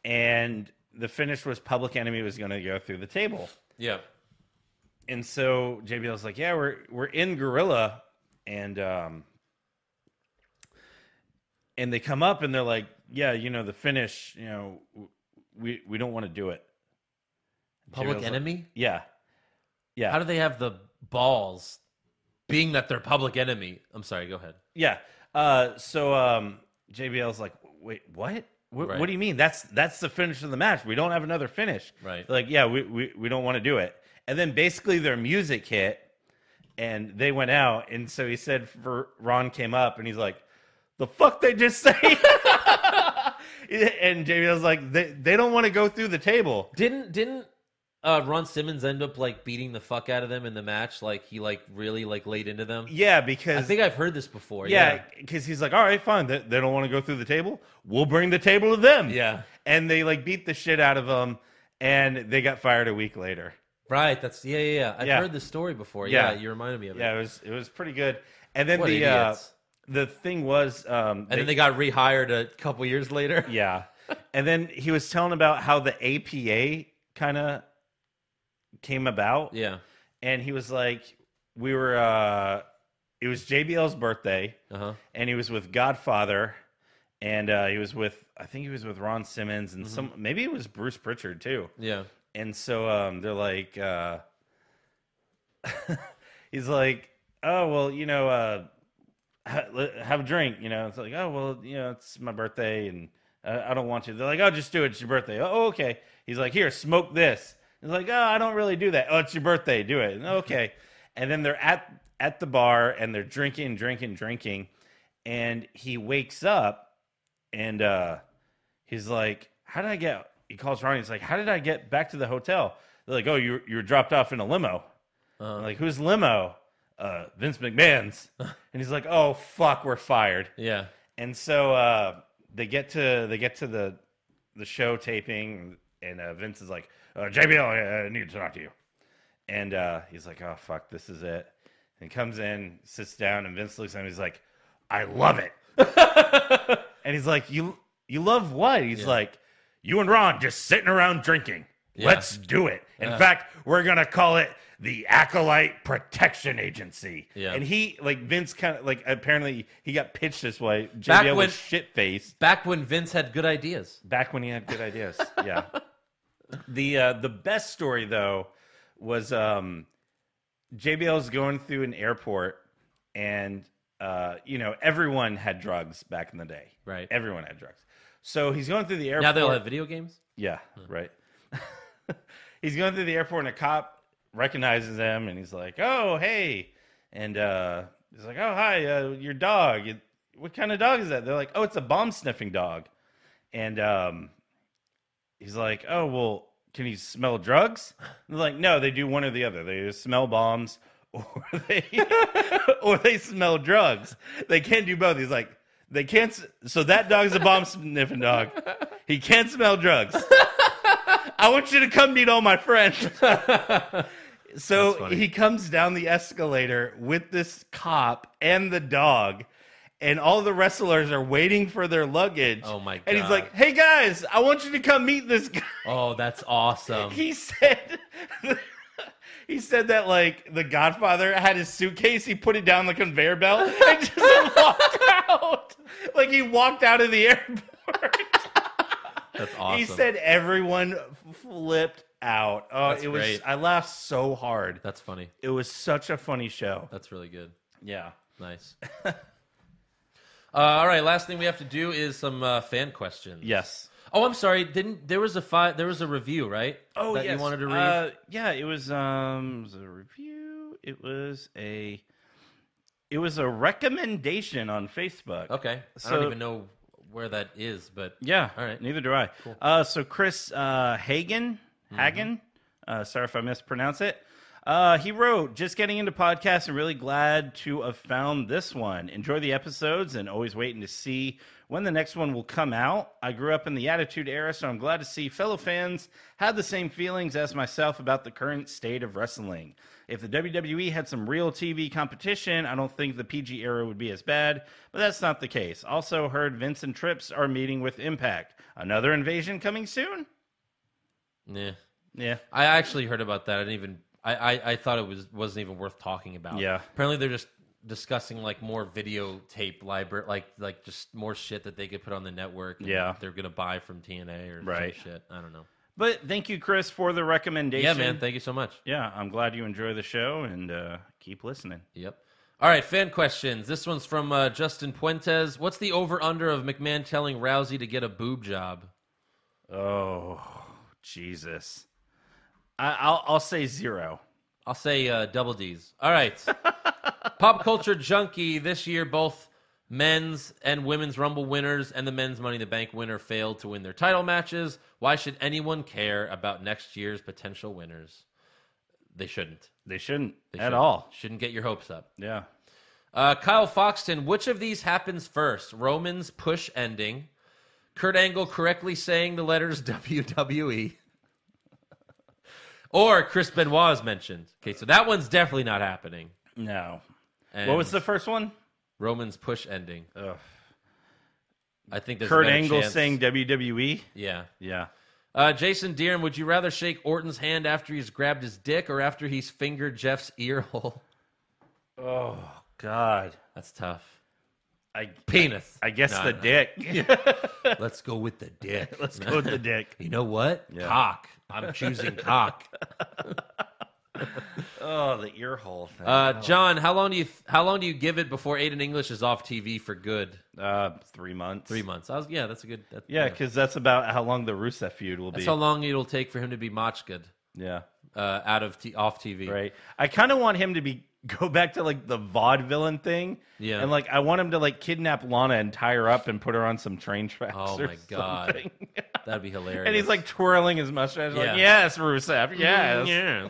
[SPEAKER 4] and the finish was Public Enemy was going to go through the table.
[SPEAKER 3] Yeah.
[SPEAKER 4] and so JBL's like, yeah, we're we're in Gorilla, and um, and they come up and they're like, yeah, you know, the finish, you know, w- we we don't want to do it.
[SPEAKER 3] Public
[SPEAKER 4] JBL's like,
[SPEAKER 3] enemy.
[SPEAKER 4] yeah, yeah,
[SPEAKER 3] How do they have the balls, being that they're public enemy? I'm sorry. Go ahead.
[SPEAKER 4] yeah. Uh, so um, JBL's like, wait, what? What,
[SPEAKER 3] Right.
[SPEAKER 4] what do you mean? That's that's the finish of the match. We don't have another finish.
[SPEAKER 3] Right.
[SPEAKER 4] Like, yeah, we we, we don't want to do it. And then basically their music hit, and they went out. And so he said, for, Ron came up, and he's like, "The fuck they just say." <laughs> and JBL's like, "They they don't want to go through the table."
[SPEAKER 3] Didn't didn't uh, Ron Simmons end up like beating the fuck out of them in the match? Like he like really like laid into them.
[SPEAKER 4] Yeah,
[SPEAKER 3] I
[SPEAKER 4] because
[SPEAKER 3] think I've heard this before.
[SPEAKER 4] Yeah, because he's like, all right, fine. They, they don't want to go through the table. We'll bring the table to them.
[SPEAKER 3] Yeah.
[SPEAKER 4] And they like beat the shit out of them, and they got fired a week later.
[SPEAKER 3] Right. That's yeah yeah yeah. I've
[SPEAKER 4] Yeah.
[SPEAKER 3] heard this story before. Yeah.
[SPEAKER 4] Yeah.
[SPEAKER 3] You reminded me of it.
[SPEAKER 4] Yeah, it was it was pretty good. And then
[SPEAKER 3] What
[SPEAKER 4] the uh,
[SPEAKER 3] idiots.
[SPEAKER 4] the thing was, um,
[SPEAKER 3] and then they got rehired a couple years later.
[SPEAKER 4] <laughs> yeah, and then he was telling about how the APA kind of came about.
[SPEAKER 3] Yeah.
[SPEAKER 4] and he was like, we were. uh It was JBL's birthday.
[SPEAKER 3] Uh huh.
[SPEAKER 4] and he was with Godfather, and uh, he was with I think he was with Ron Simmons
[SPEAKER 3] Mm-hmm.
[SPEAKER 4] and some maybe it was Bruce Pritchard too.
[SPEAKER 3] Yeah.
[SPEAKER 4] And so um, they're like, uh, <laughs> he's like, oh well, you know, uh, ha- le- have a drink, you know. It's like, oh well, you know, it's my birthday and I, I don't want to. They're like, oh, just do it. It's your birthday. Oh, okay. He's like, here, smoke this. He's like, oh, I don't really do that. Oh, it's your birthday. Do it. Okay. <laughs> and then they're at at the bar and they're drinking, drinking, drinking, and he wakes up and uh he's like, "How did I get?" He calls Ronnie. He's like, "How did I get back to the hotel?" They're like, "Oh, you you were dropped off in a limo." I'm like, who's limo? Uh, Vince McMahon's. and he's like, "Oh fuck, we're fired."
[SPEAKER 3] Yeah.
[SPEAKER 4] And so uh, they get to they get to the the show taping, and uh, Vince is like, uh, "JBL, I, I need to talk to you." And uh, he's like, "Oh fuck, this is it." And he comes in, sits down, and Vince looks at him. He's like, "I
[SPEAKER 3] <laughs>
[SPEAKER 4] love it." and he's like, "You you love what?" He's like,
[SPEAKER 7] You and Ron just sitting around drinking.
[SPEAKER 3] Yeah.
[SPEAKER 7] Let's do it. In fact, we're gonna call it the Acolyte Protection Agency.
[SPEAKER 3] Yeah.
[SPEAKER 4] and he like Vince kind of like apparently he got pitched this way. JBL
[SPEAKER 3] Back when-
[SPEAKER 4] was shit faced.
[SPEAKER 3] Back when Vince had good ideas.
[SPEAKER 4] back when he had good ideas.
[SPEAKER 3] <laughs>
[SPEAKER 4] Yeah. the uh, the best story though was um, JBL's going through an airport, and uh, you know everyone had drugs back in the day.
[SPEAKER 3] Right.
[SPEAKER 4] Everyone had drugs. So he's going through the airport.
[SPEAKER 3] Now they'll have video games.
[SPEAKER 4] Yeah, right. <laughs> he's going through the airport, and a cop recognizes him, and he's like, "Oh, hey," and uh, he's like, "Oh, hi, uh, your dog. It, what kind of dog is that? They're like, oh, it's a bomb sniffing dog. And um, he's like, oh, well, can he smell drugs? They're like, no, they do one or the other. They either smell bombs <laughs> or they <laughs> or they smell drugs. They can't do both. He's like, they can't. s- So that dog's a bomb sniffing dog. He can't smell drugs. I want you to come meet all
[SPEAKER 3] <laughs>
[SPEAKER 4] my friends.
[SPEAKER 3] That's
[SPEAKER 4] So
[SPEAKER 3] funny.
[SPEAKER 4] he comes down the escalator with this cop and the dog, and all the wrestlers are waiting for their luggage.
[SPEAKER 3] Oh my
[SPEAKER 4] And he's
[SPEAKER 3] God.
[SPEAKER 4] like, "Hey guys, I want you to come meet this guy."
[SPEAKER 3] Oh, that's awesome.
[SPEAKER 4] <laughs> He said, "He said that like the Godfather had his suitcase. He put it down the conveyor belt
[SPEAKER 3] <laughs>
[SPEAKER 4] and just walked out. Like he walked out of the airport."
[SPEAKER 3] That's awesome.
[SPEAKER 4] He said everyone flipped out. Oh,
[SPEAKER 3] That's
[SPEAKER 4] it was.
[SPEAKER 3] great.
[SPEAKER 4] I laughed so hard.
[SPEAKER 3] that's funny.
[SPEAKER 4] It was such a funny show.
[SPEAKER 3] That's really good.
[SPEAKER 4] Yeah.
[SPEAKER 3] Nice. <laughs> Uh, all right, last thing we have to do is some uh, fan questions.
[SPEAKER 4] Yes.
[SPEAKER 3] Oh, I'm sorry. Didn't there was a fi- there was a review, right? that you wanted to read.
[SPEAKER 4] Uh, yeah, it was um, it was a review. It was a, it was a recommendation on Facebook.
[SPEAKER 3] okay. I
[SPEAKER 4] so-
[SPEAKER 3] don't even know where that is, but
[SPEAKER 4] Yeah.
[SPEAKER 3] All right.
[SPEAKER 4] Neither do I. Uh, so Chris uh, Hagen,
[SPEAKER 3] Mm-hmm.
[SPEAKER 4] Hagen. Uh, sorry if I mispronounce it. Uh, he wrote, "Just getting into podcasts and really glad to have found this one. Enjoy the episodes and always waiting to see when the next one will come out. I grew up in the Attitude Era, so I'm glad to see fellow fans had the same feelings as myself about the current state of wrestling. If the WWE had some real TV competition, I don't think the PG era would be as bad, but that's not the case. Also, heard Vince and Trips are meeting with Impact. Another invasion coming soon?
[SPEAKER 3] yeah.
[SPEAKER 4] Yeah.
[SPEAKER 3] I actually heard about that. I didn't even. I, I, I thought it was wasn't even worth talking about.
[SPEAKER 4] Yeah.
[SPEAKER 3] Apparently they're just discussing like more videotape library, like like just more shit that they could put on the network. and
[SPEAKER 4] Yeah.
[SPEAKER 3] They're gonna buy from TNA or
[SPEAKER 4] Right.
[SPEAKER 3] some shit. I don't know.
[SPEAKER 4] But thank you, Chris, for the recommendation.
[SPEAKER 3] Yeah, man. Thank you so much.
[SPEAKER 4] yeah, I'm glad you enjoy the show and uh, keep listening.
[SPEAKER 3] Yep. All right, fan questions. This one's from uh, Justin Puentes. What's the over under of McMahon telling Rousey to get a boob job?
[SPEAKER 4] Oh, Jesus. I- I'll-, I'll say zero.
[SPEAKER 3] I'll say uh, double D's. All
[SPEAKER 4] <laughs>
[SPEAKER 3] right. Pop culture junkie this year, both men's and women's Rumble winners and the men's Money in the Bank winner failed to win their title matches. Why should anyone care about next year's potential winners? They shouldn't.
[SPEAKER 4] They shouldn't
[SPEAKER 3] They
[SPEAKER 4] at
[SPEAKER 3] shouldn't.
[SPEAKER 4] all.
[SPEAKER 3] Shouldn't get your hopes up.
[SPEAKER 4] Yeah.
[SPEAKER 3] Uh, Kyle Foxton, which of these happens first? Roman's push ending, Kurt Angle correctly saying the letters <laughs> WWE, or Chris Benoit is mentioned. Okay, so that one's definitely not happening.
[SPEAKER 4] No.
[SPEAKER 3] And
[SPEAKER 4] What was the first one?
[SPEAKER 3] Roman's push ending? I think there's a
[SPEAKER 4] Kurt
[SPEAKER 3] better
[SPEAKER 4] Angle
[SPEAKER 3] chance.
[SPEAKER 4] saying E? WWE?
[SPEAKER 3] yeah.
[SPEAKER 4] Yeah.
[SPEAKER 3] Uh, Jason Deerham, would you rather shake Orton's hand after he's grabbed his dick or after he's fingered Jeff's ear hole? <laughs>
[SPEAKER 4] Oh, God.
[SPEAKER 3] That's tough.
[SPEAKER 4] I,
[SPEAKER 3] Penis.
[SPEAKER 4] I guess
[SPEAKER 3] No,
[SPEAKER 4] the
[SPEAKER 3] no. <laughs>
[SPEAKER 4] dick.
[SPEAKER 3] Let's go with the dick.
[SPEAKER 4] <laughs> Let's go with
[SPEAKER 3] <laughs>
[SPEAKER 4] the dick.
[SPEAKER 3] You know what? Cock. I'm <laughs> choosing cock.
[SPEAKER 4] Oh, the ear hole thing.
[SPEAKER 3] Uh, John, how long do you how long do you give it before Aiden English is off TV for good?
[SPEAKER 4] Uh, three months.
[SPEAKER 3] Three months. I was, yeah, that's a good. That,
[SPEAKER 4] Yeah, because that's about how long the Rusev feud will be.
[SPEAKER 3] that's how long it'll take for him to be machkad
[SPEAKER 4] yeah,
[SPEAKER 3] uh, out of t- off TV.
[SPEAKER 4] right. I kind of want him to be <laughs> go back to like the vaudevillain thing.
[SPEAKER 3] Yeah.
[SPEAKER 4] and like I want him to like kidnap Lana and tie her up and put her on some train tracks.
[SPEAKER 3] Oh
[SPEAKER 4] or
[SPEAKER 3] my God. <laughs>
[SPEAKER 4] something.
[SPEAKER 3] That'd be hilarious.
[SPEAKER 4] and he's like twirling his mustache.
[SPEAKER 3] Yeah. Mm,
[SPEAKER 4] Like, yes, Rusev. Yes.
[SPEAKER 3] yeah.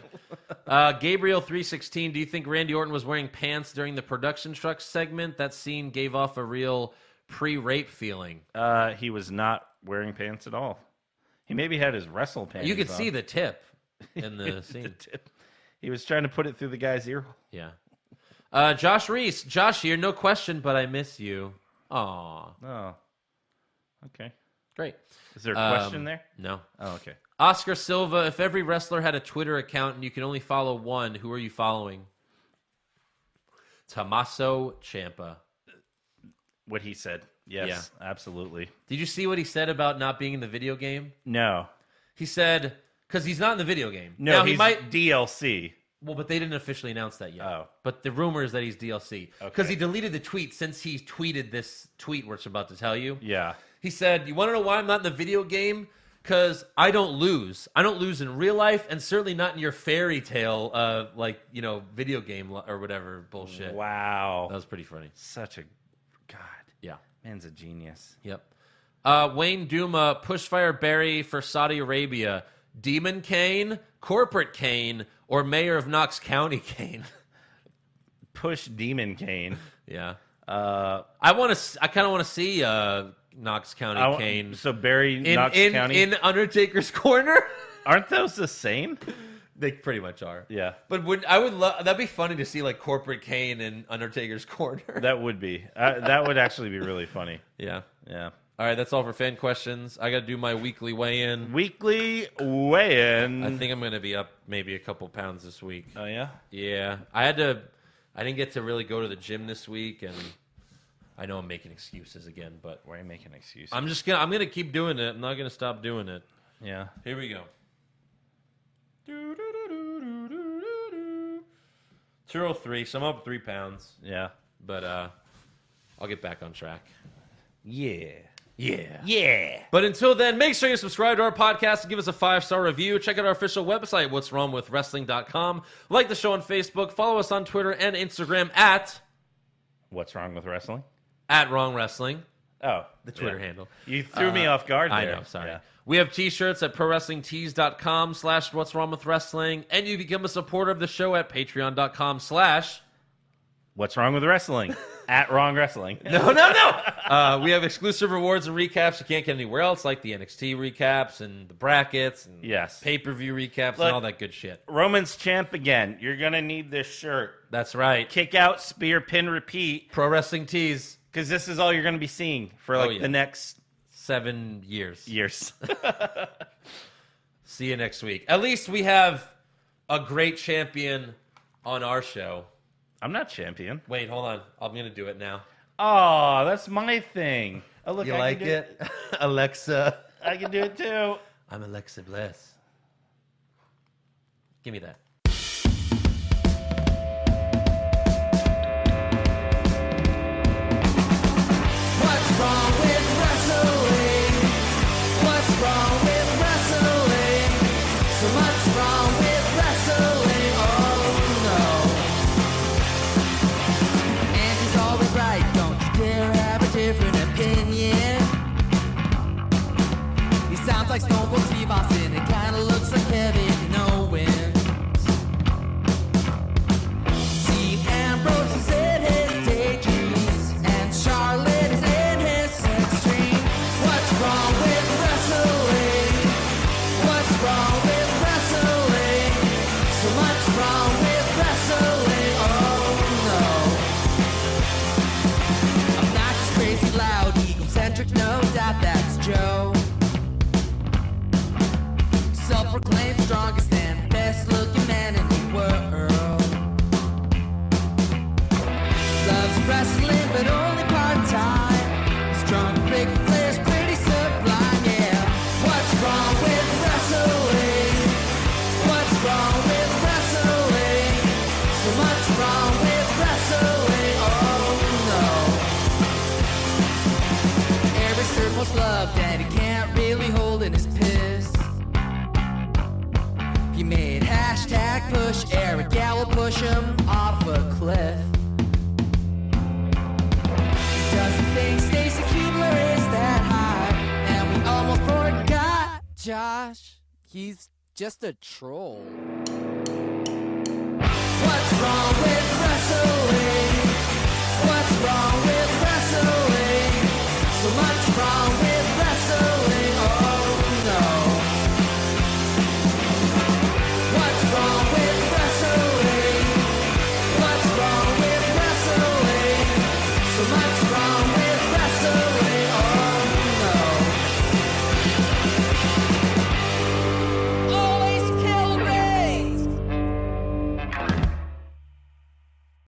[SPEAKER 3] Uh, Gabriel three sixteen. Do you think Randy Orton was wearing pants during the production truck segment? That scene gave off a real pre-rape feeling.
[SPEAKER 4] Uh, he was not wearing pants at all. He maybe had his wrestle pants.
[SPEAKER 3] you could
[SPEAKER 4] on. <laughs>
[SPEAKER 3] see the tip in the scene.
[SPEAKER 4] He was trying to put it through the guy's ear. hole.
[SPEAKER 3] Yeah. Uh, Josh Reese, Josh here, no question, but I miss you. Aw,
[SPEAKER 4] Oh. Okay.
[SPEAKER 3] great.
[SPEAKER 4] Is there a
[SPEAKER 3] Um,
[SPEAKER 4] question there?
[SPEAKER 3] No.
[SPEAKER 4] Oh, okay.
[SPEAKER 3] Oscar Silva, if every wrestler had a Twitter account and you can only follow one, who are you following? Tommaso Champa.
[SPEAKER 4] What he said. Yes, absolutely.
[SPEAKER 3] Did you see what he said about not being in the video game?
[SPEAKER 4] No.
[SPEAKER 3] He said because he's not in the video game.
[SPEAKER 4] No,
[SPEAKER 3] now,
[SPEAKER 4] he's
[SPEAKER 3] he might.
[SPEAKER 4] DLC.
[SPEAKER 3] Well, but they didn't officially announce that yet.
[SPEAKER 4] Oh.
[SPEAKER 3] But the rumor is that he's DLC because
[SPEAKER 4] Okay.
[SPEAKER 3] he deleted the tweet since he tweeted this tweet we're about to tell you.
[SPEAKER 4] Yeah.
[SPEAKER 3] He said, "You want to know why I'm not in the video game? Because I don't lose. I don't lose in real life, and certainly not in your fairy tale, uh, like you know, video game lo- or whatever bullshit."
[SPEAKER 4] Wow.
[SPEAKER 3] that was pretty funny.
[SPEAKER 4] Such a God.
[SPEAKER 3] Yeah.
[SPEAKER 4] Man's a genius.
[SPEAKER 3] Yep. Uh, Wayne Duma, Pushfire Barry for Saudi Arabia, Demon Kane, Corporate Kane, or Mayor of Knox County <laughs> Kane.
[SPEAKER 4] Push
[SPEAKER 3] <laughs>
[SPEAKER 4] Demon Kane.
[SPEAKER 3] yeah.
[SPEAKER 4] Uh,
[SPEAKER 3] I want to. I kind of want to see uh, Knox County
[SPEAKER 4] I,
[SPEAKER 3] Kane
[SPEAKER 4] So Barry
[SPEAKER 3] in
[SPEAKER 4] Knox
[SPEAKER 3] in,
[SPEAKER 4] County.
[SPEAKER 3] in Undertaker's <laughs> corner.
[SPEAKER 4] Aren't those the same?
[SPEAKER 3] they pretty much are.
[SPEAKER 4] Yeah.
[SPEAKER 3] But would I would love that'd be funny to see like Corporate Kane in Undertaker's <laughs> corner.
[SPEAKER 4] That would be. Uh, that would actually be really funny.
[SPEAKER 3] yeah.
[SPEAKER 4] Yeah.
[SPEAKER 3] All right, that's all for fan questions. I got to do my weekly weigh-in.
[SPEAKER 4] Weekly weigh-in.
[SPEAKER 3] I think I'm going to be up maybe a couple pounds this week.
[SPEAKER 4] Oh yeah.
[SPEAKER 3] Yeah, I had to. I didn't get to really go to the gym this week, and I know I'm making excuses again, but
[SPEAKER 4] Why are you making excuses?
[SPEAKER 3] I'm just gonna. I'm gonna keep doing it. I'm not gonna stop doing it.
[SPEAKER 4] yeah.
[SPEAKER 3] Here we go. Two oh three. So I'm up three pounds,
[SPEAKER 4] Yeah.
[SPEAKER 3] but uh, I'll get back on track.
[SPEAKER 4] Yeah.
[SPEAKER 3] Yeah.
[SPEAKER 4] Yeah.
[SPEAKER 3] But until then, make sure you subscribe to our podcast and give us a five star review. Check out our official website, what's wrong with wrestling.com. Like the show on Facebook. Follow us on Twitter and Instagram at
[SPEAKER 4] What's wrong with wrestling?
[SPEAKER 3] at wrong wrestling.
[SPEAKER 4] Oh,
[SPEAKER 3] the Twitter
[SPEAKER 4] yeah.
[SPEAKER 3] handle.
[SPEAKER 4] You threw me off guard.
[SPEAKER 3] I
[SPEAKER 4] there.
[SPEAKER 3] know, sorry.
[SPEAKER 4] Yeah.
[SPEAKER 3] We have t-shirts at prowrestlingtees.com slash what's wrong with wrestling, and you become a supporter of the show at patreon.com slash
[SPEAKER 4] What's wrong with <laughs> wrestling? At wrong wrestling.
[SPEAKER 3] no, no, no. <laughs> Uh, we have exclusive rewards and recaps you can't get anywhere else, like the NXT recaps and the brackets and
[SPEAKER 4] Yes.
[SPEAKER 3] pay-per-view recaps
[SPEAKER 4] Look-
[SPEAKER 3] and all that good shit.
[SPEAKER 4] Romans champ again. You're gonna need this shirt.
[SPEAKER 3] That's right.
[SPEAKER 4] Kick out, spear, pin, repeat,
[SPEAKER 3] Pro Wrestling Tees,
[SPEAKER 4] because this is all you're gonna be seeing for like
[SPEAKER 3] Oh, yeah.
[SPEAKER 4] the next
[SPEAKER 3] seven years.
[SPEAKER 4] <laughs> years.
[SPEAKER 3] See you next week. At least we have a great champion on our show.
[SPEAKER 4] I'm not champion.
[SPEAKER 3] Wait, hold on. I'm going to do it now.
[SPEAKER 4] Oh, that's my thing. Oh, look,
[SPEAKER 3] You
[SPEAKER 4] I
[SPEAKER 3] like
[SPEAKER 4] can do it.
[SPEAKER 3] it? <laughs> Alexa.
[SPEAKER 4] I can do it too.
[SPEAKER 3] I'm Alexa Bliss. Give me that.
[SPEAKER 9] What's wrong with wrestling? What's wrong with wrestling? So much wrong with wrestling. Oh no. And he's always right. Don't you dare have a different opinion. He sounds like Stone Cold Steve Austin. It kinda looks like Kevin Owens. Dean Ambrose is in his daydreams, and Charlotte is in his sex dream. What's wrong with wrestling? What's wrong with wrestling? So much wrong with wrestling. Oh no. I'm not just crazy loud, egocentric, no doubt that's Joe. Self-proclaimed strongest and best-looking man in the world. Loves wrestling, but only part time. Strong big players, pretty sublime, yeah. What's wrong with wrestling? What's wrong with wrestling? So much wrong with wrestling, oh no. Every circle's love that he can't really hold in his piss. He made hashtag push Eric Gallo push him off a cliff. Doesn't think Stacy Kubler is that high, and we almost forgot Josh. He's just a troll. What's wrong with Oh, Oh,